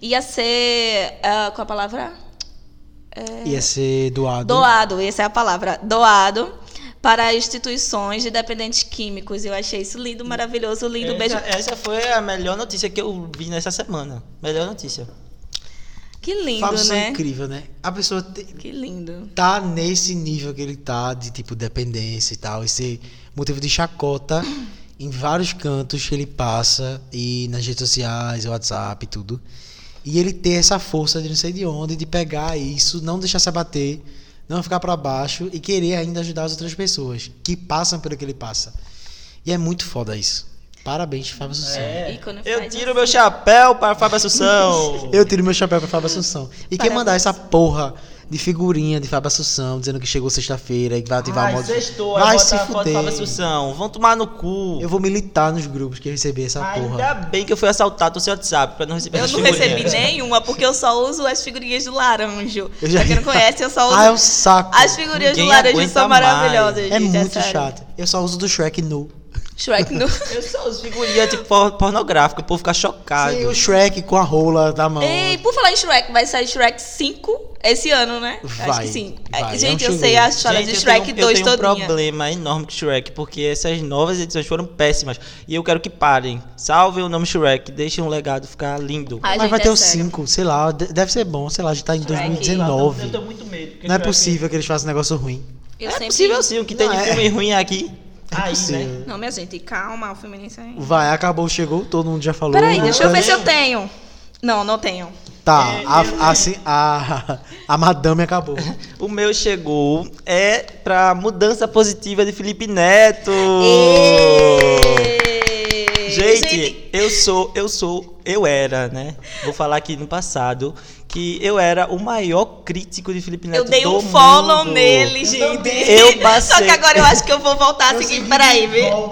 Speaker 3: ia ser. ah, qual a palavra?
Speaker 1: Ia ser doado.
Speaker 3: Doado, essa é a palavra, doado para instituições de dependentes químicos. Eu achei isso lindo, maravilhoso, lindo.
Speaker 1: É.
Speaker 2: essa,
Speaker 3: Beijo.
Speaker 2: essa foi a melhor notícia que eu vi nessa semana. Melhor notícia.
Speaker 3: Que lindo,
Speaker 1: Fábio Assunção é
Speaker 3: né?
Speaker 1: incrível, né? A pessoa te-
Speaker 3: Que lindo.
Speaker 1: tá nesse nível que ele tá de tipo dependência e tal, esse motivo de chacota em vários cantos que ele passa e nas redes sociais, WhatsApp e tudo. E ele ter essa força de não sei de onde, de pegar isso, não deixar se abater, não ficar pra baixo e querer ainda ajudar as outras pessoas que passam pelo que ele passa. E é muito foda isso. Parabéns, Fábio Assunção.
Speaker 2: É,
Speaker 3: E quando
Speaker 2: Eu
Speaker 3: faz
Speaker 2: tiro
Speaker 3: assim-
Speaker 2: meu chapéu para Fábio Assunção.
Speaker 1: Eu tiro meu chapéu pra Fábio Assunção. E quem
Speaker 3: Parabéns.
Speaker 1: mandar essa porra de figurinha de Fábio Assunção dizendo que chegou sexta-feira e que vai ativar
Speaker 2: Ai,
Speaker 1: o modo.
Speaker 2: sextou, aí
Speaker 1: vai
Speaker 2: bota
Speaker 1: se
Speaker 2: a foto do Fábio
Speaker 1: fuder.
Speaker 2: Assunção. Vão tomar no cu.
Speaker 1: Eu vou militar nos grupos que receber essa
Speaker 2: Ainda
Speaker 1: porra.
Speaker 2: bem que eu fui assaltado o seu WhatsApp pra não receber
Speaker 3: Eu
Speaker 2: essas
Speaker 3: não recebi
Speaker 2: figurinhas.
Speaker 3: nenhuma, porque eu só uso as figurinhas do laranjo.
Speaker 1: Eu já-
Speaker 3: Pra quem não conhece, eu só uso.
Speaker 1: Ah, é um saco.
Speaker 3: As figurinhas do
Speaker 2: Ninguém
Speaker 3: laranjo
Speaker 2: aguenta
Speaker 3: são
Speaker 2: mais.
Speaker 3: maravilhosas,
Speaker 1: É
Speaker 3: gente.
Speaker 1: muito
Speaker 3: sério.
Speaker 1: chato. Eu só uso do Shrek nu.
Speaker 3: Shrek no.
Speaker 2: Eu só uso figurinha tipo por- pornográfica, o povo fica chocado.
Speaker 1: Sem o Shrek com a rola na mão.
Speaker 3: Ei, por falar em Shrek, vai sair Shrek 5 esse ano, né? Acho
Speaker 1: Vai,
Speaker 3: que sim.
Speaker 1: vai, é
Speaker 3: Gente,
Speaker 1: um
Speaker 3: eu
Speaker 1: chegou.
Speaker 3: sei a história
Speaker 2: Gente,
Speaker 3: de Shrek
Speaker 2: eu tenho,
Speaker 3: 2
Speaker 2: eu tenho um
Speaker 3: todinha.
Speaker 2: problema enorme com Shrek, porque essas novas edições foram péssimas. E eu quero que parem. Salvem o nome Shrek, deixem um legado ficar lindo.
Speaker 3: Ai,
Speaker 1: Mas
Speaker 3: gente,
Speaker 1: vai
Speaker 3: é
Speaker 1: ter o
Speaker 3: sério.
Speaker 1: 5, sei lá. de- Deve ser bom, sei lá, já tá em
Speaker 3: Shrek.
Speaker 2: Eu
Speaker 1: 2019.
Speaker 2: tô muito medo. porque
Speaker 1: Não é
Speaker 2: Shrek-
Speaker 1: possível que eles façam negócio ruim.
Speaker 3: Eu
Speaker 2: é
Speaker 3: sempre-
Speaker 2: possível sim, o que tem
Speaker 1: Não,
Speaker 2: de
Speaker 1: é.
Speaker 2: filme ruim aqui.
Speaker 1: É
Speaker 2: Aí,
Speaker 1: possível.
Speaker 2: né?
Speaker 3: Não, minha gente, calma, o feminismo é aí.
Speaker 1: Vai, acabou, chegou, todo mundo já falou.
Speaker 3: Peraí, deixa eu ver
Speaker 1: Lucas.
Speaker 3: se eu tenho. Não, não tenho.
Speaker 1: Tá, a, assim, a, a madame acabou.
Speaker 2: O meu chegou é pra mudança positiva de Felipe Neto.
Speaker 3: Ê!
Speaker 2: Gente, eu sou, eu sou, eu era, né? Vou falar aqui no passado que eu era o maior crítico de Felipe Neto
Speaker 3: eu dei um
Speaker 2: do
Speaker 3: follow
Speaker 2: mundo.
Speaker 3: nele, gente.
Speaker 2: Eu
Speaker 3: Só
Speaker 2: passei.
Speaker 3: que agora eu acho que eu vou voltar a seguir. Peraí, viu?
Speaker 2: Eu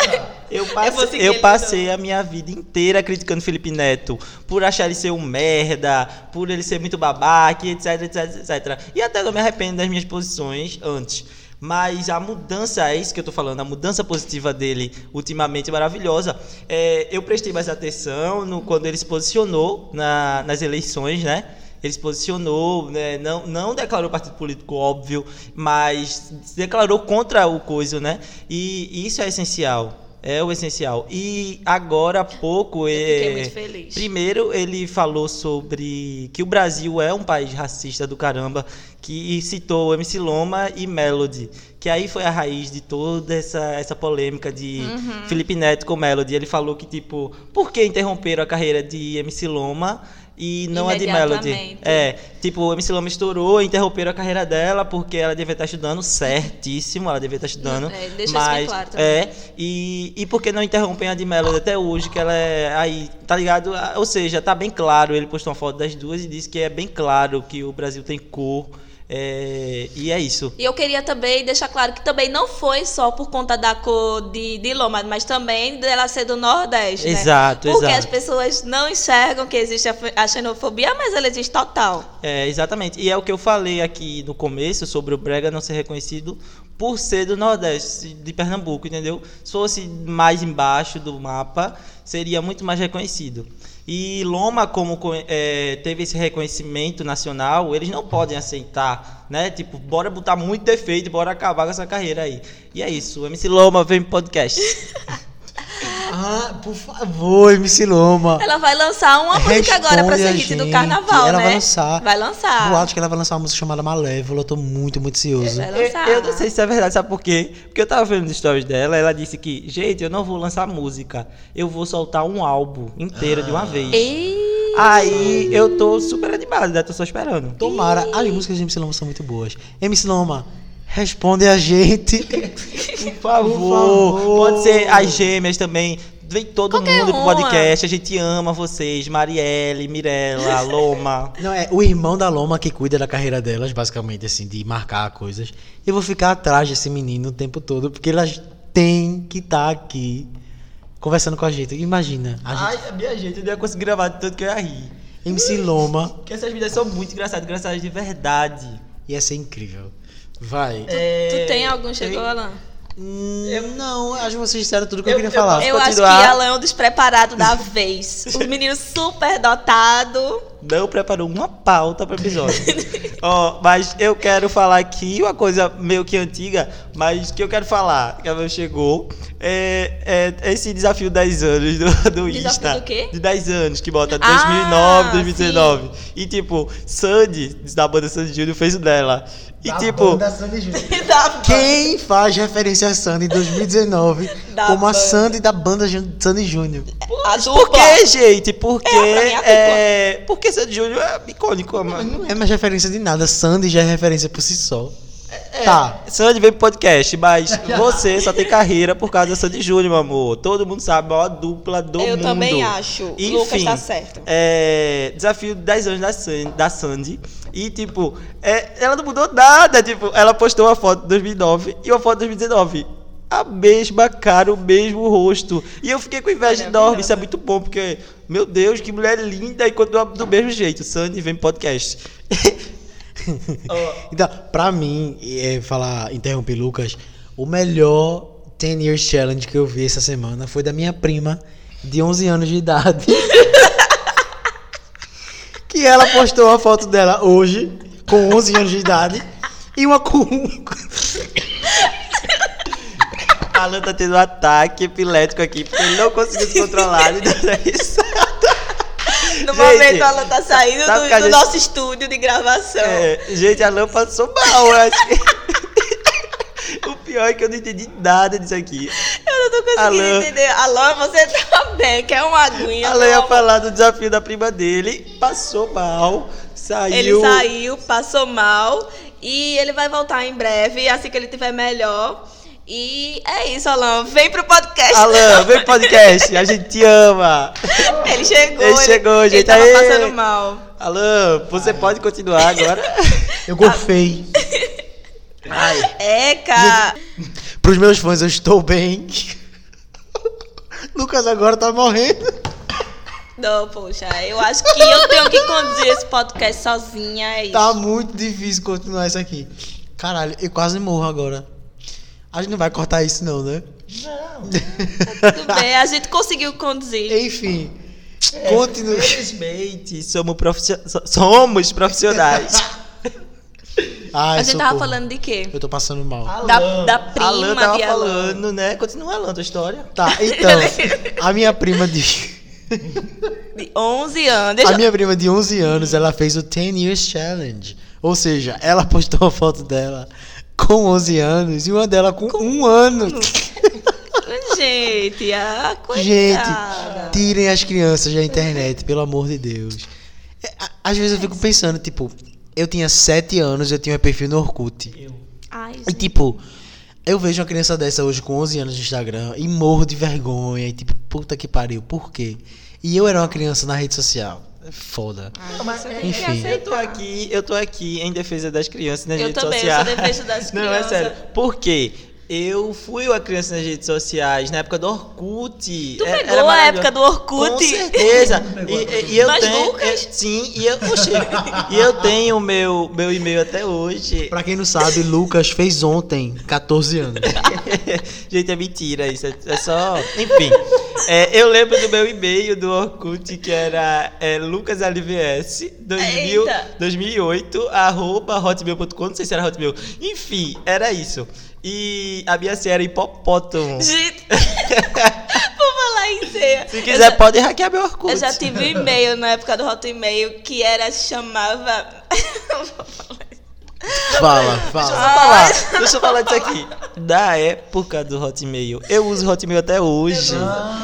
Speaker 3: Eu vou
Speaker 2: passei,
Speaker 3: seguir
Speaker 2: eu
Speaker 3: ele,
Speaker 2: passei a minha vida inteira criticando Felipe Neto por achar ele ser um merda, por ele ser muito babaca, etc, etc, etc. E até eu me arrependo das minhas posições antes. Mas a mudança, é isso que eu tô falando, a mudança positiva dele ultimamente é maravilhosa. É, eu prestei mais atenção no, quando ele se posicionou na- nas eleições, né? Ele se posicionou, né, não, não declarou partido político, óbvio, mas se declarou contra o coisa, né? E isso é essencial. É o essencial. E agora há pouco.
Speaker 3: fiquei
Speaker 2: é,
Speaker 3: muito feliz.
Speaker 2: Primeiro, ele falou sobre que o Brasil é um país racista do caramba, que citou MC Loma e Melody, que aí foi a raiz de toda essa, essa polêmica de Felipe Neto com Melody. Ele falou que, tipo, por que interromperam a carreira de MC Loma e não a de Melody.
Speaker 3: Imediatamente.
Speaker 2: É, tipo, o MC Lama estourou, interromperam a carreira dela porque ela devia estar estudando certíssimo, ela devia estar estudando.
Speaker 3: é, deixa isso bem
Speaker 2: mas,
Speaker 3: claro também.
Speaker 2: É, e, e por que não interrompem a de Melody até hoje, que ela é aí, tá ligado? Ah, Ou seja, tá bem claro, ele postou uma foto das duas e disse que é bem claro que o Brasil tem cor, é, e é isso.
Speaker 3: E eu queria também deixar claro que também não foi só por conta da cor de, de Loma, mas também dela ser do Nordeste. né?
Speaker 2: Exato,
Speaker 3: Porque
Speaker 2: exato.
Speaker 3: as pessoas não enxergam que existe a, fe- a xenofobia, mas ela existe total.
Speaker 2: É, exatamente. E é o que eu falei aqui no começo sobre o Brega não ser reconhecido por ser do Nordeste, de Pernambuco, entendeu? Se fosse mais embaixo do mapa, seria muito mais reconhecido. E Loma, como co- é, teve esse reconhecimento nacional, eles não podem aceitar, né? Tipo, bora botar muito defeito, bora acabar com essa carreira aí. E é isso, o MC Loma vem pro podcast.
Speaker 1: Ah, por favor, MC Loma.
Speaker 3: Ela vai lançar uma música agora pra
Speaker 1: É Responde a
Speaker 3: ser hit do
Speaker 1: gente.
Speaker 3: carnaval,
Speaker 1: Ela
Speaker 3: né?
Speaker 1: vai lançar.
Speaker 3: Vai lançar.
Speaker 1: Eu acho que ela vai lançar uma música chamada Malévola. Eu tô muito, muito ansioso.
Speaker 3: Vai
Speaker 2: Eu,
Speaker 3: lançar.
Speaker 2: eu não sei se é verdade, sabe por quê? Porque eu tava vendo os stories dela, ela disse que, gente, eu não vou lançar música, eu vou soltar um álbum inteiro de
Speaker 1: Ah.
Speaker 2: uma vez.
Speaker 3: Ei,
Speaker 2: Aí eu tô super animado, né? Tô só
Speaker 3: é
Speaker 2: esperando.
Speaker 1: Tomara. As músicas de MC Loma são muito boas. MC Loma, responde a gente.
Speaker 2: Por
Speaker 1: um favor.
Speaker 2: Pode ser as gêmeas também. Vem todo
Speaker 3: Qualquer
Speaker 2: mundo pro
Speaker 3: uma.
Speaker 2: podcast. A gente ama vocês. Marielle, Mirella, Loma.
Speaker 1: Não, é o irmão da Loma que cuida da carreira delas, basicamente, assim, de marcar coisas. Eu vou ficar atrás desse menino o tempo todo, porque elas têm que estar aqui conversando com a gente. Imagina, a gente,
Speaker 2: Ai, minha gente, eu não ia conseguir gravar de tanto que eu ia rir.
Speaker 1: MC Loma
Speaker 2: Porque essas vidas são muito engraçadas, engraçadas de verdade.
Speaker 1: ia ser incrível. Vai.
Speaker 3: tu tem algum
Speaker 2: É,
Speaker 3: chegou, Alan?
Speaker 1: Hum, não, acho que vocês disseram tudo que eu,
Speaker 2: Eu-
Speaker 1: queria
Speaker 2: eu
Speaker 1: falar.
Speaker 2: posso-
Speaker 3: eu acho que
Speaker 2: continuar.
Speaker 3: Alan é um despreparado da vez. Um menino super dotado.
Speaker 2: não preparou uma pauta para o episódio. Ó, mas eu quero falar aqui uma coisa meio que antiga, mas que eu quero falar, que a meu chegou, é, é esse desafio 10 anos do, do
Speaker 3: Desafio
Speaker 2: Insta.
Speaker 3: do quê?
Speaker 2: De 10 anos, que bota
Speaker 3: Ah,
Speaker 2: 2009, 2019. E tipo, Sandy, da banda Sandy Júnior, fez o dela. E tipo,
Speaker 3: Da-
Speaker 1: Quem faz referência a Sandy em 2019
Speaker 3: Da
Speaker 1: como a
Speaker 3: banda.
Speaker 1: Sandy da banda Jun- Sandy Júnior?
Speaker 3: a
Speaker 2: por
Speaker 3: dupla.
Speaker 2: que, gente? Porque
Speaker 3: É, pra mim é a culpa.
Speaker 2: é, porque Sandy Júnior é icônico,
Speaker 1: Mas
Speaker 2: mano.
Speaker 1: não é mais referência de nada, Sandy já é referência por si só. Tá,
Speaker 2: É, Sandy veio pro podcast, mas você só tem carreira por causa da Sandy Júnior, meu amor. Todo mundo sabe, a maior dupla do
Speaker 3: Eu
Speaker 2: mundo.
Speaker 3: também acho.
Speaker 2: Enfim,
Speaker 3: Lucas tá certo.
Speaker 2: É, desafio de 10 anos da Sandy. Da Sandy e, tipo, é, ela não mudou nada. Tipo, ela postou uma foto de 2009 e uma foto de 2019. A mesma cara, o mesmo rosto. E eu fiquei com inveja enorme. Isso é muito bom, porque, meu Deus, que mulher linda e continua do mesmo jeito. Sandy vem pro podcast.
Speaker 1: Então, pra mim, é, falar, interromper Lucas, o melhor 10 Years Challenge que eu vi essa semana foi da minha prima, de 11 anos de idade. que ela postou a foto dela hoje, com 11 anos de idade, e uma com.
Speaker 2: Alan tá tendo um ataque epilético aqui, porque ele não conseguiu se controlar. Ele tá isso.
Speaker 3: No
Speaker 2: Gente,
Speaker 3: momento, Alan tá saindo
Speaker 2: sabe
Speaker 3: do,
Speaker 2: que a
Speaker 3: do
Speaker 2: gente-
Speaker 3: nosso estúdio de gravação.
Speaker 2: É, gente, Alan passou mal, eu acho que- O pior é que eu não entendi nada disso aqui.
Speaker 3: Eu não tô conseguindo
Speaker 2: Alan.
Speaker 3: entender. Alan, você tá bem, quer uma aguinha.
Speaker 2: Alan ia
Speaker 3: não?
Speaker 2: falar do desafio da prima dele, passou mal, saiu.
Speaker 3: Ele saiu, passou mal e ele vai voltar em breve, assim que ele tiver melhor. E é isso, Alan. Vem pro podcast.
Speaker 2: Alan, vem pro podcast, a gente te ama.
Speaker 3: Ele chegou.
Speaker 2: Ele chegou,
Speaker 3: ele
Speaker 2: gente.
Speaker 3: tava
Speaker 2: Aê!
Speaker 3: passando mal.
Speaker 2: Alan, você pode continuar agora?
Speaker 1: Eu golfei.
Speaker 3: Eca!
Speaker 1: Pros meus fãs, eu estou bem. Lucas agora tá morrendo.
Speaker 3: Não, poxa, eu acho que eu tenho que conduzir esse podcast sozinha. É isso.
Speaker 1: Tá muito difícil continuar isso aqui. Caralho, eu quase morro agora. A gente não vai cortar isso, não, né?
Speaker 3: Tudo bem, a gente conseguiu conduzir.
Speaker 1: Enfim,
Speaker 2: É.
Speaker 1: continue.
Speaker 2: Infelizmente, somos, profiss- so- somos profissionais.
Speaker 1: Ai,
Speaker 3: a gente tava
Speaker 1: socorro.
Speaker 3: falando de quê?
Speaker 1: Eu tô passando
Speaker 3: Ah,
Speaker 1: mal.
Speaker 3: Da, da prima
Speaker 2: Alan tava
Speaker 3: de Alan.
Speaker 2: falando, né? Continua, Alan, tua história.
Speaker 1: Tá, então, a minha prima de
Speaker 3: De 11 anos. Deixa
Speaker 1: a minha prima de 11 anos, ela fez o 10 years challenge. Ou seja, ela postou uma foto dela com 11 anos e uma dela com, um ano.
Speaker 3: eu... Gente, ah, coitada.
Speaker 1: Gente, tirem as crianças da internet, pelo amor de Deus. É, Às vezes eu fico pensando, tipo, eu tinha 7 anos, eu tinha um perfil no Orkut.
Speaker 2: Eu.
Speaker 3: Ai,
Speaker 1: E
Speaker 3: gente.
Speaker 1: tipo, eu vejo uma criança dessa hoje com 11 anos no Instagram e morro de vergonha. E tipo, puta que pariu, por quê? E eu era uma criança na rede social. É Foda.
Speaker 3: Ai,
Speaker 2: Não, mas
Speaker 3: você
Speaker 2: é-
Speaker 3: tem que
Speaker 1: enfim.
Speaker 2: Eu tô
Speaker 3: aceitar.
Speaker 2: aqui, eu tô aqui em defesa das crianças nas
Speaker 3: Eu
Speaker 2: redes
Speaker 3: também, eu
Speaker 2: sociais.
Speaker 3: sou defesa das
Speaker 2: Não, é
Speaker 3: crianças.
Speaker 2: sério. Por quê? Eu fui uma criança nas redes sociais, na época do Orkut.
Speaker 3: Tu
Speaker 2: É- era
Speaker 3: pegou a
Speaker 2: maravilhoso.
Speaker 3: época do Orkut?
Speaker 2: Com certeza. E, e- e eu
Speaker 3: Mas
Speaker 2: tenho,
Speaker 3: Lucas?
Speaker 2: é, sim, e eu, oxi, e eu tenho meu meu e-mail até hoje.
Speaker 1: Pra quem não sabe, Lucas fez ontem 14 anos.
Speaker 2: Gente, é mentira isso. É é só. Enfim. É, eu lembro do meu e-mail do Orkut, que era é, lucasalvs 2000,
Speaker 3: Eita!
Speaker 2: 2008, arroba hotmail.com. Não sei se era hotmail. Enfim, era isso. E a minha senha era hipopótamo.
Speaker 3: Gente, vou falar em ceia.
Speaker 2: Se
Speaker 3: Eu
Speaker 2: quiser,
Speaker 3: já-
Speaker 2: pode hackear meu Orkut.
Speaker 3: Eu já tive um e-mail na época do Hotmail que era, chamava...
Speaker 1: Fala,
Speaker 2: Deixa eu
Speaker 1: fala.
Speaker 2: só falar, deixa eu falar disso aqui. Da época do Hotmail. Eu uso Hotmail até hoje.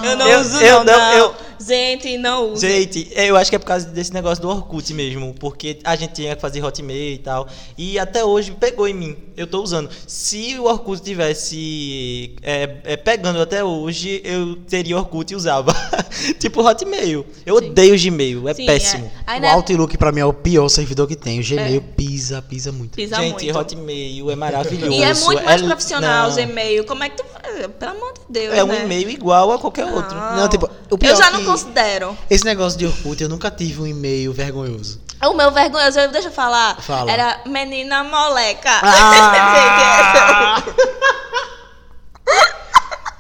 Speaker 3: Eu não
Speaker 2: Eu-
Speaker 3: uso
Speaker 2: eu
Speaker 3: não,
Speaker 2: não,
Speaker 3: não.
Speaker 2: eu-
Speaker 3: Gente, não uso.
Speaker 2: Gente, eu acho que é por causa desse negócio do Orkut mesmo, porque a gente tinha que fazer Hotmail e tal. E até hoje pegou em mim. Eu tô usando. Se o Orkut tivesse é, é, pegando até hoje, eu teria Orkut e usava. tipo Hotmail. Eu odeio Gmail, é
Speaker 3: Sim,
Speaker 2: péssimo.
Speaker 3: Aí,
Speaker 1: O
Speaker 3: na época,
Speaker 1: Outlook pra mim é o pior servidor que tem. O Gmail pisa, pisa muito.
Speaker 3: pisa
Speaker 2: gente,
Speaker 3: muito.
Speaker 2: Hotmail é maravilhoso.
Speaker 3: E é muito mais
Speaker 2: É-
Speaker 3: profissional
Speaker 2: não.
Speaker 3: os e-mails. Como é que tu faz? Pelo amor de Deus,
Speaker 2: É um
Speaker 3: né?
Speaker 2: e-mail igual a qualquer outro.
Speaker 1: Não, tipo, o pior
Speaker 3: Eu já
Speaker 2: é
Speaker 1: que
Speaker 3: não considero.
Speaker 1: Esse negócio de Orkut, eu nunca tive um e-mail vergonhoso.
Speaker 3: O meu vergonhoso, eu- deixa eu falar.
Speaker 1: Fala.
Speaker 3: Era menina moleca.
Speaker 1: Ah!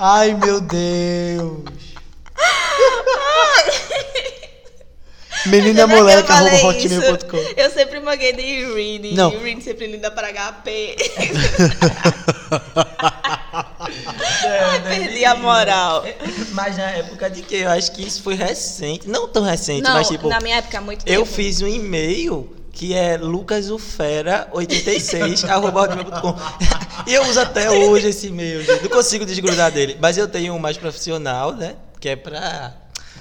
Speaker 1: Ai, meu Deus. Menina
Speaker 3: Toda vez que eu
Speaker 1: moleca, arroba
Speaker 3: falei isso,
Speaker 1: hotmail.com.
Speaker 3: Eu sempre manguei de Reading.
Speaker 1: Não.
Speaker 3: E Reading sempre linda para HP. Ai, perdi a moral.
Speaker 2: É, Mas na época de que? Eu acho que isso foi recente. Não tão recente,
Speaker 3: Não,
Speaker 2: mas tipo.
Speaker 3: na minha época, há muito tempo.
Speaker 2: Eu fiz um e-mail que é lucasufera86 arroba hotmail.com. E eu uso até hoje esse e-mail. gente. Não consigo desgrudar dele. Mas eu tenho um mais profissional, né? Que é pra.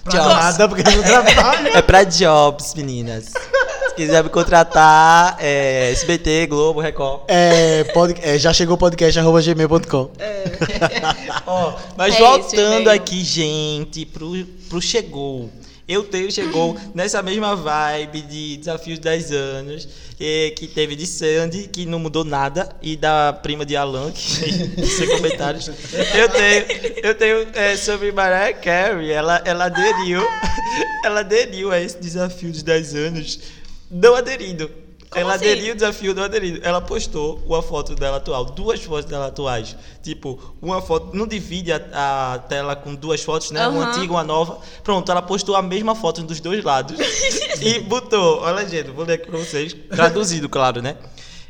Speaker 2: jobs.
Speaker 1: Nada, porque não trabalha.
Speaker 2: É pra jobs, meninas. Se quiser me contratar, é SBT, Globo, Record.
Speaker 1: É, pod, é, já chegou podcast, arroba gmail.com.
Speaker 2: Ó, mas
Speaker 3: É isso,
Speaker 2: voltando
Speaker 3: e-mail.
Speaker 2: aqui, gente, pro, pro Chegou. Eu tenho Chegou nessa mesma vibe de Desafios 10 Anos, eh, que teve de Sandy, que não mudou nada, e da prima de Alan, que sem comentários. Eu tenho, eu tenho eh, sobre Mariah Carey, ela, ela aderiu, ela aderiu a esse desafio dos 10 anos, não aderindo.
Speaker 3: Como
Speaker 2: ela
Speaker 3: assim?
Speaker 2: aderiu e o desafio do Aderido, ela postou uma foto dela atual, duas fotos dela atuais. Tipo, uma foto. Não divide a, a tela com duas fotos, né? Uma
Speaker 3: Aham.
Speaker 2: antiga, uma nova. Pronto, ela postou a mesma foto dos dois lados. e botou. Olha, gente, vou ler aqui pra vocês. Traduzido, claro, né?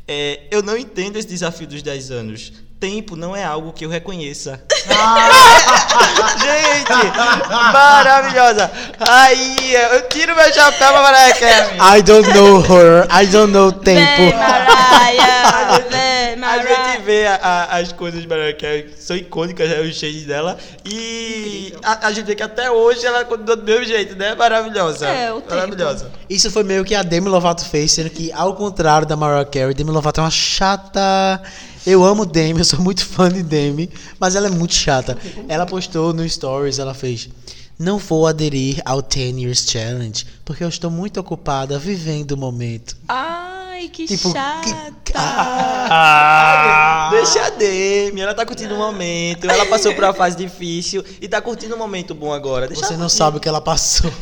Speaker 2: É, eu não entendo esse desafio dos 10 anos. Tempo não é algo que eu reconheça. Gente, maravilhosa. Aí, eu tiro meu chapéu pra Mariah Carey.
Speaker 1: I don't know her, I don't know tempo.
Speaker 3: Vem, Mariah! Vem,
Speaker 2: A gente
Speaker 3: Mariah!
Speaker 2: vê a- a- as coisas de Mariah Carey que são icônicas, né, os shades dela. E a, a gente vê que até hoje ela continua do mesmo jeito, né? Maravilhosa.
Speaker 3: É, o tempo.
Speaker 2: Maravilhosa.
Speaker 1: Isso foi meio que a Demi Lovato fez, sendo que, ao contrário da Mariah Carey, Demi Lovato é uma chata. Eu amo Demi, eu sou muito fã de Demi, mas ela é muito chata. Ela postou no Stories, ela fez. Não vou aderir ao 10 Years Challenge, porque eu estou muito ocupada vivendo o momento.
Speaker 3: Ai, que
Speaker 1: Tipo,
Speaker 3: chata!
Speaker 1: que-
Speaker 2: Ah.
Speaker 1: Ah.
Speaker 2: Deixa a Demi, ela tá curtindo o momento. Ela passou por uma fase difícil e tá curtindo um momento bom agora. Deixa
Speaker 1: Você
Speaker 2: ela
Speaker 1: não
Speaker 2: curtir.
Speaker 1: sabe o que ela passou.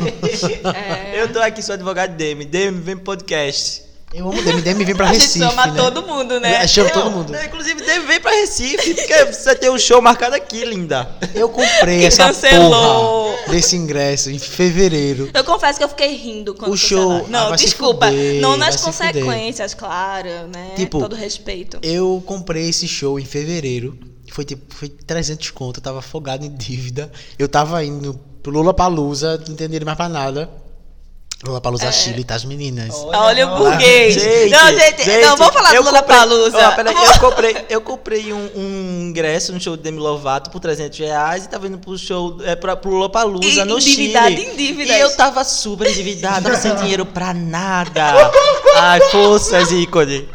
Speaker 3: É.
Speaker 2: Eu tô aqui, sou advogado de Demi. Demi, vem pro podcast.
Speaker 1: Eu amo Demi, Demi vem pra
Speaker 3: A gente
Speaker 1: Recife,
Speaker 3: chama
Speaker 1: né?
Speaker 3: todo mundo, né?
Speaker 1: É, chama
Speaker 2: Não,
Speaker 1: todo mundo.
Speaker 2: não, Inclusive, Demi, vem pra Recife, porque você tem um show marcado aqui, linda.
Speaker 1: Eu comprei
Speaker 3: Que
Speaker 1: essa
Speaker 3: cancelou.
Speaker 1: porra desse ingresso em fevereiro.
Speaker 3: Eu confesso que eu fiquei rindo quando
Speaker 1: O show-
Speaker 3: cancelaram. Não,
Speaker 1: Ah, vai se
Speaker 3: desculpa.
Speaker 1: fuder,
Speaker 3: não
Speaker 1: vai
Speaker 3: nas
Speaker 1: se
Speaker 3: consequências, claro, né?
Speaker 1: Tipo,
Speaker 3: Todo respeito.
Speaker 1: Eu comprei esse show em fevereiro. Foi tipo, foi 300 conto, eu tava afogado em dívida. Eu tava indo pro Lula Palusa, não entenderam mais pra nada. Lula Palusa
Speaker 3: É.
Speaker 1: Chile, tá as meninas.
Speaker 3: Olha o burguês.
Speaker 2: Gente,
Speaker 3: Não, gente, não, vamos falar do
Speaker 2: eu comprei-
Speaker 3: Lollapalooza.
Speaker 2: Ó, peraí, eu comprei, eu comprei um, um ingresso no show do Demi Lovato por 300 reais e tava indo pro show, é, pra, pro Lollapalooza
Speaker 3: E-
Speaker 2: no
Speaker 3: endividada
Speaker 2: Chile.
Speaker 3: em dívidas.
Speaker 2: E eu tava super endividada, sem dinheiro pra nada. Ai, forças, ícone.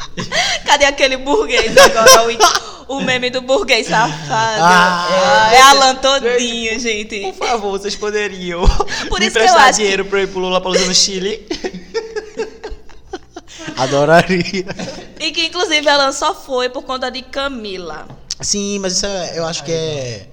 Speaker 3: Cadê aquele burguês agora? O, o meme do burguês safado.
Speaker 1: Ah,
Speaker 3: é Alan Todinho, gente.
Speaker 2: Por favor, vocês poderiam
Speaker 3: Por
Speaker 2: me
Speaker 3: isso que eu
Speaker 2: emprestar
Speaker 3: acho que-
Speaker 2: dinheiro pra eu ir pro Lollapalooza no Chile?
Speaker 1: Adoraria.
Speaker 3: E que inclusive Alan só foi por conta de Camila.
Speaker 1: Sim, mas isso é- eu acho que é.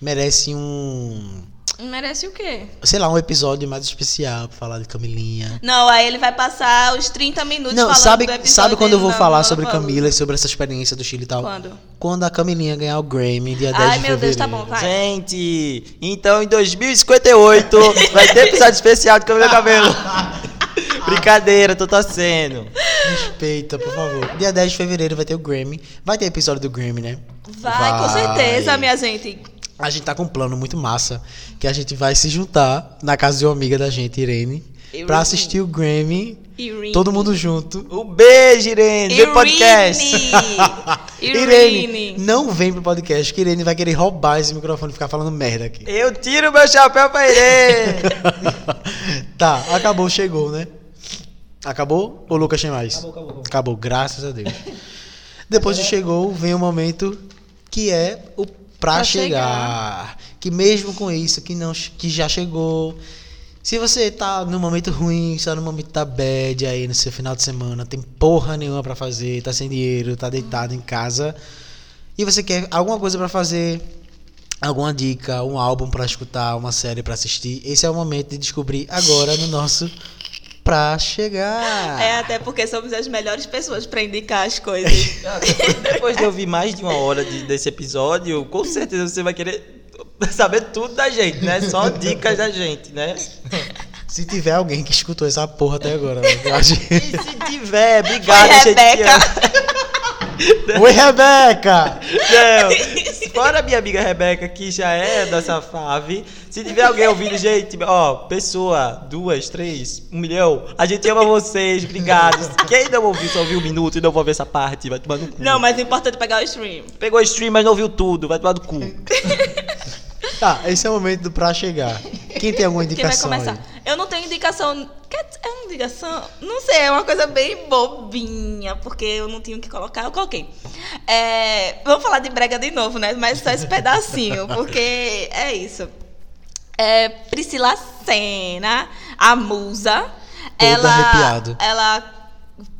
Speaker 1: Merece um.
Speaker 3: Merece o quê?
Speaker 1: Sei lá, um episódio mais especial pra falar de Camilinha.
Speaker 3: Não, aí ele vai passar os 30 minutos
Speaker 1: Não,
Speaker 3: falando
Speaker 1: sabe,
Speaker 3: do episódio
Speaker 1: sabe quando eu
Speaker 3: dele
Speaker 1: vou
Speaker 3: na
Speaker 1: falar sobre
Speaker 3: Lollapalooza?
Speaker 1: Camila e sobre essa experiência do Chile e tal?
Speaker 3: Quando?
Speaker 1: Quando a Camilinha ganhar o Grammy, dia 10
Speaker 3: Ai,
Speaker 1: de
Speaker 3: meu Deus,
Speaker 1: fevereiro.
Speaker 3: tá bom, vai.
Speaker 2: Gente, então em 2058 vai ter episódio especial de Cabelo Cabelo. Brincadeira, tô torcendo.
Speaker 1: Respeita, por favor. Dia 10 de fevereiro vai ter o Grammy. Vai ter episódio do Grammy, né?
Speaker 3: Vai, com certeza, minha gente.
Speaker 1: A gente tá com um plano muito massa, que a gente vai se juntar na casa de uma amiga da gente, Irene,
Speaker 3: Irene.
Speaker 1: pra assistir o Grammy,
Speaker 3: Irene.
Speaker 1: todo mundo junto.
Speaker 2: Um beijo, Irene, do podcast.
Speaker 3: Irene. Irene.
Speaker 1: não vem pro podcast, que Irene vai querer roubar esse microfone e ficar falando merda aqui.
Speaker 2: Eu tiro meu chapéu pra Irene.
Speaker 1: tá, acabou, chegou, né? Acabou ou Lucas tem mais? Acabou, acabou. é. Acabou, graças a Deus. Depois de chegou, vem o momento que é o pra,
Speaker 3: Pra
Speaker 1: chegar. Ah, Que mesmo com isso, que, não, que já chegou. Se você tá num momento ruim, está num momento da bad aí no seu final de semana, tem porra nenhuma pra fazer, tá sem dinheiro, tá deitado em casa e você quer alguma coisa pra fazer, alguma dica, um álbum pra escutar, uma série pra assistir, esse é o momento de descobrir agora no nosso Pra Chegar.
Speaker 3: É até porque somos as melhores pessoas pra indicar as coisas.
Speaker 2: Depois de ouvir mais de uma hora de- desse episódio, com certeza você vai querer saber tudo da gente, né? Só dicas da gente, né?
Speaker 1: Se tiver alguém que escutou essa porra até agora, né? eu acho-
Speaker 2: E se tiver, obrigado,
Speaker 3: Foi
Speaker 2: gente. que
Speaker 3: Rebeca.
Speaker 2: ama.
Speaker 1: Oi, Rebeca!
Speaker 2: Não, fora a minha amiga Rebeca, que já é dessa fave. Se tiver alguém ouvindo, gente, ó, pessoa, duas, três, um milhão, a gente ama vocês, obrigado. Quem não ouviu, só ouviu um minuto e não vai ver essa parte, vai tomar no cu.
Speaker 3: Não, mas é importante pegar o stream.
Speaker 2: Pegou stream, mas não ouviu tudo, vai tomar no cu.
Speaker 1: Tá, esse é o momento do Pra Chegar. Quem tem alguma
Speaker 3: Quem vai
Speaker 1: indicação
Speaker 3: começar?
Speaker 1: aí?
Speaker 3: Eu não tenho indicação. Quer dizer, É uma indicação? Não sei, é uma coisa bem bobinha, porque eu não tinha o que colocar, eu coloquei. É, vamos falar de brega de novo, né? Mas só esse pedacinho, porque é isso. É, Priscila Senna, a musa.
Speaker 1: Todo
Speaker 3: ela,
Speaker 1: arrepiado.
Speaker 3: Ela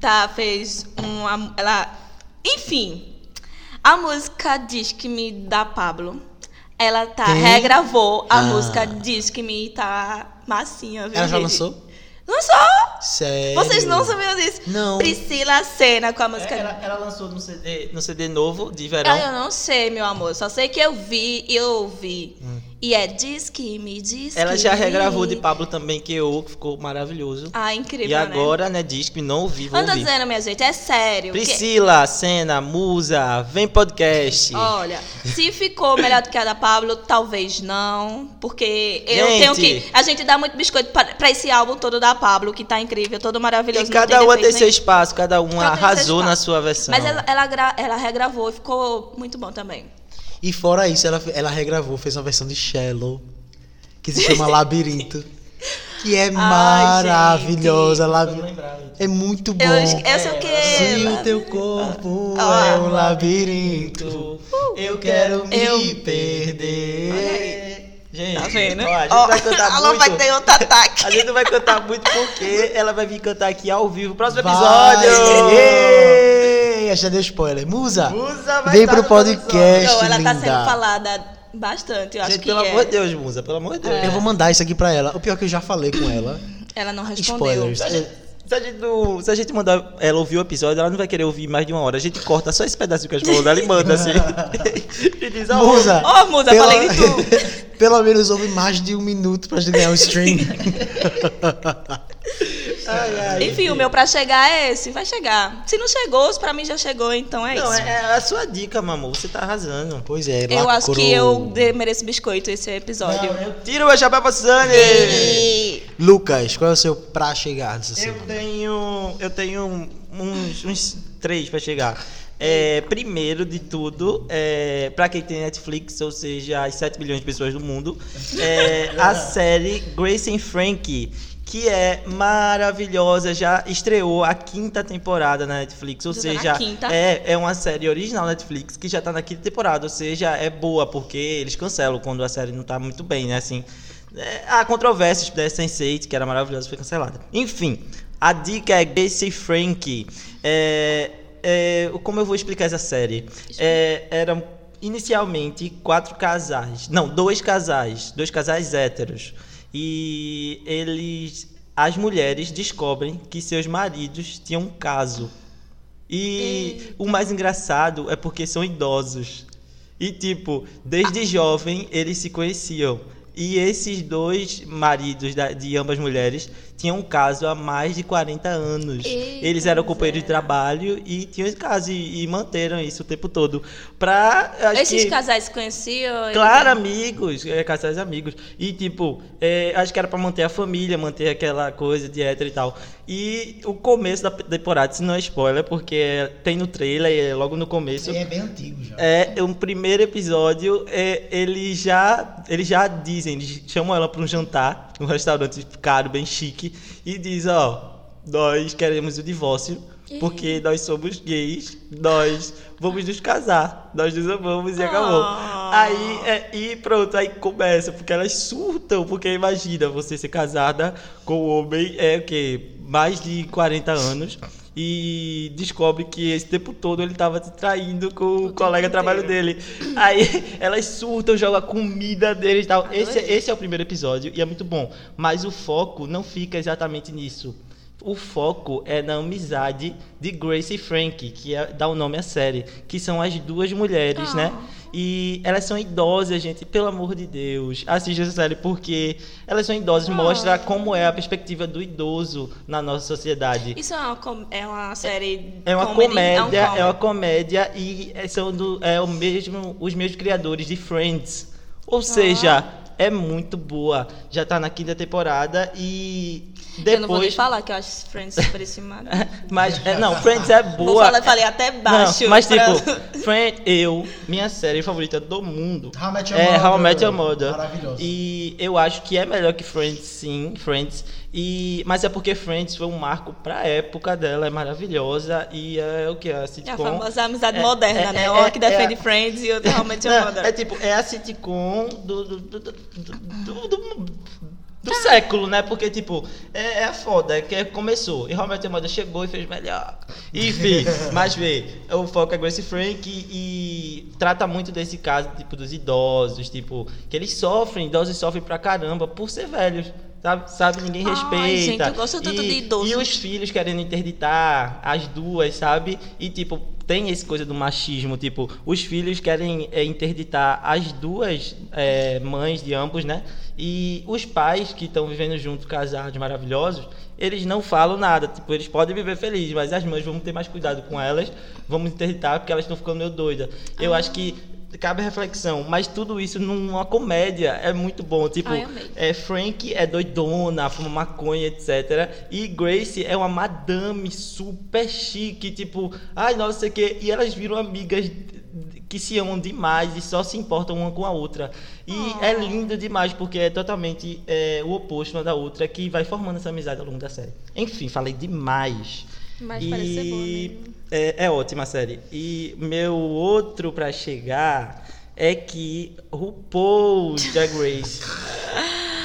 Speaker 3: tá, fez uma. Ela, enfim, a música Diz que me dá Pablo. Ela tá,
Speaker 1: Tem?
Speaker 3: regravou a
Speaker 1: Ah.
Speaker 3: música Diz que me tá massinha, viu?
Speaker 1: Ela já
Speaker 3: gente?
Speaker 1: lançou?
Speaker 3: Lançou!
Speaker 1: Sério?
Speaker 3: Vocês não sabiam disso?
Speaker 1: Não.
Speaker 3: Priscila Senna com a música.
Speaker 2: lançou no CD, no CD novo de verão.
Speaker 3: Ah, eu não sei, meu amor. Só sei que eu vi e eu ouvi. E é diz que me diz
Speaker 2: Hum. Ela
Speaker 3: que
Speaker 2: já
Speaker 3: me-
Speaker 2: regravou de Pablo também, que eu, que ficou maravilhoso.
Speaker 3: Ah, incrível,
Speaker 2: e
Speaker 3: né?
Speaker 2: agora, né, diz que não ouvi, vou
Speaker 3: Anda
Speaker 2: ouvir.
Speaker 3: dizendo, minha gente, é sério. que-
Speaker 2: Priscila, Senna, Musa, vem podcast.
Speaker 3: Olha, se ficou melhor do que a da Pablo, talvez não, porque eu
Speaker 2: Gente.
Speaker 3: tenho que. A gente dá muito biscoito pra, pra esse álbum todo da Pablo, que tá incrível, todo maravilhoso.
Speaker 2: E
Speaker 3: não
Speaker 2: cada uma tem
Speaker 3: defeito
Speaker 2: seu
Speaker 3: nenhum.
Speaker 2: espaço, cada uma
Speaker 3: Cada um tem seu
Speaker 2: arrasou
Speaker 3: espaço.
Speaker 2: na sua versão.
Speaker 3: Mas ela, ela, gra- ela regravou e ficou muito bom também.
Speaker 1: E fora isso, ela, ela regravou, fez uma versão de Shallow, que se chama Labirinto. Que é maravilhosa. labi- É muito bom.
Speaker 3: Eu, acho que- é eu sei o
Speaker 1: Se o
Speaker 3: que.
Speaker 1: teu corpo
Speaker 3: Ah.
Speaker 1: é um labirinto,
Speaker 2: Eu quero
Speaker 3: me Eu-
Speaker 2: perder. Gente,
Speaker 3: Tá Uh! vendo?
Speaker 2: ó, a gente
Speaker 3: Ó,
Speaker 2: vai cantar
Speaker 3: ela
Speaker 2: muito.
Speaker 3: vai ter um- outro ataque.
Speaker 2: A gente vai cantar muito porque ela vai vir cantar aqui ao vivo. Próximo
Speaker 1: Vai.
Speaker 2: episódio!
Speaker 1: Ei, já deu spoiler. Musa,
Speaker 2: Musa vai
Speaker 1: vem
Speaker 2: tá
Speaker 1: pro
Speaker 2: na produção.
Speaker 1: podcast,
Speaker 3: Não, ela tá
Speaker 1: linda.
Speaker 3: sendo falada bastante, eu acho
Speaker 2: Gente,
Speaker 3: que
Speaker 2: pelo
Speaker 3: é.
Speaker 2: amor de Deus, Musa, pelo amor de Deus.
Speaker 1: Eu vou mandar isso aqui pra ela. O pior é que eu já falei com ela.
Speaker 3: Ela não respondeu.
Speaker 1: Spoilers.
Speaker 2: Se a, gente não- se a gente mandar ela ouvir o episódio, ela não vai querer ouvir mais de uma hora. A gente corta só esse pedacinho que a gente falou dela e manda assim. e diz, ó,
Speaker 1: Musa,
Speaker 3: Ó, Musa, falei de
Speaker 1: pelo menos houve mais de um minuto pra gente ganhar o stream.
Speaker 2: Ai, ai.
Speaker 3: Enfim, o meu pra chegar é esse. Vai chegar. Se não chegou, se pra mim já chegou, então é
Speaker 2: Não,
Speaker 3: isso.
Speaker 2: é, é a sua dica, mamô. Você tá arrasando.
Speaker 1: Pois é,
Speaker 3: Eu acho
Speaker 1: lacrou.
Speaker 3: que eu de- mereço biscoito esse episódio.
Speaker 2: Não, eu tiro meu chapéu pra Suzane.
Speaker 3: E-
Speaker 1: Lucas, qual é o seu pra chegar dessa
Speaker 2: Eu
Speaker 1: semana?
Speaker 2: tenho. Eu tenho um, uns, uns três pra chegar. É, primeiro de tudo, é, pra quem tem Netflix, ou seja, as 7 bilhões de pessoas do mundo, é, a série Grace and Frankie, que é maravilhosa, já estreou a quinta temporada na Netflix, ou
Speaker 3: Já tá na
Speaker 2: seja,
Speaker 3: quinta.
Speaker 2: é, é uma série original Netflix que já tá na quinta temporada, ou seja, é boa, porque eles cancelam quando a série não tá muito bem, né? Assim, é, há controvérsias da Sense8, que era maravilhosa, foi cancelada. Enfim, a dica é Gracie Frank. É, é, como eu vou explicar essa série? É, eram inicialmente quatro casais, não, dois casais, dois casais héteros. E eles, as mulheres descobrem que seus maridos tinham um caso. E o mais engraçado é porque são idosos. E tipo, desde
Speaker 3: Ah.
Speaker 2: jovem eles se conheciam. E esses dois maridos da- de ambas mulheres tinham um caso há mais de 40 anos.
Speaker 3: Eita,
Speaker 2: eles eram companheiros de
Speaker 3: miséria.
Speaker 2: trabalho e tinham esse caso e, e manteram isso o tempo todo. Pra, acho
Speaker 3: Esses
Speaker 2: que-
Speaker 3: casais se conheciam? eles-
Speaker 2: Claro, amigos, é, casais amigos. E, tipo, é, acho que era pra manter a família, manter aquela coisa de hétero e tal. E o começo da temporada, se não é spoiler, porque tem no trailer, é logo no começo.
Speaker 4: Isso aí é bem antigo já.
Speaker 2: É, um primeiro episódio, é, eles já eles já dizem, eles chamam ela para um jantar, um restaurante caro, bem chique, e diz, ó, nós queremos o divórcio, porque nós somos gays, nós vamos nos casar, nós nos amamos e acabou.
Speaker 3: Ah.
Speaker 2: Aí, é, e pronto, aí começa, porque elas surtam, porque imagina você ser casada com um homem, é o quê? Mais de 40 anos. E descobre que esse tempo todo ele tava te traindo com o, colega de trabalho dele. Aí elas surtam, jogam a comida dele e tal. Esse,
Speaker 3: Adorei.
Speaker 2: esse é o primeiro episódio e é muito bom. Mas o foco não fica exatamente nisso. O foco é na amizade de Grace e Frank, que é- dá o nome à série, que são as duas mulheres,
Speaker 3: Ah.
Speaker 2: né? E elas são idosas, gente, pelo amor de Deus. Assista essa série porque elas são idosas, mostra como é a perspectiva do idoso na nossa sociedade.
Speaker 3: Isso é uma, com- é uma série.
Speaker 2: É uma
Speaker 3: comedy? um
Speaker 2: comédia,
Speaker 3: comedy.
Speaker 2: é uma comédia e é- são do, é o mesmo, os mesmos criadores de Friends. Ou
Speaker 3: Ah.
Speaker 2: seja, é muito boa. Já tá na quinta temporada e depois
Speaker 3: Eu não vou nem falar que eu acho Friends superestimado.
Speaker 2: mas é, não, Friends é
Speaker 3: Vou
Speaker 2: boa.
Speaker 3: falar, falei até baixo.
Speaker 2: Não, mas
Speaker 3: pra-
Speaker 2: tipo, Friends, eu, minha série favorita do mundo.
Speaker 4: How I Met Your
Speaker 2: é
Speaker 4: Mother.
Speaker 2: How I Met Your Mother.
Speaker 4: Maravilhosa.
Speaker 2: E eu acho que é melhor que Friends, sim, Friends. E, mas é porque Friends foi um marco pra época dela, é maravilhosa e é o que é a
Speaker 3: É a
Speaker 2: sitcom.
Speaker 3: famosa amizade
Speaker 2: É,
Speaker 3: moderna,
Speaker 2: é,
Speaker 3: né?
Speaker 2: é,
Speaker 3: Uma que
Speaker 2: é,
Speaker 3: defende
Speaker 2: é.
Speaker 3: Friends e outra realmente é
Speaker 2: Não,
Speaker 3: Mother.
Speaker 2: é tipo, é a sitcom do. do, do, do, do- do-
Speaker 3: Tá.
Speaker 2: do século, né? Porque, tipo, é, é foda, é que começou. E realmente a moda chegou e fez melhor. Enfim, mas vê, o foco é Grace Frank e, e trata muito desse caso, tipo, dos idosos, tipo, que eles sofrem, idosos sofrem pra caramba por ser velhos. Sabe, sabe ninguém
Speaker 3: Ai,
Speaker 2: respeita.
Speaker 3: gente, eu gosto tanto
Speaker 2: e,
Speaker 3: de idoso.
Speaker 2: E os filhos querendo interditar as duas, sabe? E tipo, tem essa coisa do machismo, tipo, os filhos querem é, interditar as duas é, mães de ambos, né? E os pais que estão vivendo junto, casados, maravilhosos, eles não falam nada, tipo, eles podem viver felizes, mas as mães vamos ter mais cuidado com elas, vamos interditar porque elas estão ficando meio doidas. Eu acho que cabe reflexão, mas tudo isso numa comédia é muito bom, tipo,
Speaker 3: Ai, amei.
Speaker 2: é, Frank é doidona, fuma maconha, etc. E Grace é uma madame super chique, tipo, ai, nossa, sei o quê. E elas viram amigas que se amam demais e só se importam uma com a outra. E é
Speaker 3: Ah.
Speaker 2: lindo demais, porque é totalmente é, o oposto uma da outra, que vai formando essa amizade ao longo da série. Enfim, falei demais.
Speaker 3: Mas parece ser boa mesmo.
Speaker 2: É, é ótima a série. E meu outro pra chegar é que RuPaul Drag Race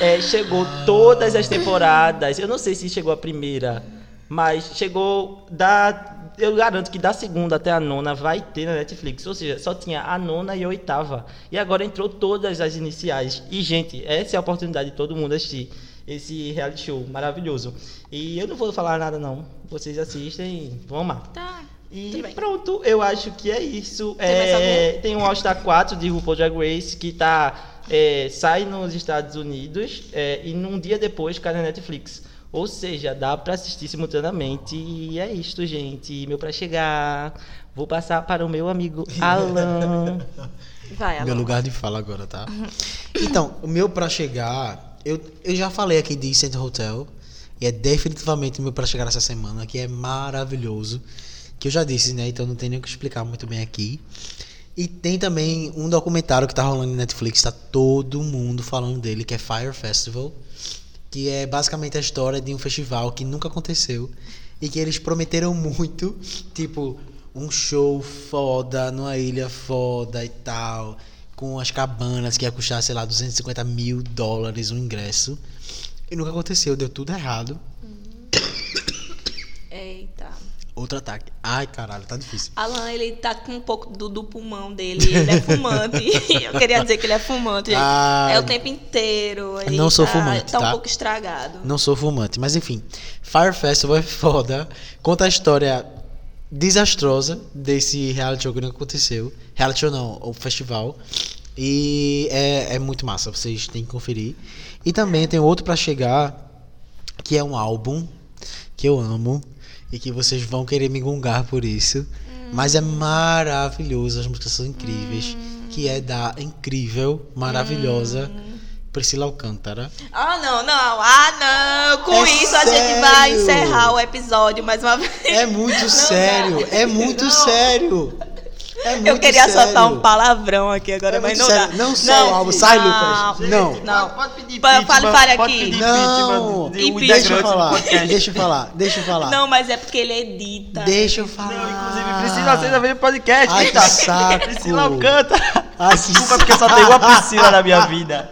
Speaker 2: é, chegou todas as temporadas. Eu não sei se chegou a primeira, mas chegou da. Eu garanto que da segunda até a nona vai ter na Netflix. Ou seja, só tinha a nona e a oitava. E agora entrou todas as iniciais. E, gente, essa é a oportunidade de todo mundo assistir esse reality show maravilhoso. E eu não vou falar nada, não. Vocês assistem e vão amar.
Speaker 3: Tá.
Speaker 2: E
Speaker 3: Tudo bem.
Speaker 2: pronto, eu acho que é isso.
Speaker 3: Tem mais
Speaker 2: É,
Speaker 3: algum?
Speaker 2: tem um All Star 4 de RuPaul Drag Race que tá, é, sai nos Estados Unidos é, e num dia depois cai na Netflix. Ou seja, dá para assistir simultaneamente. E é isto, gente. Meu para chegar. Vou passar para o meu amigo Alan.
Speaker 3: Vai, Alan.
Speaker 1: Meu lugar de fala agora, tá? Então, o meu pra chegar, eu, eu já falei aqui de Center Hotel, e é definitivamente o meu pra chegar essa semana, que é maravilhoso. Que eu já disse, né? Então não tem nem o que explicar muito bem aqui. E tem também um documentário que tá rolando no Netflix, tá todo mundo falando dele, que é Fire Festival, que é basicamente a história de um festival que nunca aconteceu e que eles prometeram muito, tipo, um show foda numa ilha foda e tal, com as cabanas que ia custar, sei lá, 250 mil dólares o ingresso. E nunca aconteceu, deu tudo errado.
Speaker 3: Eita.
Speaker 1: Outro ataque. Ai, caralho, tá difícil.
Speaker 3: Alan, ele tá com um pouco do, do pulmão dele. Ele é fumante. Eu queria dizer que ele é fumante. gente.
Speaker 1: Ah.
Speaker 3: é o tempo inteiro. Ele
Speaker 1: Não sou
Speaker 3: tá,
Speaker 1: fumante,
Speaker 3: Tá um
Speaker 1: tá?
Speaker 3: pouco estragado.
Speaker 1: Não sou fumante, mas enfim. Fire Festival é foda. Conta a história desastrosa desse reality show que nunca aconteceu. Reality show não, o festival. E é, é muito massa, vocês têm que conferir. E também tem outro pra chegar, que é um álbum que eu amo e que vocês vão querer me gongar por isso. Mas é maravilhoso, as músicas são incríveis. Que é da incrível, maravilhosa Priscila Alcântara.
Speaker 3: Ah, não, não. Ah, não. Com
Speaker 1: É
Speaker 3: isso a gente vai
Speaker 1: sério.
Speaker 3: encerrar o episódio mais uma vez.
Speaker 1: É muito sério, é muito sério. É muito
Speaker 3: Eu queria
Speaker 1: sério.
Speaker 3: soltar um palavrão aqui agora,
Speaker 1: É
Speaker 3: mas
Speaker 1: muito
Speaker 3: não
Speaker 1: sério.
Speaker 3: dá.
Speaker 1: Não sai o álbum, sai, Lucas. Não.
Speaker 3: Não.
Speaker 2: Pode pedir
Speaker 3: Pa- fale- fale
Speaker 2: pode
Speaker 3: aqui.
Speaker 2: pedir
Speaker 1: Não,
Speaker 2: impeachment de um
Speaker 3: Impeachment.
Speaker 1: deixa eu
Speaker 2: integrante do
Speaker 1: falar,
Speaker 2: podcast.
Speaker 1: deixa eu falar, deixa eu falar.
Speaker 3: Não, mas é porque ele edita.
Speaker 1: Deixa eu falar.
Speaker 2: Não, inclusive, Priscila, você já veio no podcast.
Speaker 1: Ah. Ai,
Speaker 2: Eita,
Speaker 1: que saco.
Speaker 2: tá? Priscila Alcântara.
Speaker 1: Ai, que
Speaker 2: Desculpa, porque só tem uma Priscila na minha vida.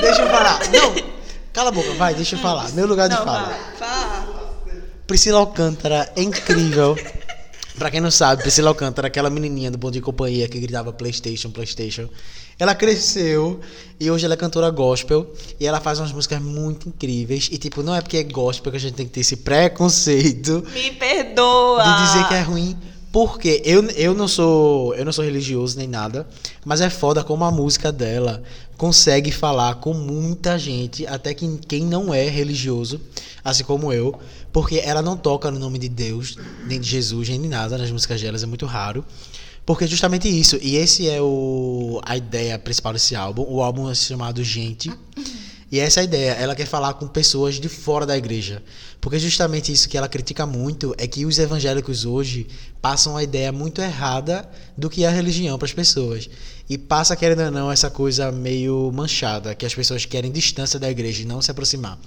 Speaker 1: Deixa eu falar. Não, cala a boca, vai, deixa eu falar. Meu lugar de
Speaker 3: Não,
Speaker 1: fala.
Speaker 3: fala, fala.
Speaker 1: Priscila Alcântara é incrível. pra quem não sabe, Priscila Alcântara, aquela menininha do Bom Dia e Companhia que gritava PlayStation, PlayStation. Ela cresceu e hoje ela é cantora gospel e ela faz umas músicas muito incríveis. E, tipo, não é porque é gospel que a gente tem que ter esse preconceito
Speaker 3: Me perdoa.
Speaker 1: de dizer que é ruim. Porque eu, eu não sou eu não sou religioso nem nada, mas é foda como a música dela consegue falar com muita gente, até que quem não é religioso, assim como eu, porque ela não toca no nome de Deus, nem de Jesus, nem de nada nas músicas delas, é muito raro. Porque é justamente isso, e esse é o a ideia principal desse álbum, o álbum é chamado Gente. E essa é a ideia, ela quer falar com pessoas de fora da igreja. Porque justamente isso que ela critica muito é que os evangélicos hoje passam a ideia muito errada do que é a religião para as pessoas. E passa, querendo ou não, essa coisa meio manchada, que as pessoas querem distância da igreja e não se aproximar.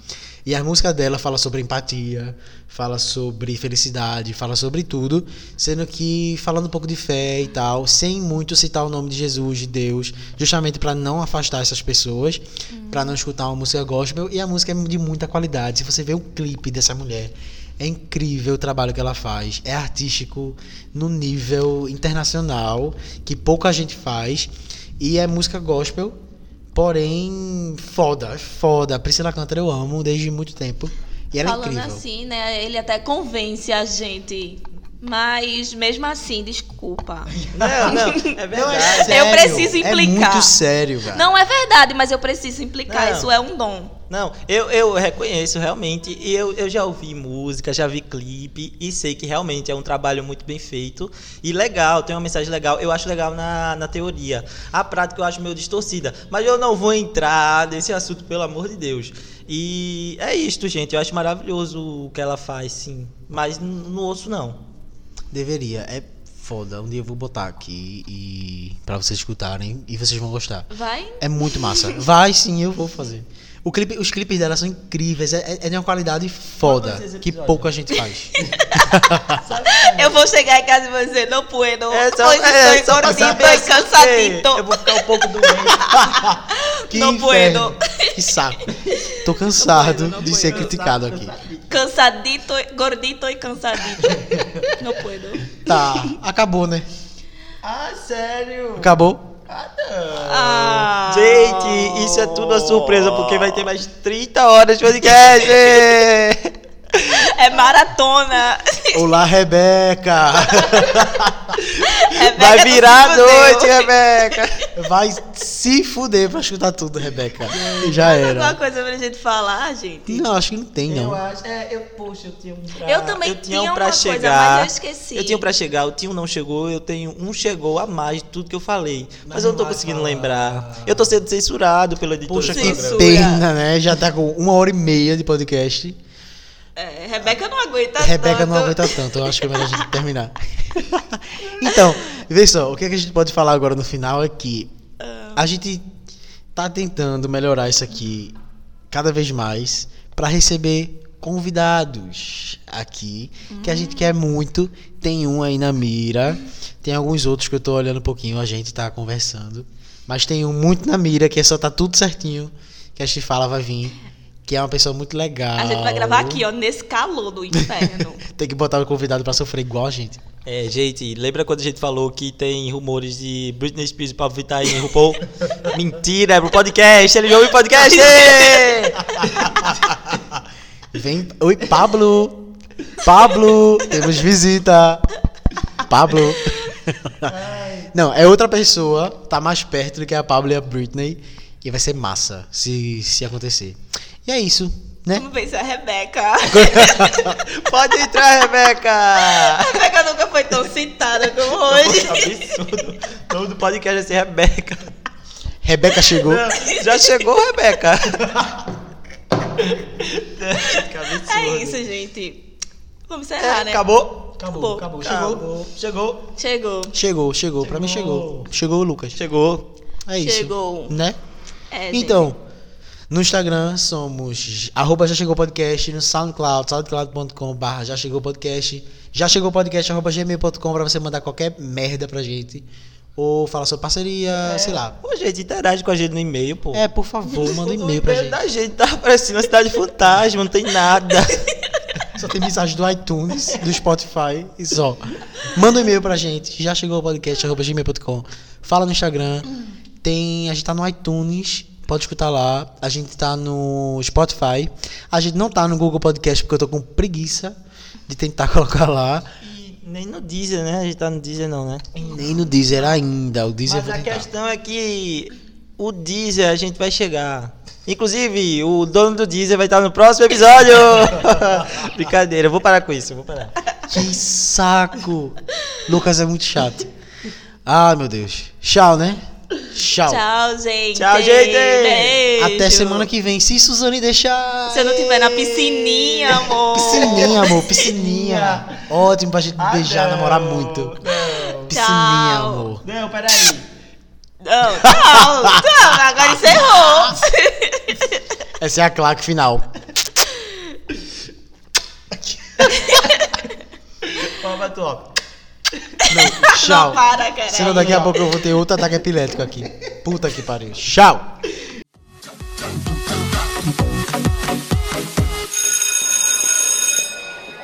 Speaker 1: E a música dela fala sobre empatia, fala sobre felicidade, fala sobre tudo, sendo que falando um pouco de fé e tal, sem muito citar o nome de Jesus, de Deus, justamente pra não afastar essas pessoas, pra não escutar uma música gospel. E a música é de muita qualidade. Se você vê o clipe dessa mulher, é incrível o trabalho que ela faz. É artístico no nível internacional que pouca gente faz e é música gospel. Porém, foda, é foda. A Priscila Cantor eu amo desde muito tempo. E ela
Speaker 3: Falando
Speaker 1: é incrível.
Speaker 3: assim, né? Ele até convence a gente. Mas mesmo assim, desculpa.
Speaker 2: Não, não, é
Speaker 1: Não, é
Speaker 2: verdade.
Speaker 1: sério,
Speaker 3: preciso
Speaker 1: É
Speaker 3: implicar.
Speaker 1: muito sério, cara.
Speaker 3: Não é verdade, mas eu preciso implicar.
Speaker 2: Não.
Speaker 3: Isso é um dom.
Speaker 2: Não, eu, eu reconheço realmente, e eu, eu já ouvi música, já vi clipe, e sei que realmente é um trabalho muito bem feito e legal, tem uma mensagem legal. Eu acho legal na, na teoria. A prática eu acho meio distorcida, mas eu não vou entrar nesse assunto, pelo amor de Deus. E é isto, gente, eu acho maravilhoso o que ela faz, sim, mas n- não ouço, não.
Speaker 1: Deveria, é foda. Um dia eu vou botar aqui e para vocês escutarem e vocês vão gostar.
Speaker 3: Vai?
Speaker 1: É muito massa. Vai sim, eu vou fazer. O clipe, os clipes dela são incríveis, é, é- é de uma qualidade foda,
Speaker 2: Quantos esse
Speaker 1: que
Speaker 2: episódio?
Speaker 1: pouca gente faz.
Speaker 3: Eu vou chegar em casa e vou dizer, não puedo.
Speaker 2: É
Speaker 3: pois estou
Speaker 2: passar
Speaker 3: gordito
Speaker 2: pra-
Speaker 3: e cansadito.
Speaker 1: é
Speaker 2: Eu vou ficar um pouco doente.
Speaker 1: que
Speaker 3: Não
Speaker 1: inferno,
Speaker 3: puedo.
Speaker 1: Que saco. Tô cansado
Speaker 2: Não
Speaker 1: de
Speaker 2: foi
Speaker 1: ser
Speaker 2: eu,
Speaker 1: criticado
Speaker 2: tá?
Speaker 1: aqui.
Speaker 3: Cansadito, e- gordito e cansadito. não puedo.
Speaker 1: Tá, acabou, né?
Speaker 2: Ah, sério?
Speaker 1: Acabou?
Speaker 3: Ah.
Speaker 2: Gente, isso é tudo uma surpresa, porque vai ter mais 30 horas de podcast!
Speaker 3: É É maratona.
Speaker 1: Olá, Rebeca!
Speaker 3: Rebeca
Speaker 4: Vai
Speaker 3: não se
Speaker 4: virar a
Speaker 3: fudeu.
Speaker 4: noite,
Speaker 1: é.
Speaker 4: Rebeca.
Speaker 1: Vai se fuder pra escutar tudo, Rebeca. Já
Speaker 3: Tem alguma
Speaker 1: era.
Speaker 3: coisa pra gente falar, gente?
Speaker 1: Não, acho que não tem,
Speaker 2: Eu
Speaker 1: não.
Speaker 2: acho, é, eu, poxa, eu tinha um pra,
Speaker 3: Eu também
Speaker 2: tinha
Speaker 3: tinha
Speaker 2: um pra
Speaker 3: uma coisa,
Speaker 2: chegar.
Speaker 3: mas eu esqueci.
Speaker 2: Eu tinha um pra chegar, o tio não chegou, eu tenho um chegou a mais de tudo que eu falei. Mas, eu não tô
Speaker 1: vai
Speaker 2: conseguindo
Speaker 1: falar.
Speaker 2: lembrar. Eu tô sendo censurado pela editora.
Speaker 1: Poxa,
Speaker 2: do
Speaker 1: que
Speaker 2: programa.
Speaker 3: Censura.
Speaker 1: pena, né? Já tá com uma hora e meia de podcast.
Speaker 3: É, Rebeca não aguenta
Speaker 1: Rebeca
Speaker 3: tanto.
Speaker 1: não aguenta tanto, eu acho que é melhor a gente terminar. então, vê só, o que, é que a gente pode falar agora no final é que a gente tá tentando melhorar isso aqui cada vez mais para receber convidados aqui que a gente quer muito. Tem um aí na mira, tem alguns outros que eu tô olhando um pouquinho, a gente tá conversando, mas tem um muito na mira que é só tá tudo certinho, que a gente fala vai vir. Que é uma pessoa muito legal.
Speaker 3: A gente vai gravar aqui, ó, nesse calor do inferno.
Speaker 1: Tem que botar o convidado pra sofrer igual a gente.
Speaker 2: É, gente, lembra quando a gente falou que tem rumores de Britney Spears pra Vittar em RuPaul? Mentira, é pro podcast, ele ouve podcast!
Speaker 1: Vem. Oi, Pablo! Pablo! Temos visita! Pablo! Não, é outra pessoa, tá mais perto do que a Pablo e a Britney. E vai ser massa se, se acontecer. E é isso, né?
Speaker 3: Vamos pensar, Rebeca.
Speaker 4: Pode entrar, Rebeca.
Speaker 3: Rebeca nunca foi tão citada como hoje.
Speaker 2: Absurdo. O nome do podcast é ser Rebeca.
Speaker 1: Rebeca chegou.
Speaker 4: Já chegou, Rebeca.
Speaker 3: É isso, gente. Vamos encerrar, né?
Speaker 4: Acabou?
Speaker 3: Acabou, acabou.
Speaker 2: Chegou, chegou,
Speaker 3: Chegou.
Speaker 1: Chegou, chegou. Pra mim chegou. Chegou o Lucas.
Speaker 2: chegou.
Speaker 1: É isso.
Speaker 3: Chegou.
Speaker 1: Né?
Speaker 3: É, gente.
Speaker 1: Então, no Instagram somos arroba já chegou podcast, no SoundCloud, soundcloud.com barra já chegou podcast, já chegou podcast arroba gmail.com pra você mandar qualquer merda pra gente, ou falar sobre parceria, sei lá.
Speaker 2: Ô, gente, interage com a gente no e-mail, pô.
Speaker 1: É, por favor, manda um e-mail pra gente.
Speaker 2: da gente tá parecendo a cidade fantasma, não tem nada.
Speaker 1: Só tem mensagem do iTunes, do Spotify e só. Manda um e-mail pra gente, já chegou o podcast, arroba gmail.com. Fala no Instagram. Tem, a gente tá no iTunes, pode escutar lá. A gente tá no Spotify. A gente não tá no Google Podcast porque eu tô com preguiça de tentar colocar lá.
Speaker 2: E nem no Deezer, né? A gente tá no Deezer não, né?
Speaker 1: E nem no Deezer ainda. O Deezer
Speaker 2: Mas
Speaker 1: eu
Speaker 2: a
Speaker 1: vou tentar.
Speaker 2: questão é que o Deezer a gente vai chegar. Inclusive, o dono do Deezer vai estar no próximo episódio. Brincadeira, eu vou parar com isso, eu vou parar.
Speaker 1: Que saco! Lucas é muito chato. Ah, meu Deus. Tchau, né? Tchau.
Speaker 3: Tchau, gente.
Speaker 2: Tchau, gente.
Speaker 3: Beijo.
Speaker 1: Até semana que vem. Se Suzane deixar.
Speaker 3: Se eu não tiver na piscininha, amor.
Speaker 1: Piscininha, Ah, amor, piscininha. Ótimo pra gente beijar, namorar muito. Piscininha,
Speaker 3: Tchau.
Speaker 1: amor.
Speaker 2: Não, peraí.
Speaker 3: Não, não, não. Agora encerrou.
Speaker 1: Essa é a claque final.
Speaker 2: Palma tua.
Speaker 1: Não, tchau.
Speaker 3: Não para, cara.
Speaker 1: Senão daqui a pouco eu vou ter outro ataque epilético aqui. Puta que pariu. Tchau.